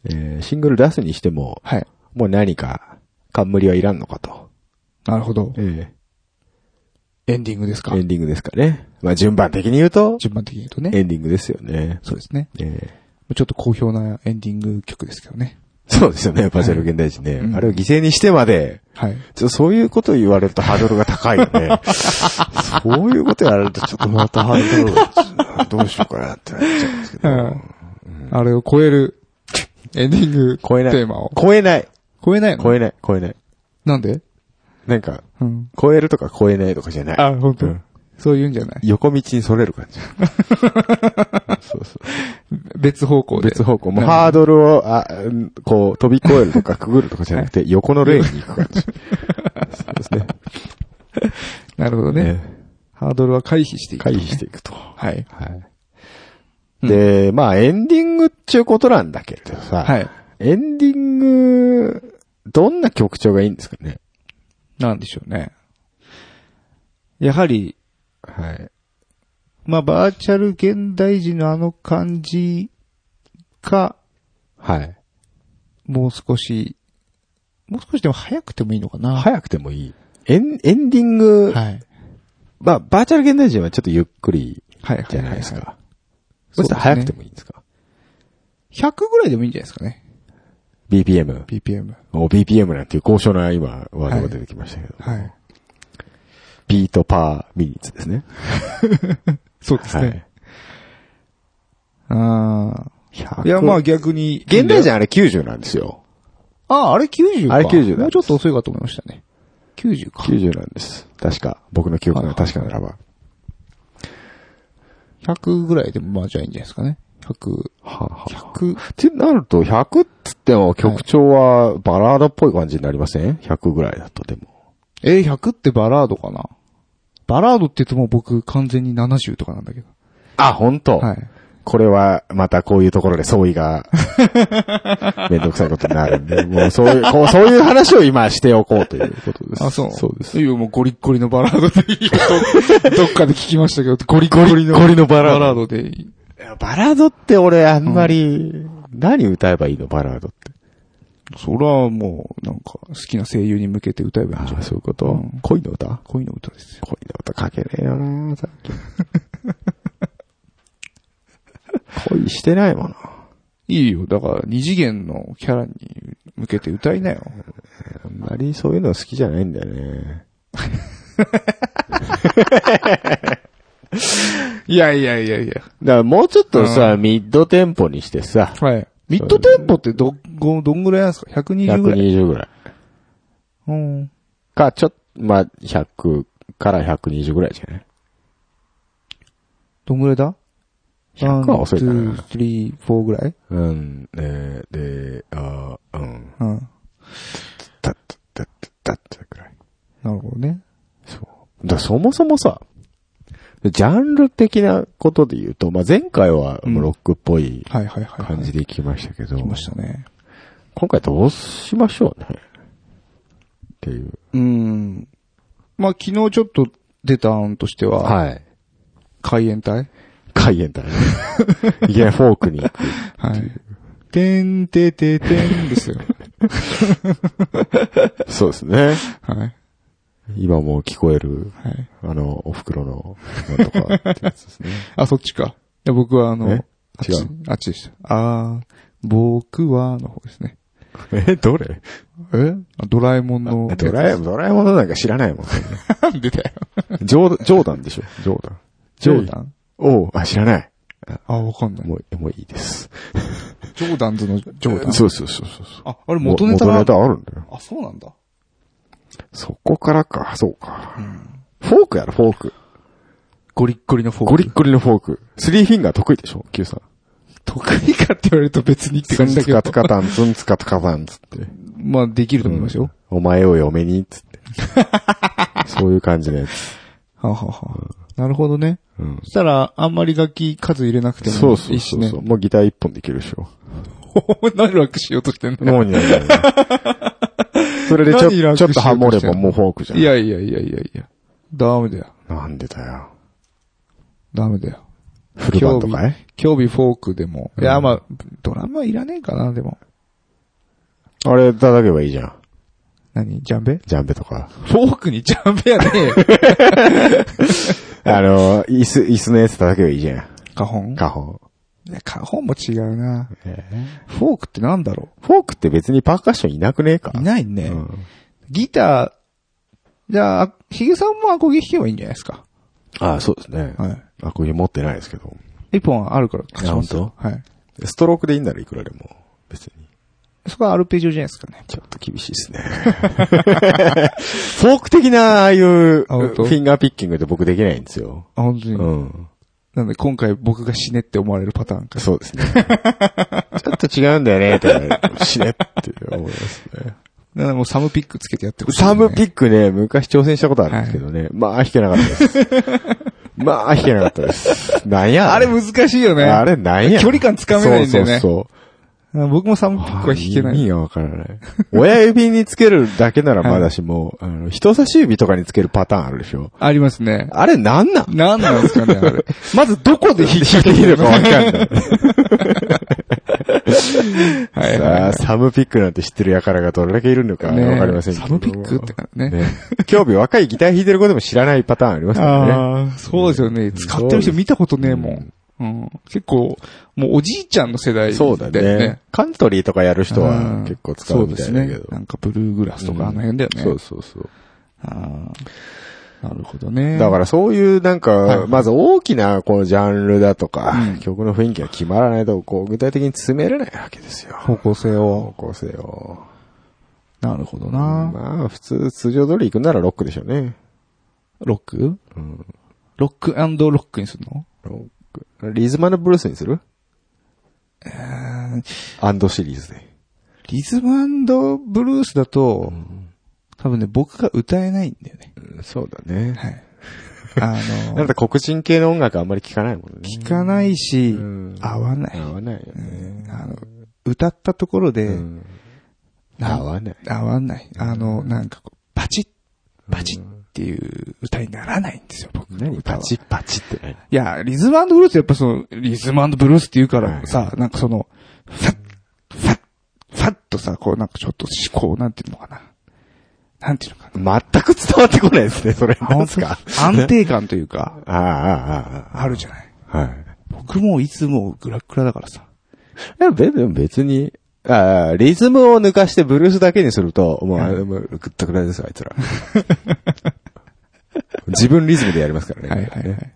[SPEAKER 2] えーシングル出すにしても、
[SPEAKER 4] はい。
[SPEAKER 2] もう何か冠はいらんのかと。
[SPEAKER 4] なるほど。
[SPEAKER 2] え
[SPEAKER 4] エンディングですか
[SPEAKER 2] エンディングですかね。まあ、順番的に言うと、
[SPEAKER 4] 順番的に言うとね。
[SPEAKER 2] エンディングですよね。
[SPEAKER 4] そうですね。
[SPEAKER 2] ええ
[SPEAKER 4] ちょっと好評なエンディング曲ですけどね。
[SPEAKER 2] そうですよね、バーチャル現代人ね。
[SPEAKER 4] うん
[SPEAKER 2] あれを犠牲にしてまで、
[SPEAKER 4] はい。
[SPEAKER 2] ちょっとそういうこと言われるとハードルが高いよね。そういうことやられるとちょっとまたハードルが、どうしようかなってなっちゃうんですけど。
[SPEAKER 4] あれを超える、 エンディング、
[SPEAKER 2] 超えない。
[SPEAKER 4] テーマを。
[SPEAKER 2] 超えない。
[SPEAKER 4] 超えないの
[SPEAKER 2] 超えない。超えない。
[SPEAKER 4] なんで
[SPEAKER 2] なんか、
[SPEAKER 4] うん。
[SPEAKER 2] 超えるとか超えないとかじゃない。
[SPEAKER 4] あ、本当、
[SPEAKER 2] うん
[SPEAKER 4] そういうんじゃない
[SPEAKER 2] 横道にそれる感 じ。そうそう。
[SPEAKER 4] 別方向で。
[SPEAKER 2] 別方向。もう
[SPEAKER 4] なるほど
[SPEAKER 2] ハードルを、あ、うんこう、飛び越えるとかくぐるとかじゃなく て、横のレーンに行く感じ。そうですね。
[SPEAKER 4] なるほど ね。
[SPEAKER 2] ね
[SPEAKER 4] ハードルは回避していく。
[SPEAKER 2] 回避していくと。
[SPEAKER 4] はい。
[SPEAKER 2] はい。で、まあエンディングっていうことなんだけれどさ、
[SPEAKER 4] はい。
[SPEAKER 2] エンディング、どんな曲調がいいんですかね
[SPEAKER 4] なんでしょうね。やはり、
[SPEAKER 2] はい。
[SPEAKER 4] まあ、バーチャル現代人のあの感じか、
[SPEAKER 2] はい。
[SPEAKER 4] もう少し、もう少しでも早くてもいいのかな。
[SPEAKER 2] 早くてもいい。エン、エンディング、
[SPEAKER 4] はい。
[SPEAKER 2] まあ、バーチャル現代人はちょっとゆっくり
[SPEAKER 4] はい。はい。
[SPEAKER 2] じゃないです
[SPEAKER 4] は
[SPEAKER 2] か。
[SPEAKER 4] い。そ
[SPEAKER 2] そうし
[SPEAKER 4] で
[SPEAKER 2] た
[SPEAKER 4] す
[SPEAKER 2] ら
[SPEAKER 4] ね
[SPEAKER 2] 早くてもいいんですか
[SPEAKER 4] 100ぐらいでもいいんじゃないですかね。
[SPEAKER 2] ?BPM。
[SPEAKER 4] BPM。
[SPEAKER 2] お BPM なんていう高尚な今、ワードが出てきましたけど。
[SPEAKER 4] はい。
[SPEAKER 2] ビートパーミニッツですね。
[SPEAKER 4] そうです
[SPEAKER 2] は
[SPEAKER 4] ね。
[SPEAKER 2] い。
[SPEAKER 4] ああ。
[SPEAKER 2] 100
[SPEAKER 4] いや、まあ、逆に。
[SPEAKER 2] 現代人あれ90なんですよ。
[SPEAKER 4] ああ、あれ90か。
[SPEAKER 2] あれ90だ
[SPEAKER 4] もうちょっと遅いかと思いましたね。90か。
[SPEAKER 2] 90なんです。確か。僕の記憶が確かならば。
[SPEAKER 4] 100ぐらいでもまあじゃあいいんじゃないですかね。100、
[SPEAKER 2] はあはあ
[SPEAKER 4] 100、
[SPEAKER 2] ってなると、100っつっても曲調はバラードっぽい感じになりません ?100 ぐらいだと、でも。
[SPEAKER 4] えー、100ってバラードかなバラードって言っても僕完全に70とかなんだけど。
[SPEAKER 2] あ、本当。
[SPEAKER 4] はい。
[SPEAKER 2] これは、またこういうところで相違が、めんどくさいことになるんで、もうそういう、こう、そういう話を今しておこうということです。
[SPEAKER 4] あ、そう。
[SPEAKER 2] そうです。
[SPEAKER 4] いや、もうゴリッゴリのバラードでいいよと どっかで聞きましたけど、ゴリッゴリの
[SPEAKER 2] ゴリのバラー
[SPEAKER 4] バラー
[SPEAKER 2] ド。
[SPEAKER 4] ドでいい。
[SPEAKER 2] バラードって俺あんまり、何歌えばいいのバラードって。
[SPEAKER 4] それはもう、なんか、好きな声優に向けて歌えばいいんじゃ
[SPEAKER 2] あ
[SPEAKER 4] な
[SPEAKER 2] あ、
[SPEAKER 4] い
[SPEAKER 2] そういうこと、
[SPEAKER 4] うん
[SPEAKER 2] 恋の歌
[SPEAKER 4] 恋の歌ですよ。
[SPEAKER 2] 恋の歌書けねえよな最近。恋してないもの。
[SPEAKER 4] いいよ。だから、二次元のキャラに向けて歌いなよ。
[SPEAKER 2] あんまりそういうの好きじゃないんだよね。
[SPEAKER 4] いやいやいやいや。
[SPEAKER 2] だからもうちょっとさ、ミッドテンポにしてさ、
[SPEAKER 4] はい。ミッドテンポってど、ごどんぐらいなんですか ?120 ぐらい。
[SPEAKER 2] 120ぐらい。
[SPEAKER 4] うん。
[SPEAKER 2] か、ちょっと、まあ、100から120ぐらいじゃない
[SPEAKER 4] どんぐらいだ
[SPEAKER 2] ?100 は遅いか
[SPEAKER 4] ?1、2、
[SPEAKER 2] な。
[SPEAKER 4] 3、4ぐらい
[SPEAKER 2] うん、えー、で、あーうん、
[SPEAKER 4] うん。
[SPEAKER 2] たった、たった、たったぐらい。
[SPEAKER 4] なるほどね。
[SPEAKER 2] そう。だそもそもさ、ジャンル的なことで言うと、まあ、前回はもうロックっぽい
[SPEAKER 4] はいはいはい、はい。
[SPEAKER 2] 感じで行きましたけど、
[SPEAKER 4] きましたね。
[SPEAKER 2] 今回どうしましょうね。っていう。
[SPEAKER 4] うん。まあ、昨日ちょっと出た案としては、
[SPEAKER 2] はい。
[SPEAKER 4] 海援隊
[SPEAKER 2] 海援隊。 いきなりフォークに行く。
[SPEAKER 4] はい。てんてててんですよ。
[SPEAKER 2] そうですね。
[SPEAKER 4] はい。はい。
[SPEAKER 2] 今もう聞こえる、あの、お袋の、なんとかってやつですね。
[SPEAKER 4] あ、そっちか。いや僕はあの、あ
[SPEAKER 2] え
[SPEAKER 4] っち
[SPEAKER 2] 違う。
[SPEAKER 4] あっちでした。あー、僕は、の方ですね。
[SPEAKER 2] え、どれ
[SPEAKER 4] えあドラえもんの。
[SPEAKER 2] ドラえもん、ドラえもんのなんか知らないもん。
[SPEAKER 4] えもん出たよ。
[SPEAKER 2] 冗冗談でしょ冗談。
[SPEAKER 4] 冗談
[SPEAKER 2] おう、あ、知らない。
[SPEAKER 4] あ、わかんない。
[SPEAKER 2] もう、もういいです。
[SPEAKER 4] ジョーダンズのジョーダン。
[SPEAKER 2] そうそうそうそうそう。
[SPEAKER 4] あ、あれ元ネタ
[SPEAKER 2] も
[SPEAKER 4] が
[SPEAKER 2] 元ネタあるんだよ。
[SPEAKER 4] あ、そうなんだ。
[SPEAKER 2] そこからか、そうか。フォークやろ、フォーク。
[SPEAKER 4] ゴリッゴリのフォーク。
[SPEAKER 2] ゴリッゴリのフォーク。スリーフィンガー得意でしょ ?Q さん。
[SPEAKER 4] 得意かって言われると別にって
[SPEAKER 2] ツ
[SPEAKER 4] 感
[SPEAKER 2] ン
[SPEAKER 4] じだ
[SPEAKER 2] ツ
[SPEAKER 4] け
[SPEAKER 2] カ
[SPEAKER 4] ど。
[SPEAKER 2] ツカタン、ツンツカツカタンつって。
[SPEAKER 4] まあ、できると思いますよ。
[SPEAKER 2] お前を嫁に、つ って。そういう感じのやつ。
[SPEAKER 4] はあはあはあなるほどね。
[SPEAKER 2] うん。
[SPEAKER 4] そしたら、あんまり楽器数入れなくて
[SPEAKER 2] そ
[SPEAKER 4] も
[SPEAKER 2] うそ
[SPEAKER 4] いういし
[SPEAKER 2] そう
[SPEAKER 4] ね
[SPEAKER 2] そ。う。もうギター一本できるでしょ。
[SPEAKER 4] 何楽しようとしてんの
[SPEAKER 2] もうになる。それでち
[SPEAKER 4] 何楽しよう
[SPEAKER 2] ょ
[SPEAKER 4] と
[SPEAKER 2] ちょっとハモれ
[SPEAKER 4] してん
[SPEAKER 2] ば
[SPEAKER 4] の
[SPEAKER 2] もうフォークじゃん。
[SPEAKER 4] い。やいやいやいやいや。ダメだよ。
[SPEAKER 2] なんでだよ。
[SPEAKER 4] ダメだよ。
[SPEAKER 2] フルバンドかい
[SPEAKER 4] 興味フォークでも。
[SPEAKER 2] うん
[SPEAKER 4] いや、まあ、ドラムはいらねえかな、でも。
[SPEAKER 2] あれ叩けばいいじゃん。
[SPEAKER 4] 何ジャンベ
[SPEAKER 2] ジャンベとか。
[SPEAKER 4] フォークにジャンベやね えよ。
[SPEAKER 2] あの、椅子、椅子のやつ叩けばいいじゃん。
[SPEAKER 4] カホン
[SPEAKER 2] カホン。
[SPEAKER 4] いやカホンも違うな。
[SPEAKER 2] え
[SPEAKER 4] フォークってなんだろ
[SPEAKER 2] フォークって別にパーカッションいなくねえか
[SPEAKER 4] ういないね。
[SPEAKER 2] うん
[SPEAKER 4] ギター、じゃあ、ヒゲさんもアコギ弾けばいいんじゃないですか。
[SPEAKER 2] ああ、そうですね。
[SPEAKER 4] はい。
[SPEAKER 2] あ、これ持ってないですけど。
[SPEAKER 4] 一本あるから貸します
[SPEAKER 2] あ
[SPEAKER 4] よ。はい。
[SPEAKER 2] ストロークでいいんならいくらでも。別に。
[SPEAKER 4] そこはアルペジオじゃないですかね。
[SPEAKER 2] ちょっと厳しい ですね。フォーク的な、ああいう、フ
[SPEAKER 4] 本当
[SPEAKER 2] ィンガーピッキングって僕できないんですよ。
[SPEAKER 4] あ、本当に。
[SPEAKER 2] うん。
[SPEAKER 4] なんで今回僕が死ねって思われるパターンか。
[SPEAKER 2] そう ですね。ちょっと違うんだよね、って言われて死ねって思いま すね。
[SPEAKER 4] なんでもうサムピックつけてやってほしい、
[SPEAKER 2] サムピ
[SPEAKER 4] ック
[SPEAKER 2] ックね、昔挑戦したことあるんですけどね。まあ、弾けなかったです。 まあ、弾けなかったです。なんや。
[SPEAKER 4] あれ難しいよね。
[SPEAKER 2] あれなんや。
[SPEAKER 4] 距離感つかめないんだよね。
[SPEAKER 2] そうそう
[SPEAKER 4] 僕も3ピックは弾けな
[SPEAKER 2] 意味
[SPEAKER 4] い。
[SPEAKER 2] がわからない。親指につけるだけならまだしも、あの、人差し指とかにつけるパターンあるでしょ。
[SPEAKER 4] ありますね。
[SPEAKER 2] あれなんなん
[SPEAKER 4] なんなんですかね、 あれ。
[SPEAKER 2] まずどこで弾いていいのかわかん ない。
[SPEAKER 4] はいはい
[SPEAKER 2] さあ、サムピックなんて知ってる輩がどれだけいるのかわ
[SPEAKER 4] ね
[SPEAKER 2] かりませんけど
[SPEAKER 4] サムピックってからね。
[SPEAKER 2] ね。興味若いギター弾いてる子でも知らないパターンありますからね。
[SPEAKER 4] ああ、そうですよね。使ってる人見たことねえもん。うん、結構、もうおじいちゃんの世代だ
[SPEAKER 2] そ
[SPEAKER 4] よ
[SPEAKER 2] うだね。。カントリーとかやる人は結構使うみたいだ
[SPEAKER 4] そう
[SPEAKER 2] け
[SPEAKER 4] です
[SPEAKER 2] ど
[SPEAKER 4] ね。。なんかブルーグラスとかあの辺だよね。
[SPEAKER 2] そうそうそう。
[SPEAKER 4] ああなるほどね。
[SPEAKER 2] だからそういうなんか
[SPEAKER 4] い、
[SPEAKER 2] まず大きなこのジャンルだとか
[SPEAKER 4] うん、
[SPEAKER 2] 曲の雰囲気が決まらないと、こう具体的に詰めれないわけですよ。
[SPEAKER 4] 方向性
[SPEAKER 2] 方
[SPEAKER 4] を。
[SPEAKER 2] 向性を。
[SPEAKER 4] なるほどな。
[SPEAKER 2] まあ普通、通常通り行くならロックでしょうね。
[SPEAKER 4] ロック
[SPEAKER 2] うん
[SPEAKER 4] ロックロックにするの
[SPEAKER 2] ロック。リズムブルースにするアンドシリーズで。
[SPEAKER 4] リズムブルースだと、多分ね、僕が歌えないんだよ ね。
[SPEAKER 2] そうだね。
[SPEAKER 4] はい。あ
[SPEAKER 2] な
[SPEAKER 4] の
[SPEAKER 2] ん、か黒人系の音楽あんまり聞かないもんね。
[SPEAKER 4] 聞かないし
[SPEAKER 2] うん、
[SPEAKER 4] 合わない。
[SPEAKER 2] 合わないよね。
[SPEAKER 4] あの、歌ったところで、
[SPEAKER 2] うん
[SPEAKER 4] な
[SPEAKER 2] 合わない。
[SPEAKER 4] 合わない。あの、なんかこう、パチッ、パチッっていう歌にならないんですよ、僕の
[SPEAKER 2] 何
[SPEAKER 4] 歌は
[SPEAKER 2] パチッパチって何
[SPEAKER 4] いや、リズムブルースやっぱその、リズムブルースって言うか
[SPEAKER 2] は
[SPEAKER 4] ら
[SPEAKER 2] い
[SPEAKER 4] さ、なんかその、ファッ、ファッ、ファッとさ、こうなんかちょっと思考、なんていうのかな。なんていうのかな。
[SPEAKER 2] 全く伝わってこないですね、それ。なんすか
[SPEAKER 4] 安定感というか、
[SPEAKER 2] ああ、ああ、あ
[SPEAKER 4] あるじゃない。
[SPEAKER 2] あ。はい。
[SPEAKER 4] 僕もいつもグラッグラだからさ。
[SPEAKER 2] でも別でも別に、ああ、リズムを抜かしてブルースだけにすると、もう、あれもう、ぐったくらいですよ、あいつ ら。自分リズムでやりますからね。
[SPEAKER 4] はいはいはい。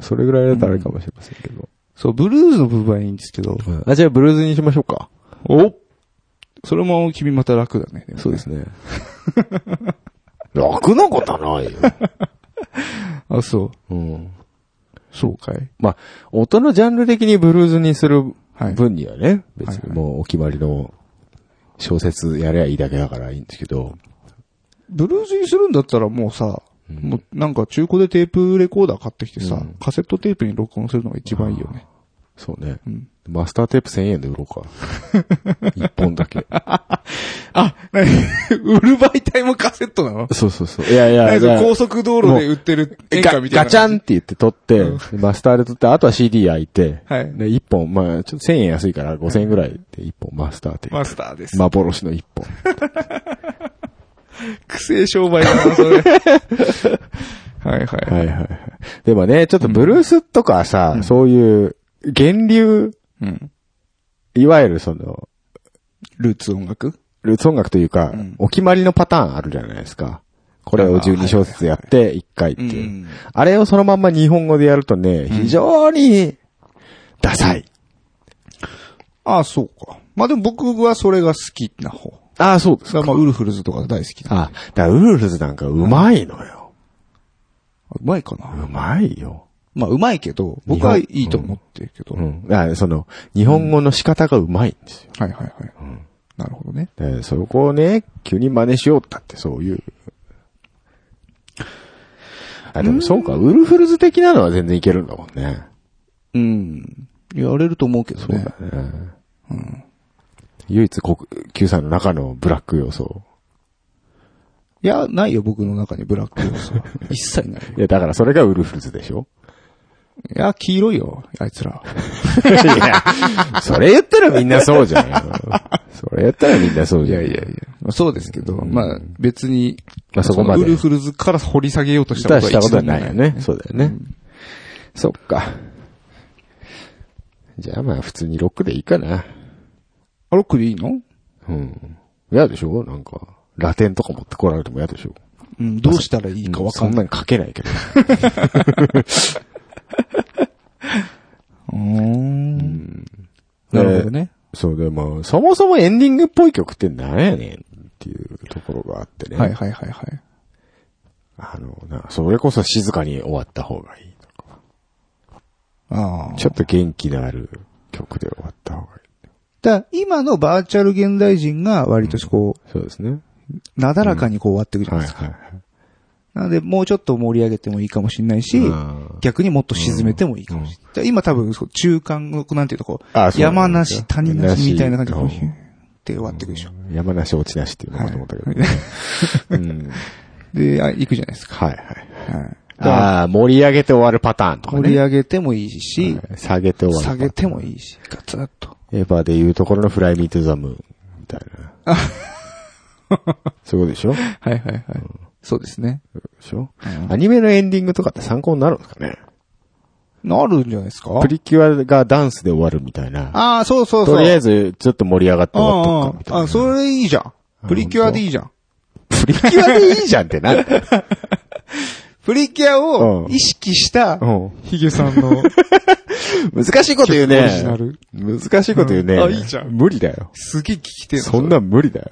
[SPEAKER 2] それぐらいだったらあれかもしれませんけど。
[SPEAKER 4] そう、ブルースの部分はいいんですけど、
[SPEAKER 2] あ、じゃあブルースにしましょうか。
[SPEAKER 4] おそれも君また楽だね。でもね
[SPEAKER 2] そうですね。楽なことはないよ。
[SPEAKER 4] あ、そ う。
[SPEAKER 2] うん。
[SPEAKER 4] そうかい
[SPEAKER 2] まあ、音のジャンル的にブルーズにする
[SPEAKER 4] はい
[SPEAKER 2] 分にはね、別
[SPEAKER 4] はい
[SPEAKER 2] に
[SPEAKER 4] はい
[SPEAKER 2] もうお決まりの小説やりゃいいだけだからいいんですけど、
[SPEAKER 4] ブルースにするんだったらもうさ、もうなんか中古でテープレコーダー買ってきてさ、
[SPEAKER 2] うん
[SPEAKER 4] カセットテープに録音するのが一番いいよね。
[SPEAKER 2] そうね。
[SPEAKER 4] うん。
[SPEAKER 2] マスターテープ1000円で売ろう か。1本だけ。
[SPEAKER 4] あ、なに 売る媒体もカセットなの
[SPEAKER 2] そうそうそう。いやいや、
[SPEAKER 4] なん
[SPEAKER 2] じゃ
[SPEAKER 4] か
[SPEAKER 2] あ
[SPEAKER 4] 高速道路で売ってる演歌
[SPEAKER 2] ガ
[SPEAKER 4] みたいな。
[SPEAKER 2] ガチャンって言って取って、マスターで取って、あとは CD 焼いて、
[SPEAKER 4] はい
[SPEAKER 2] で、1本、まあ、ちょっと1000円安いから5000円ぐらいで1本マスターテー
[SPEAKER 4] マスターです。
[SPEAKER 2] プ。幻の1本。
[SPEAKER 4] 苦戦商売だな、 それ。はいはい。
[SPEAKER 2] はいはいはい。でもね、ちょっとブルースとかさ、そういう、源流、
[SPEAKER 4] うん。
[SPEAKER 2] いわゆるその、
[SPEAKER 4] ルーツ音楽
[SPEAKER 2] ルーツ音楽というか、
[SPEAKER 4] ん
[SPEAKER 2] お決まりのパターンあるじゃないですか。これを12小節やって、1回っていう。
[SPEAKER 4] うん
[SPEAKER 2] あれをそのまんま日本語でやるとね、非常に、ダサい。
[SPEAKER 4] ああ、そうか。まあでも僕はそれが好きな方。
[SPEAKER 2] ああ、そうで
[SPEAKER 4] それはまあウルフルズとか大好きな。
[SPEAKER 2] あ、だからウルフルズなんかうまいのよ。
[SPEAKER 4] うまいか
[SPEAKER 2] う
[SPEAKER 4] な。
[SPEAKER 2] まいよ。
[SPEAKER 4] まあうまいけど、僕はいいと思ってるけど。
[SPEAKER 2] うん。だからその、日本語の仕方がうまいんですよ。
[SPEAKER 4] はいはいはい。なるほどね。
[SPEAKER 2] でそこをね、急に真似しようったってそういう。あ、でもそうか、ウルフルズ的なのは全然いけるんだもんね。
[SPEAKER 4] うん。やれると思うけどね。
[SPEAKER 2] うん。唯一国、Q さんの中のブラック要素。
[SPEAKER 4] いや、ないよ、僕の中にブラック要素 は。一切ないよ。
[SPEAKER 2] いや、だからそれがウルフルズでしょ
[SPEAKER 4] いや、黄色いよ、あいつら。
[SPEAKER 2] いや、それ言ったらみんなそうじゃん。それ言ったらみんなそうじゃん。
[SPEAKER 4] まあ、そうですけど、まあ別に、
[SPEAKER 2] まあそこまで
[SPEAKER 4] のウルフルズから掘り下げようとした
[SPEAKER 2] した
[SPEAKER 4] ことは
[SPEAKER 2] ことは
[SPEAKER 4] 一度も
[SPEAKER 2] ないよね。。そうだよね。そっか。じゃあまあ普通にロックでいいかな。
[SPEAKER 4] あ、ロックでいいの
[SPEAKER 2] うん。嫌でしょなんか、ラテンとか持ってこられても嫌でしょ
[SPEAKER 4] うん、どうしたらいいかわか
[SPEAKER 2] そ
[SPEAKER 4] ん
[SPEAKER 2] ん
[SPEAKER 4] な
[SPEAKER 2] な
[SPEAKER 4] い。
[SPEAKER 2] に書けないけど。
[SPEAKER 4] うーん。なるほどね。
[SPEAKER 2] そうでも、そもそもエンディングっぽい曲ってなんやねんっていうところがあってね。
[SPEAKER 4] はいはいはいはい。
[SPEAKER 2] あの、な、それこそ静かに終わった方がいいとか。
[SPEAKER 4] ああ。
[SPEAKER 2] ちょっと元気のある曲で終わった方がいい。
[SPEAKER 4] だ今のバーチャル現代人が割とこ
[SPEAKER 2] そうですね。
[SPEAKER 4] う、なだらかにこう終わっていくじゃ
[SPEAKER 2] は
[SPEAKER 4] ない
[SPEAKER 2] い
[SPEAKER 4] ですか。
[SPEAKER 2] はいはい。
[SPEAKER 4] なので、もうちょっと盛り上げてもいいかもしれないし、
[SPEAKER 2] うん
[SPEAKER 4] 逆にもっと沈めてもいいかもしれない。今多分、そう中間の、なんていうとこ
[SPEAKER 2] あそう
[SPEAKER 4] う、山梨、谷梨みたいな感じで、
[SPEAKER 2] 梨
[SPEAKER 4] こうヒュンって終わっていくでしょ。
[SPEAKER 2] 山梨落ちなしっていうのか
[SPEAKER 4] はい
[SPEAKER 2] と思ったけどね。うん。
[SPEAKER 4] で、あ行くじゃないですか。
[SPEAKER 2] はいはい。
[SPEAKER 4] はい
[SPEAKER 2] ああ、盛り上げて終わるパターンとかね。
[SPEAKER 4] 盛り上げてもいいし、
[SPEAKER 2] はい下げて終わるパター
[SPEAKER 4] 下
[SPEAKER 2] ン。
[SPEAKER 4] げてもいいし、ガツッと。
[SPEAKER 2] エヴァで言うところのフライミートゥザムーンみたいな。そういうことでしょで
[SPEAKER 4] はいはいはい。そうですね。
[SPEAKER 2] しょ、アニメのエンディングとかって参考になるんですかね
[SPEAKER 4] なるんじゃないですか
[SPEAKER 2] プリキュアがダンスで終わるみたいな。
[SPEAKER 4] ああ、そうそうそう。
[SPEAKER 2] とりあえ
[SPEAKER 4] ず、
[SPEAKER 2] ず、ちょっと盛り上がって終わっとくかみたいな。
[SPEAKER 4] あ、それいいじゃん。プリキュアでいいじゃん。
[SPEAKER 2] プリキュアでいいじゃんってなんだよ
[SPEAKER 4] プリキュアを
[SPEAKER 2] うん
[SPEAKER 4] 意識した、
[SPEAKER 2] う
[SPEAKER 4] ヒゲさんの
[SPEAKER 2] ん難しいこと言うね。
[SPEAKER 4] オリジナル。
[SPEAKER 2] 難しいこと言うね。
[SPEAKER 4] うんあいいじゃん
[SPEAKER 2] 無理だよ。
[SPEAKER 4] すげえ聞きてえ
[SPEAKER 2] そんなん無理だよ。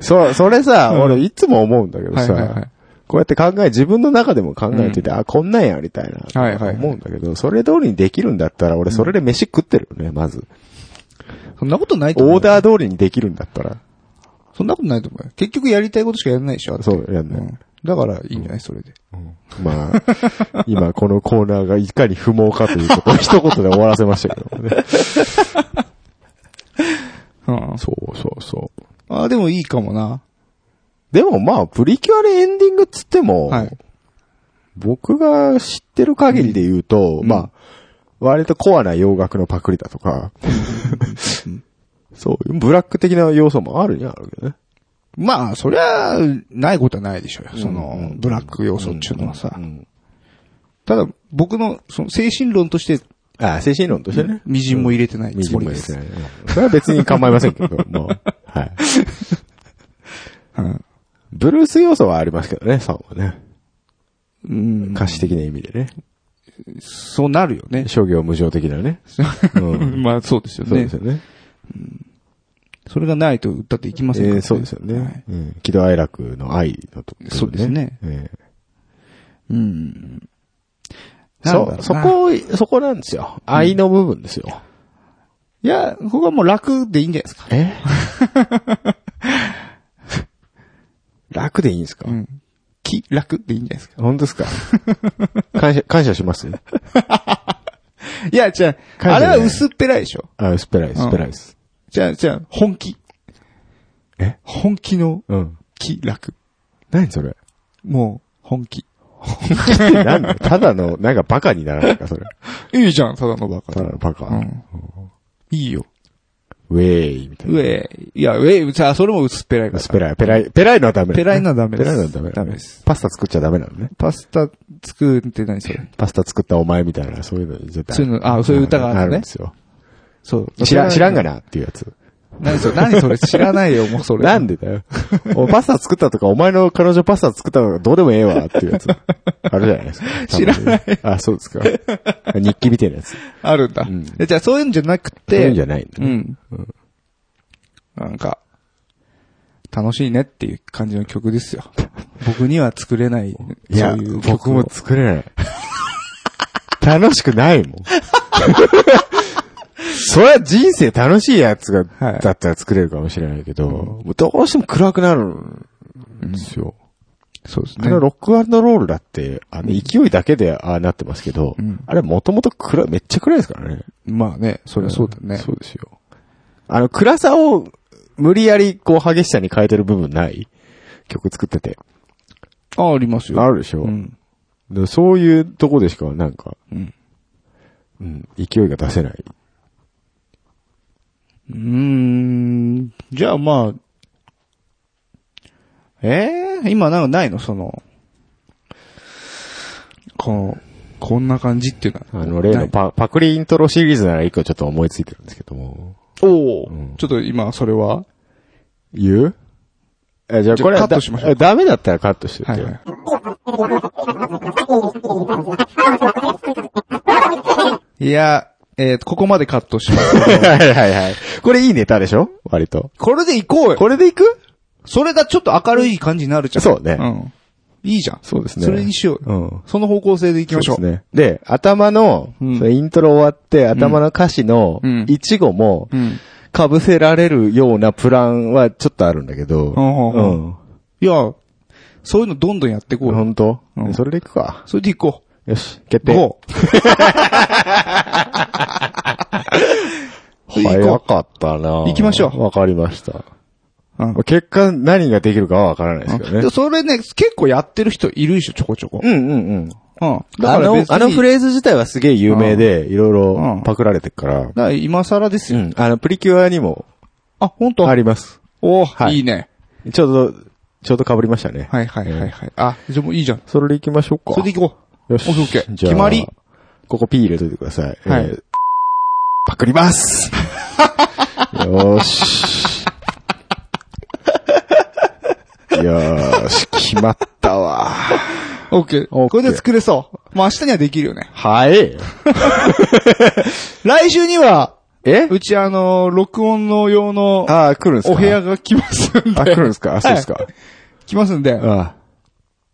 [SPEAKER 2] そ、それさ、俺いつも思うんだけど
[SPEAKER 4] はいはいは
[SPEAKER 2] さ
[SPEAKER 4] い、
[SPEAKER 2] こうやって考え、自分の中でも考えてて、あ、こんなんやりたいな、
[SPEAKER 4] はいはいはい
[SPEAKER 2] 思うんだけど、それ通りにできるんだったら、俺それで飯食ってるよね、まず。
[SPEAKER 4] そんなことないと思う。
[SPEAKER 2] オーダー通りにできるんだったら。
[SPEAKER 4] そんなことないと思うよ。結局やりたいことしかやらないでしょ。だって
[SPEAKER 2] そうやんない
[SPEAKER 4] んだから、いいんじゃないそれで。
[SPEAKER 2] まあ、今このコーナーがいかに不毛かということを一言で終わらせましたけどね。
[SPEAKER 4] うん。
[SPEAKER 2] そうそうそう。
[SPEAKER 4] ああ、でもいいかもな。
[SPEAKER 2] でもまあ、プリキュアでエンディングっつっても、
[SPEAKER 4] はい。
[SPEAKER 2] 僕が知ってる限りで言うと、
[SPEAKER 4] ん
[SPEAKER 2] まあ、割とコアな洋楽のパクリだとか、そう、ブラック的な要素もあるにはあるけどね。
[SPEAKER 4] まあ、そりゃ、ないことはないでしょうよ。そ
[SPEAKER 2] うんうん
[SPEAKER 4] の
[SPEAKER 2] う、ん
[SPEAKER 4] ブラック要素っていうのはさ
[SPEAKER 2] う。ん
[SPEAKER 4] ただ、僕の、その、精神論として、
[SPEAKER 2] ああ、精神論としてね。
[SPEAKER 4] 微塵も入れてない
[SPEAKER 2] み
[SPEAKER 4] つ
[SPEAKER 2] じん
[SPEAKER 4] も
[SPEAKER 2] もで
[SPEAKER 4] りですす。
[SPEAKER 2] ね。うんそれは別に構いませんけ ど、もう。はい。
[SPEAKER 4] うん
[SPEAKER 2] ブルース要素はありますけどね、サンはね。
[SPEAKER 4] うん。
[SPEAKER 2] 歌詞的な意味でね。
[SPEAKER 4] そうなるよね。
[SPEAKER 2] 諸行無常的な ね。うん
[SPEAKER 4] まあ、そうですよ
[SPEAKER 2] そう
[SPEAKER 4] ね
[SPEAKER 2] です。よね。
[SPEAKER 4] それがないと歌っていきま
[SPEAKER 2] え
[SPEAKER 4] せんから
[SPEAKER 2] ーそうですよ
[SPEAKER 4] は
[SPEAKER 2] ね
[SPEAKER 4] い。
[SPEAKER 2] うん喜怒哀楽の愛のところ
[SPEAKER 4] そうですね
[SPEAKER 2] ええ
[SPEAKER 4] うん。なんだろ
[SPEAKER 2] そうう、
[SPEAKER 4] な
[SPEAKER 2] そこ、そこなんですよ。愛の部分ですよ。
[SPEAKER 4] いや、ここはもう楽でいいんじゃないですか。
[SPEAKER 2] え楽でいいんですか
[SPEAKER 4] うん。気、楽でいいんじゃないですか。
[SPEAKER 2] 本当ですか 感謝、感謝します
[SPEAKER 4] いや、じゃあ、あれは薄っぺらいでしょ。
[SPEAKER 2] あ、薄っぺらいです、薄っぺらいです。
[SPEAKER 4] じゃあ、じゃあ、本気。
[SPEAKER 2] え
[SPEAKER 4] 本気の
[SPEAKER 2] うん。
[SPEAKER 4] 気楽。
[SPEAKER 2] 何それ
[SPEAKER 4] もう、本気。
[SPEAKER 2] なんだ ただの、なんかバカにならないか、それ。
[SPEAKER 4] いいじゃん、ただのバカ
[SPEAKER 2] ただ
[SPEAKER 4] で。
[SPEAKER 2] のバカ。
[SPEAKER 4] うん。いいよ。
[SPEAKER 2] ウェイみたいな。
[SPEAKER 4] ウェイ。いや、ウェイ、さあ、それも薄っぺらいから。
[SPEAKER 2] 薄っぺらい。ペライ、ペライのはダメだ
[SPEAKER 4] ペライのはダメで
[SPEAKER 2] ペ
[SPEAKER 4] す
[SPEAKER 2] ライのはダメだ
[SPEAKER 4] ダメです。
[SPEAKER 2] パスタ作っちゃダメなのね。
[SPEAKER 4] パスタ作るって何それ。
[SPEAKER 2] パスタ作ったお前みたいな、そういうの絶対。
[SPEAKER 4] そういうのあそういう歌があるのね
[SPEAKER 2] るんですよ。
[SPEAKER 4] そう。
[SPEAKER 2] 知ら、知らんが
[SPEAKER 4] な。
[SPEAKER 2] なっていうやつ。
[SPEAKER 4] 何それ、何それ、知らないよ、もうそれ。
[SPEAKER 2] なんでだ よ。おパスタ作ったとか、お前の彼女パスタ作ったとか、どうでもええわっていうやつ。あるじゃないです か。
[SPEAKER 4] 知らない
[SPEAKER 2] 多分。あ、そうですか。日記みたいなやつ。
[SPEAKER 4] あるんだ。
[SPEAKER 2] うん
[SPEAKER 4] でじゃあ、そういうんじゃなく
[SPEAKER 2] そうい
[SPEAKER 4] て、
[SPEAKER 2] うんじゃないんだね
[SPEAKER 4] うんなんか、楽しいねっていう感じの曲で すよ。僕には作れない。
[SPEAKER 2] いや
[SPEAKER 4] そうう、曲を
[SPEAKER 2] 僕も作れない。楽しくないもん。 そりゃ人生楽しいやつが、
[SPEAKER 4] はい
[SPEAKER 2] だったら作れるかもしれないけど、もうどうしても暗くなるんですよ。
[SPEAKER 4] そうです
[SPEAKER 2] あ
[SPEAKER 4] ね
[SPEAKER 2] の。ロックアンドロールだって、あの勢いだけでああなってますけど、
[SPEAKER 4] うん
[SPEAKER 2] あれもともと暗い、めっちゃ暗いですからね。
[SPEAKER 4] まあね、そりゃそうだね。
[SPEAKER 2] そうですよ。あの暗さを無理やりこう激しさに変えてる部分ない曲作ってて。
[SPEAKER 4] あ、ありますよ。
[SPEAKER 2] あるでしょ、
[SPEAKER 4] うん。
[SPEAKER 2] でそういうとこでしかなんか、
[SPEAKER 4] うん。
[SPEAKER 2] うん、勢いが出せない。
[SPEAKER 4] うーん。じゃあまあ、ええ今なんかないのその、この、こんな感じっていうのは。
[SPEAKER 2] あの、例のパパクリイントロシリーズなら一個ちょっと思いついてるんですけども。
[SPEAKER 4] おお、
[SPEAKER 2] うん
[SPEAKER 4] ちょっと今、それは
[SPEAKER 2] 言うえ、じゃあ
[SPEAKER 4] じゃあ
[SPEAKER 2] これは
[SPEAKER 4] カットしましょう
[SPEAKER 2] だえダメだったらカットしてって。
[SPEAKER 4] はいはい。いや、えー、ここまでカットします。
[SPEAKER 2] はいはいはい。これいいネタでしょ割と。
[SPEAKER 4] これでいこうよ
[SPEAKER 2] これでいく
[SPEAKER 4] それがちょっと明るい感じになるじゃん。
[SPEAKER 2] そうね
[SPEAKER 4] うん。いいじゃん。
[SPEAKER 2] そうですね
[SPEAKER 4] それにしよう
[SPEAKER 2] う
[SPEAKER 4] よ。
[SPEAKER 2] ん。
[SPEAKER 4] その方向性でいきましょう。
[SPEAKER 2] そうですね。で、頭の、
[SPEAKER 4] うん
[SPEAKER 2] そのイントロ終わって、頭の歌詞の
[SPEAKER 4] うん、
[SPEAKER 2] いちごも、
[SPEAKER 4] うん。
[SPEAKER 2] 被せられるようなプランはちょっとあるんだけど、
[SPEAKER 4] ほうほうほ
[SPEAKER 2] う
[SPEAKER 4] う
[SPEAKER 2] ん
[SPEAKER 4] いや、そういうのどんどんやってこうよ。
[SPEAKER 2] 本当、
[SPEAKER 4] うん
[SPEAKER 2] それで行くか。
[SPEAKER 4] それで行こ
[SPEAKER 2] よし、決
[SPEAKER 4] う。
[SPEAKER 2] 定。
[SPEAKER 4] ゴー。
[SPEAKER 2] 早
[SPEAKER 4] 行こ
[SPEAKER 2] かったな
[SPEAKER 4] 行きましょう
[SPEAKER 2] わかりました。
[SPEAKER 4] う。うん
[SPEAKER 2] 結果何ができるかはわからないですけど
[SPEAKER 4] で
[SPEAKER 2] ね
[SPEAKER 4] も。それね、結構やってる人いるでしょ、ちょこちょこ。
[SPEAKER 2] うんうんうん。
[SPEAKER 4] うん。だ
[SPEAKER 2] あ
[SPEAKER 4] から
[SPEAKER 2] の
[SPEAKER 4] 別、に、
[SPEAKER 2] あのフレーズ自体はすげえ有名で、いろいうろ
[SPEAKER 4] ん
[SPEAKER 2] パクられてるから。
[SPEAKER 4] だから今更です
[SPEAKER 2] う
[SPEAKER 4] よ。
[SPEAKER 2] ん。あの、プリキュアにも
[SPEAKER 4] あ、本当
[SPEAKER 2] あります。
[SPEAKER 4] おー
[SPEAKER 2] はい
[SPEAKER 4] いいね。
[SPEAKER 2] ちょうど、ちょうど被りましたね。
[SPEAKER 4] はいはいはいはい。あ、じゃあもういいじゃん。
[SPEAKER 2] それで行きましょうか。
[SPEAKER 4] それで行こ
[SPEAKER 2] よ
[SPEAKER 4] オッケーオッケ
[SPEAKER 2] し。
[SPEAKER 4] ー
[SPEAKER 2] じゃあ
[SPEAKER 4] 決まり。
[SPEAKER 2] ここ P 入れといてください。
[SPEAKER 4] はい
[SPEAKER 2] えーパクりますよー し。よーし、決まったわ。
[SPEAKER 4] う。オッケー。
[SPEAKER 2] オッケー
[SPEAKER 4] これで作れそう。もう明日にはできるよね。
[SPEAKER 2] はい。
[SPEAKER 4] 来週には、
[SPEAKER 2] え
[SPEAKER 4] うちあの、録音の用の
[SPEAKER 2] あー、来るんすか
[SPEAKER 4] お部屋が来ますん
[SPEAKER 2] あ、
[SPEAKER 4] で。
[SPEAKER 2] 来るんすかあ、そうですか。
[SPEAKER 4] 来ますんで。は
[SPEAKER 2] あー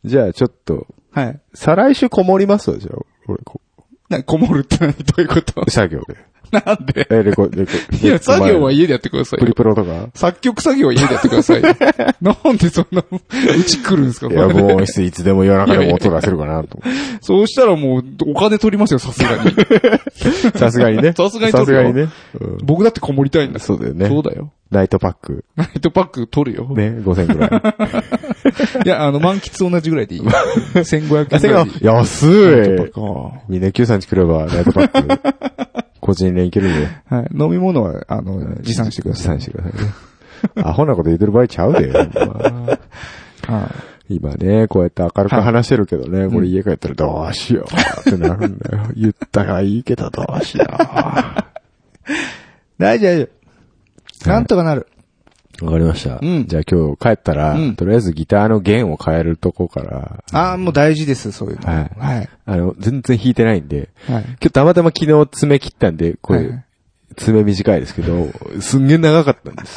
[SPEAKER 2] じゃあ、ちょっと、
[SPEAKER 4] い。
[SPEAKER 2] 再来週こもりますわ、じゃあ。俺、こ
[SPEAKER 4] な、こもるって何どういうこと
[SPEAKER 2] う作業で。
[SPEAKER 4] なんで
[SPEAKER 2] え、レコ、レコ。
[SPEAKER 4] いや、作業は
[SPEAKER 2] 前
[SPEAKER 4] 家でやってください
[SPEAKER 2] プリ
[SPEAKER 4] よ。
[SPEAKER 2] プロとか
[SPEAKER 4] 作曲作業は家で やってくださいよ。なんでそんな、うち来るんですか
[SPEAKER 2] いや、防音室いつでも夜中でも音出せるかなと思っ
[SPEAKER 4] そうしたらもう、お金取りますよ、さす がに。
[SPEAKER 2] て。さすがにね。
[SPEAKER 4] さすがに
[SPEAKER 2] さ
[SPEAKER 4] 撮
[SPEAKER 2] す
[SPEAKER 4] るよ
[SPEAKER 2] がにね。うん
[SPEAKER 4] 僕だってこもりたいんだ
[SPEAKER 2] そうだよね。
[SPEAKER 4] そうだよ。
[SPEAKER 2] ナイトパック。
[SPEAKER 4] ナイトパック取るよ。
[SPEAKER 2] ね、5000くら い。
[SPEAKER 4] いや、あの、満喫同じぐらいでいい。1500円ぐらいでいい。
[SPEAKER 2] 安
[SPEAKER 4] ナイ
[SPEAKER 2] い
[SPEAKER 4] トパック
[SPEAKER 2] みんな Q さんち来れば、ナイトパック。個人連いけるよ。
[SPEAKER 4] はい。飲み物は、あの、持参してくだ
[SPEAKER 2] 持
[SPEAKER 4] さ
[SPEAKER 2] 参
[SPEAKER 4] い。
[SPEAKER 2] してくださ いね。アホなこと言ってる場合ちゃうで。ほんま
[SPEAKER 4] はい。
[SPEAKER 2] 今ね、こうやって明るく話してるけどね、これ家帰ったらどうしようってなるんだ よ。言ったがいいけどどうしよ
[SPEAKER 4] 大丈夫、大丈夫。なんとかなる。
[SPEAKER 2] う。わかりました。
[SPEAKER 4] うん
[SPEAKER 2] じゃあ今日帰ったら、
[SPEAKER 4] うん
[SPEAKER 2] とりあえずギターの弦を変えるとこから、
[SPEAKER 4] ああ、もう大事です、そういうの。
[SPEAKER 2] はい
[SPEAKER 4] はい。
[SPEAKER 2] あの、全然弾いてないんで、
[SPEAKER 4] はい。
[SPEAKER 2] 今日たまたま昨日爪切ったんで、こ
[SPEAKER 4] はいは
[SPEAKER 2] れ
[SPEAKER 4] い、
[SPEAKER 2] 爪短いですけど、すんげえ長かったん です。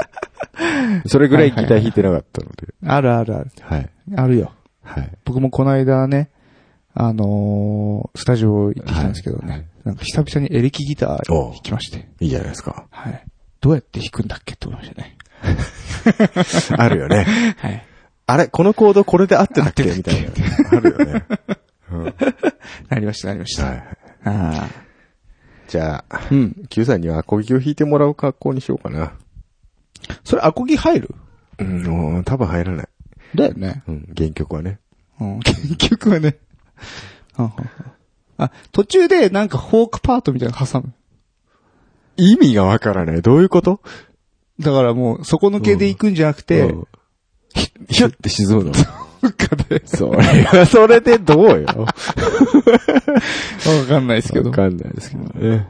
[SPEAKER 2] それぐらいギター弾いてなかったので。
[SPEAKER 4] あるあるある。
[SPEAKER 2] はい。
[SPEAKER 4] あるよ。
[SPEAKER 2] はい。
[SPEAKER 4] 僕もこの間ね、あのースタジオ行ってきたんですけどね、
[SPEAKER 2] はい
[SPEAKER 4] なんか久々にエレキギター
[SPEAKER 2] おう
[SPEAKER 4] を弾きまして、。
[SPEAKER 2] いいじゃないですか
[SPEAKER 4] はい。どうやって弾くんだっけって思いましたね。
[SPEAKER 2] あるよね。
[SPEAKER 4] はい。
[SPEAKER 2] あれこのコードこ れで合ってたっけみたいな。あるよね。
[SPEAKER 4] なりました、なりました。
[SPEAKER 2] は
[SPEAKER 4] あ
[SPEAKER 2] い。
[SPEAKER 4] あ
[SPEAKER 2] じゃあ、
[SPEAKER 4] ー。うん。
[SPEAKER 2] Q さんにはアコギを弾いてもらう格好にしようかな。
[SPEAKER 4] それアコギ入る
[SPEAKER 2] うん、もう多分入らない。
[SPEAKER 4] だよね。
[SPEAKER 2] うん、原曲はね。
[SPEAKER 4] うん、結局はね。うんうんうんあ、途中でなんかフォークパートみたいなの挟む。
[SPEAKER 2] 意味がわからない。どういうこと
[SPEAKER 4] だからもう、そこの系で行くんじゃなくて、
[SPEAKER 2] で、ひゅって沈むの。
[SPEAKER 4] どっかで、
[SPEAKER 2] それはそれでどうよ。
[SPEAKER 4] わかんないですけど。
[SPEAKER 2] わかんないですけどね。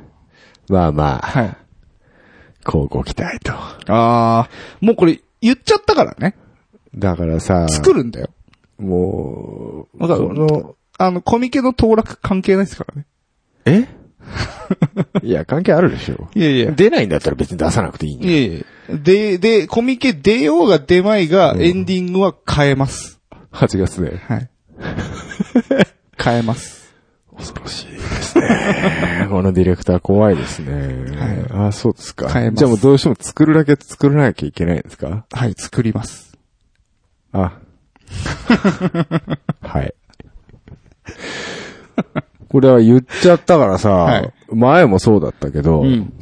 [SPEAKER 2] まあまあ、
[SPEAKER 4] はい。
[SPEAKER 2] こうご期待と。
[SPEAKER 4] ああ、もうこれ言っちゃったからね。
[SPEAKER 2] だからさ、
[SPEAKER 4] 作るんだよ。
[SPEAKER 2] もう、
[SPEAKER 4] わかる
[SPEAKER 2] この、
[SPEAKER 4] あの、コミケの当落関係ないですからね。
[SPEAKER 2] え いや、関係あるでしょ。
[SPEAKER 4] いやいや。
[SPEAKER 2] 出ないんだったら別に出さなくていいんだ
[SPEAKER 4] い
[SPEAKER 2] よ
[SPEAKER 4] やいや。で、で、コミケ出ようが出まいが
[SPEAKER 2] う、ん
[SPEAKER 4] エンディングは変えます。
[SPEAKER 2] 8月ね。
[SPEAKER 4] はい。変えます。
[SPEAKER 2] 恐ろしいですね。 このディレクター怖いですね。あ、そうですか。
[SPEAKER 4] 変えます
[SPEAKER 2] じゃあもうどうしても作るだけ作らなきゃいけないんですか
[SPEAKER 4] はい、作ります。
[SPEAKER 2] あ。はい。これは言っちゃったからさ、
[SPEAKER 4] はい
[SPEAKER 2] 前もそうだったけど、
[SPEAKER 4] うん。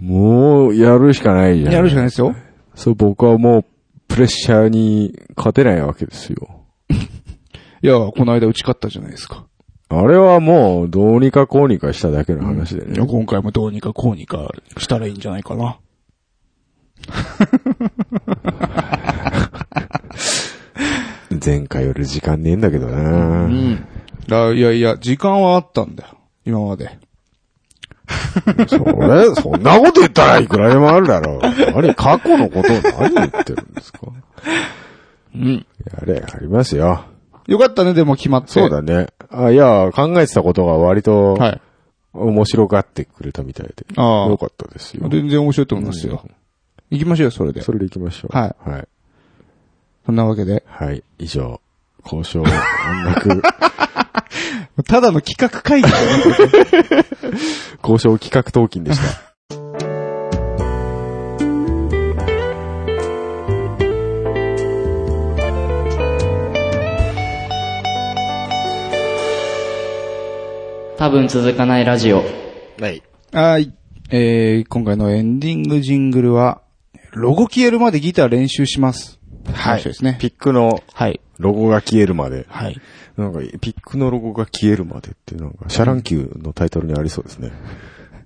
[SPEAKER 2] もうやるしかないじゃん。
[SPEAKER 4] やるしかないですよ。
[SPEAKER 2] そう、僕はもうプレッシャーに勝てないわけですよ。
[SPEAKER 4] いや、この間打ち勝ったじゃないですか。
[SPEAKER 2] あれはもうどうにかこうにかしただけの話で
[SPEAKER 4] いや、
[SPEAKER 2] ね。
[SPEAKER 4] 今回もどうにかこうにかしたらいいんじゃないかな。
[SPEAKER 2] 前回より時間ねえんだけどな、
[SPEAKER 4] うん。あいやいや、時間はあったんだよ。今まで。
[SPEAKER 2] それ、そんなこと言ったらいくらでもあるだろう。あれ、過去のことを何言ってるんですか
[SPEAKER 4] うん。
[SPEAKER 2] やれ、ありますよ。
[SPEAKER 4] よかったね、でも決まって。
[SPEAKER 2] そうだね。あ、いや、考えてたことが割と、
[SPEAKER 4] はい。
[SPEAKER 2] 面白がってくれたみたいで。
[SPEAKER 4] ああ
[SPEAKER 2] よかったですよ。
[SPEAKER 4] 全然面白いと思いますよ。行きましょうよ、それで。
[SPEAKER 2] それで行きましょう。。
[SPEAKER 4] はい
[SPEAKER 2] はい。
[SPEAKER 4] そんなわけで。
[SPEAKER 2] はい。以上、交渉、音楽、
[SPEAKER 4] ただの企画会議
[SPEAKER 2] 交渉企画闘金でした。
[SPEAKER 6] 多分続かないラジオ。
[SPEAKER 2] はい。
[SPEAKER 4] はい。えー、今回のエンディングジングルは、ロゴ消えるまでギター練習します。はい。そうですね。
[SPEAKER 2] ピックの
[SPEAKER 1] はい。
[SPEAKER 2] ロゴが消えるまで。
[SPEAKER 1] はい。
[SPEAKER 2] なんか、ピックのロゴが消えるまでって、なんか、シャランキューのタイトルにありそうですね。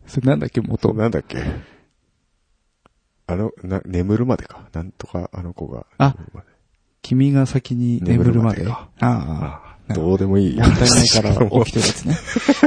[SPEAKER 4] それなんだっけ、元。
[SPEAKER 2] なんだっけあの、な、眠るまでか。なんとか、あの子が。
[SPEAKER 4] あ
[SPEAKER 2] 眠るまで
[SPEAKER 4] 君が先に眠るまで。
[SPEAKER 2] 眠るま
[SPEAKER 4] ああ。
[SPEAKER 2] どうでもいい。
[SPEAKER 4] もったいないから起きてるやつね。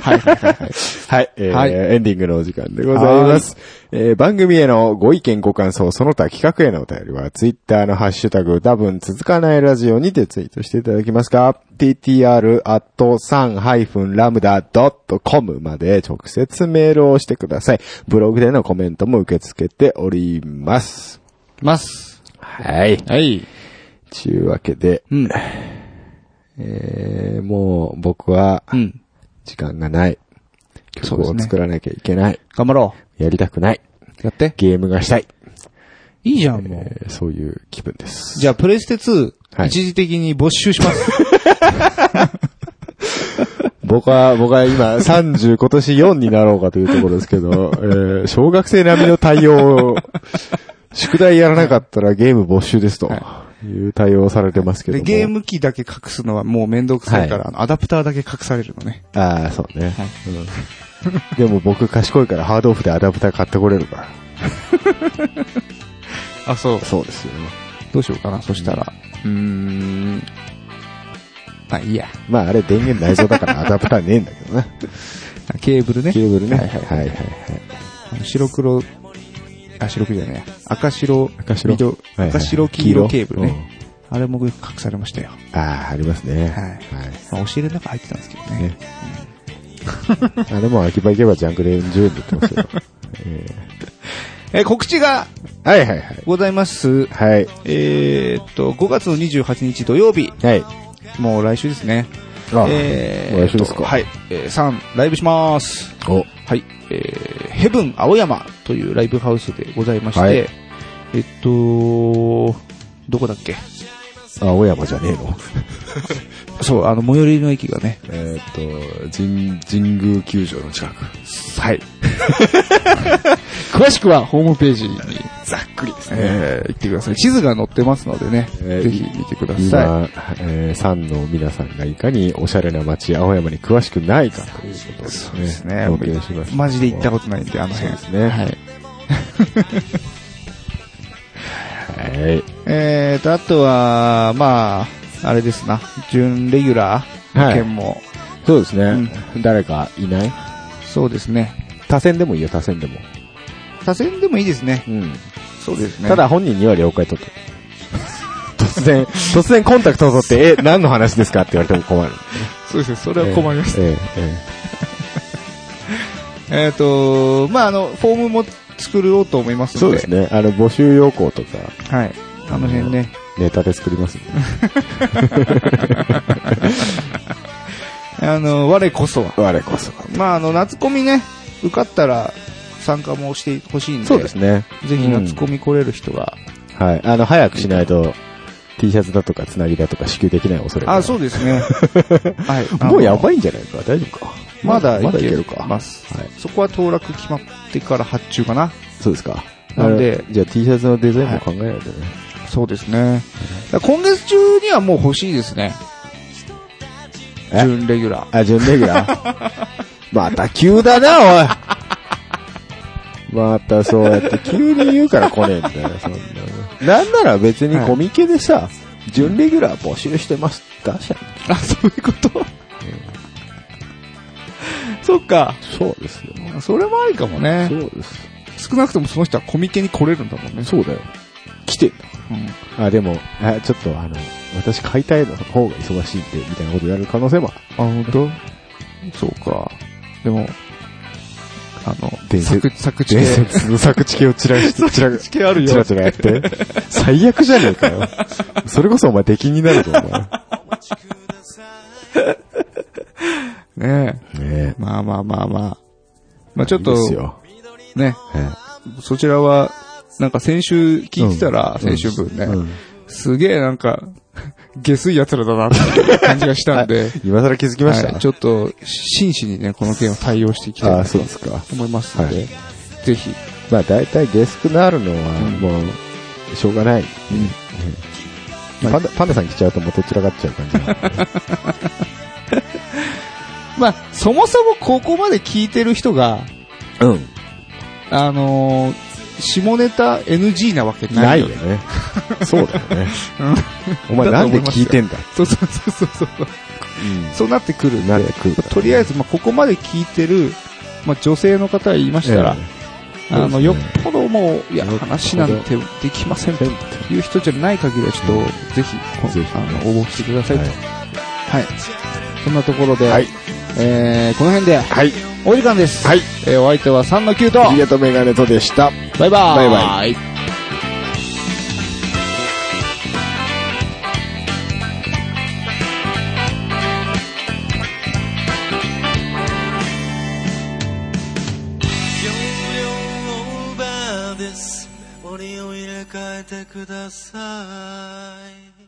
[SPEAKER 4] はいはいはいはい。
[SPEAKER 2] はい、えー
[SPEAKER 4] はい
[SPEAKER 2] エンディングのお時間でございます。えー番組へのご意見、ご感想、その他企画へのお便りは、ツイッターのハッシュタグ、多分続かないラジオにてツイートしていただきますか、ttr.san-lambda.com まで直接メールをしてください。ブログでのコメントも受け付けております。
[SPEAKER 4] ます。
[SPEAKER 2] はい。
[SPEAKER 4] はい。
[SPEAKER 2] ちゅうわけで、
[SPEAKER 4] うん。
[SPEAKER 2] えーもう僕は
[SPEAKER 4] うん。
[SPEAKER 2] 時間がない。
[SPEAKER 4] そ
[SPEAKER 2] 曲
[SPEAKER 4] うです
[SPEAKER 2] を
[SPEAKER 4] ね
[SPEAKER 2] 作らなきゃいけない。
[SPEAKER 4] 頑張ろ
[SPEAKER 2] やりたくない。
[SPEAKER 4] う。やって。
[SPEAKER 2] ゲームがしたい。
[SPEAKER 4] いいじゃん、もう。
[SPEAKER 2] えーそういう気分です。
[SPEAKER 4] じゃあ、プレステ2、
[SPEAKER 2] はい
[SPEAKER 4] 一時的に没収し ます。
[SPEAKER 2] 僕は、僕は今30、今年4になろうかというところですけど、えー小学生並みの対応を、宿題やらなかったらゲーム没収ですという対応をされてますけど
[SPEAKER 4] で、
[SPEAKER 2] も。
[SPEAKER 4] ゲーム機だけ隠すのはもうめんどくさいから、
[SPEAKER 2] はい
[SPEAKER 4] あのアダプターだけ隠されるのね。
[SPEAKER 2] ああ、そうね。うん、でも僕賢いからハードオフでアダプター買ってこれるか
[SPEAKER 4] あ、そう
[SPEAKER 2] ら。。そうですよ。
[SPEAKER 4] どうしようかな、そしたら。うーん。あ、いいや。
[SPEAKER 2] まああれ電源内蔵だ からアダプターねえんだけどな。
[SPEAKER 4] あケーブルね
[SPEAKER 2] ケ。ーブルね。はいはいいはい。
[SPEAKER 4] あの白黒、あ、白黒じゃないや。赤白、
[SPEAKER 2] 赤白
[SPEAKER 4] 緑
[SPEAKER 2] はいはい
[SPEAKER 4] 赤白黄色ケーブル
[SPEAKER 2] 黄色
[SPEAKER 4] ね。あれも隠されましたよ。
[SPEAKER 2] ああ、ありますね。
[SPEAKER 4] はいまあ、押し入れの中入ってたんですけどね。
[SPEAKER 2] ね。あれも秋葉行けばジャンクレンジューンって言って ますけど。
[SPEAKER 4] え、告知が
[SPEAKER 2] はいはいはい。
[SPEAKER 4] ございます。
[SPEAKER 2] はい。
[SPEAKER 4] えーっと、5月の28日土曜日、
[SPEAKER 2] はい。
[SPEAKER 4] もう来週ですね。
[SPEAKER 2] あ
[SPEAKER 4] えー
[SPEAKER 2] 来週ですか
[SPEAKER 4] はい。えー、3、ライブします。
[SPEAKER 2] お、
[SPEAKER 4] はい。えー、ヘブン青山というライブハウスでございまして、
[SPEAKER 2] はい
[SPEAKER 4] えっと、どこだっけ
[SPEAKER 2] あ、青山じゃねえの。
[SPEAKER 4] そう、あの、最寄りの駅がね、
[SPEAKER 2] えっと、神、神宮球場の近く。
[SPEAKER 4] はい。詳しくはホームページに、
[SPEAKER 2] ざっくりです
[SPEAKER 4] えー、行ってください。地図が載ってますのでね、
[SPEAKER 2] えー
[SPEAKER 4] ぜひ見てくださ
[SPEAKER 2] 今、えー、三の皆さんがいかにおしゃれな街、青山に詳しくないかということですね。そうです
[SPEAKER 4] ね
[SPEAKER 2] お願いします
[SPEAKER 4] い。。マジで行ったことないんで、あの辺。
[SPEAKER 2] ですね。はい。
[SPEAKER 4] い。えーと、あとは、まあ、あれですな、準レギュラーの件も、
[SPEAKER 2] そうですね。誰かいない
[SPEAKER 4] そうですね。
[SPEAKER 2] 他線でもいいよ、他線でも。
[SPEAKER 4] 多選でもいいですね。
[SPEAKER 2] うん。
[SPEAKER 4] そうですね
[SPEAKER 2] ただ本人には了解取って。突然、突然コンタクトを取って、え、何の話ですかって言われても困る。
[SPEAKER 4] そうですね、それは困ります。
[SPEAKER 2] えええ
[SPEAKER 4] えーと、まあ、あの、フォームも作ろうと思いま
[SPEAKER 2] え
[SPEAKER 4] す
[SPEAKER 2] そ
[SPEAKER 4] の
[SPEAKER 2] う
[SPEAKER 4] で、
[SPEAKER 2] ですね。あの、募集要項とか、
[SPEAKER 4] はい。あの辺ね、
[SPEAKER 2] ネタで作りますんで
[SPEAKER 4] あの、我こそは。
[SPEAKER 2] 我こそが。
[SPEAKER 4] まあ、あの、夏コミね、受かったら参加もしてほしいんで、
[SPEAKER 2] そうですね。
[SPEAKER 4] ぜひ夏コミ来れる人は。
[SPEAKER 2] はい。あの、早くしないと、T シャツだとか、つなぎだとか、支給できない恐れが。
[SPEAKER 4] あ、そうです ね。はい。
[SPEAKER 2] もうやば
[SPEAKER 4] い
[SPEAKER 2] いんじゃないか。大丈夫か。
[SPEAKER 4] まだ
[SPEAKER 2] まだ
[SPEAKER 4] い
[SPEAKER 2] い
[SPEAKER 4] け
[SPEAKER 2] け
[SPEAKER 4] る
[SPEAKER 2] る
[SPEAKER 4] か。
[SPEAKER 2] か。
[SPEAKER 4] ます
[SPEAKER 2] はい。
[SPEAKER 4] そこは当落決まってから発注かな。
[SPEAKER 2] そうですか。
[SPEAKER 4] なんで
[SPEAKER 2] あじゃあ T シャツのデザインも考えないとね。
[SPEAKER 4] そうですね。だから今月中にはもう欲しいですね。
[SPEAKER 2] え
[SPEAKER 4] 準レギュラー。
[SPEAKER 2] あ、準レギュ ラーまた急だな、おい。またそうやって急に言うから来ねえんだよ、そんなの。なんなら別にコミケでさ、準レギュラー募集してますって出しちゃ
[SPEAKER 4] あ、そういうこと、そっか。
[SPEAKER 2] うそうですよ。
[SPEAKER 4] それもありかもね
[SPEAKER 2] そ。うです。
[SPEAKER 4] 少なくともその人はコミケに来れるんだもんね。
[SPEAKER 2] そうだよ。来てんだ。あ、でも、あちょっとあの、私解体の方が忙しいんで、みたいなことやる可能性も
[SPEAKER 4] あ、本当？そうか。でも、あの、
[SPEAKER 2] 伝
[SPEAKER 4] 作
[SPEAKER 2] 説
[SPEAKER 4] 作地
[SPEAKER 2] 伝
[SPEAKER 4] 系。
[SPEAKER 2] 説の作地系をちらし、ちら、
[SPEAKER 4] 作地系あるよ
[SPEAKER 2] ちらちらやって。最悪じゃねえかよ。それこそお前敵になるぞ、お前。ね
[SPEAKER 4] ねえ。
[SPEAKER 2] え。
[SPEAKER 4] まあまあまあまあ。まあちょっ
[SPEAKER 2] い
[SPEAKER 4] と
[SPEAKER 2] いで、すよ。
[SPEAKER 4] ね、
[SPEAKER 2] は
[SPEAKER 4] そちらは、なんか先週聞いてたら、
[SPEAKER 2] うん
[SPEAKER 4] 先週分ね、
[SPEAKER 2] うん
[SPEAKER 4] すげえなんか、 下水奴らだなっていう感じがしたんで、
[SPEAKER 2] 今更気づきました、
[SPEAKER 4] はいちょっと、真摯にね、この件を対応していき
[SPEAKER 2] あ
[SPEAKER 4] た
[SPEAKER 2] あ、
[SPEAKER 4] い
[SPEAKER 2] そう
[SPEAKER 4] と
[SPEAKER 2] ですか。
[SPEAKER 4] 思いますので、
[SPEAKER 2] はい
[SPEAKER 4] ぜひ、
[SPEAKER 2] まあ大体ゲスくなるのは、もう、しょうがない。うんパンダ、パンダさん来ちゃうともうどちらかっちゃう感じなんで
[SPEAKER 4] まあ、そもそもここまで聞いてる人が、
[SPEAKER 2] うん。
[SPEAKER 4] あのー下ネタ NG なわけ
[SPEAKER 2] な
[SPEAKER 4] ないい
[SPEAKER 2] よ
[SPEAKER 4] ね。
[SPEAKER 2] ね。 そうだよね。お
[SPEAKER 4] だ
[SPEAKER 2] 前な
[SPEAKER 4] と
[SPEAKER 2] ん
[SPEAKER 4] 思
[SPEAKER 2] で
[SPEAKER 4] います
[SPEAKER 2] 聞いてんだ。
[SPEAKER 4] そうそうそうそうそう。そうなってくるん
[SPEAKER 2] な
[SPEAKER 4] で
[SPEAKER 2] ん、で来る
[SPEAKER 4] とりあえ
[SPEAKER 2] ず、
[SPEAKER 4] ず、まあ、ここまで聞いてる、まあ、女性の方が言いましたら、
[SPEAKER 2] え
[SPEAKER 4] あの、
[SPEAKER 2] そ
[SPEAKER 4] よ
[SPEAKER 2] う
[SPEAKER 4] っ
[SPEAKER 2] ですね
[SPEAKER 4] ぽどもう、いや、
[SPEAKER 2] よっぽど
[SPEAKER 4] 話なんてできませんという人じゃない限りは、ちょっと、ぜひ、こ
[SPEAKER 2] ぜひ
[SPEAKER 4] あの、応募してくださいと。
[SPEAKER 2] は
[SPEAKER 4] はいい。そんなところで、
[SPEAKER 2] はい
[SPEAKER 4] えー、この辺で、
[SPEAKER 2] はい。
[SPEAKER 4] お時間です。
[SPEAKER 2] はい。
[SPEAKER 4] えー、お相手は3の9と、
[SPEAKER 2] ありがとうメガネとでした。
[SPEAKER 4] バイバー
[SPEAKER 2] バイバ
[SPEAKER 4] イ。
[SPEAKER 6] 容量オーバーです。折を入れ替えてください。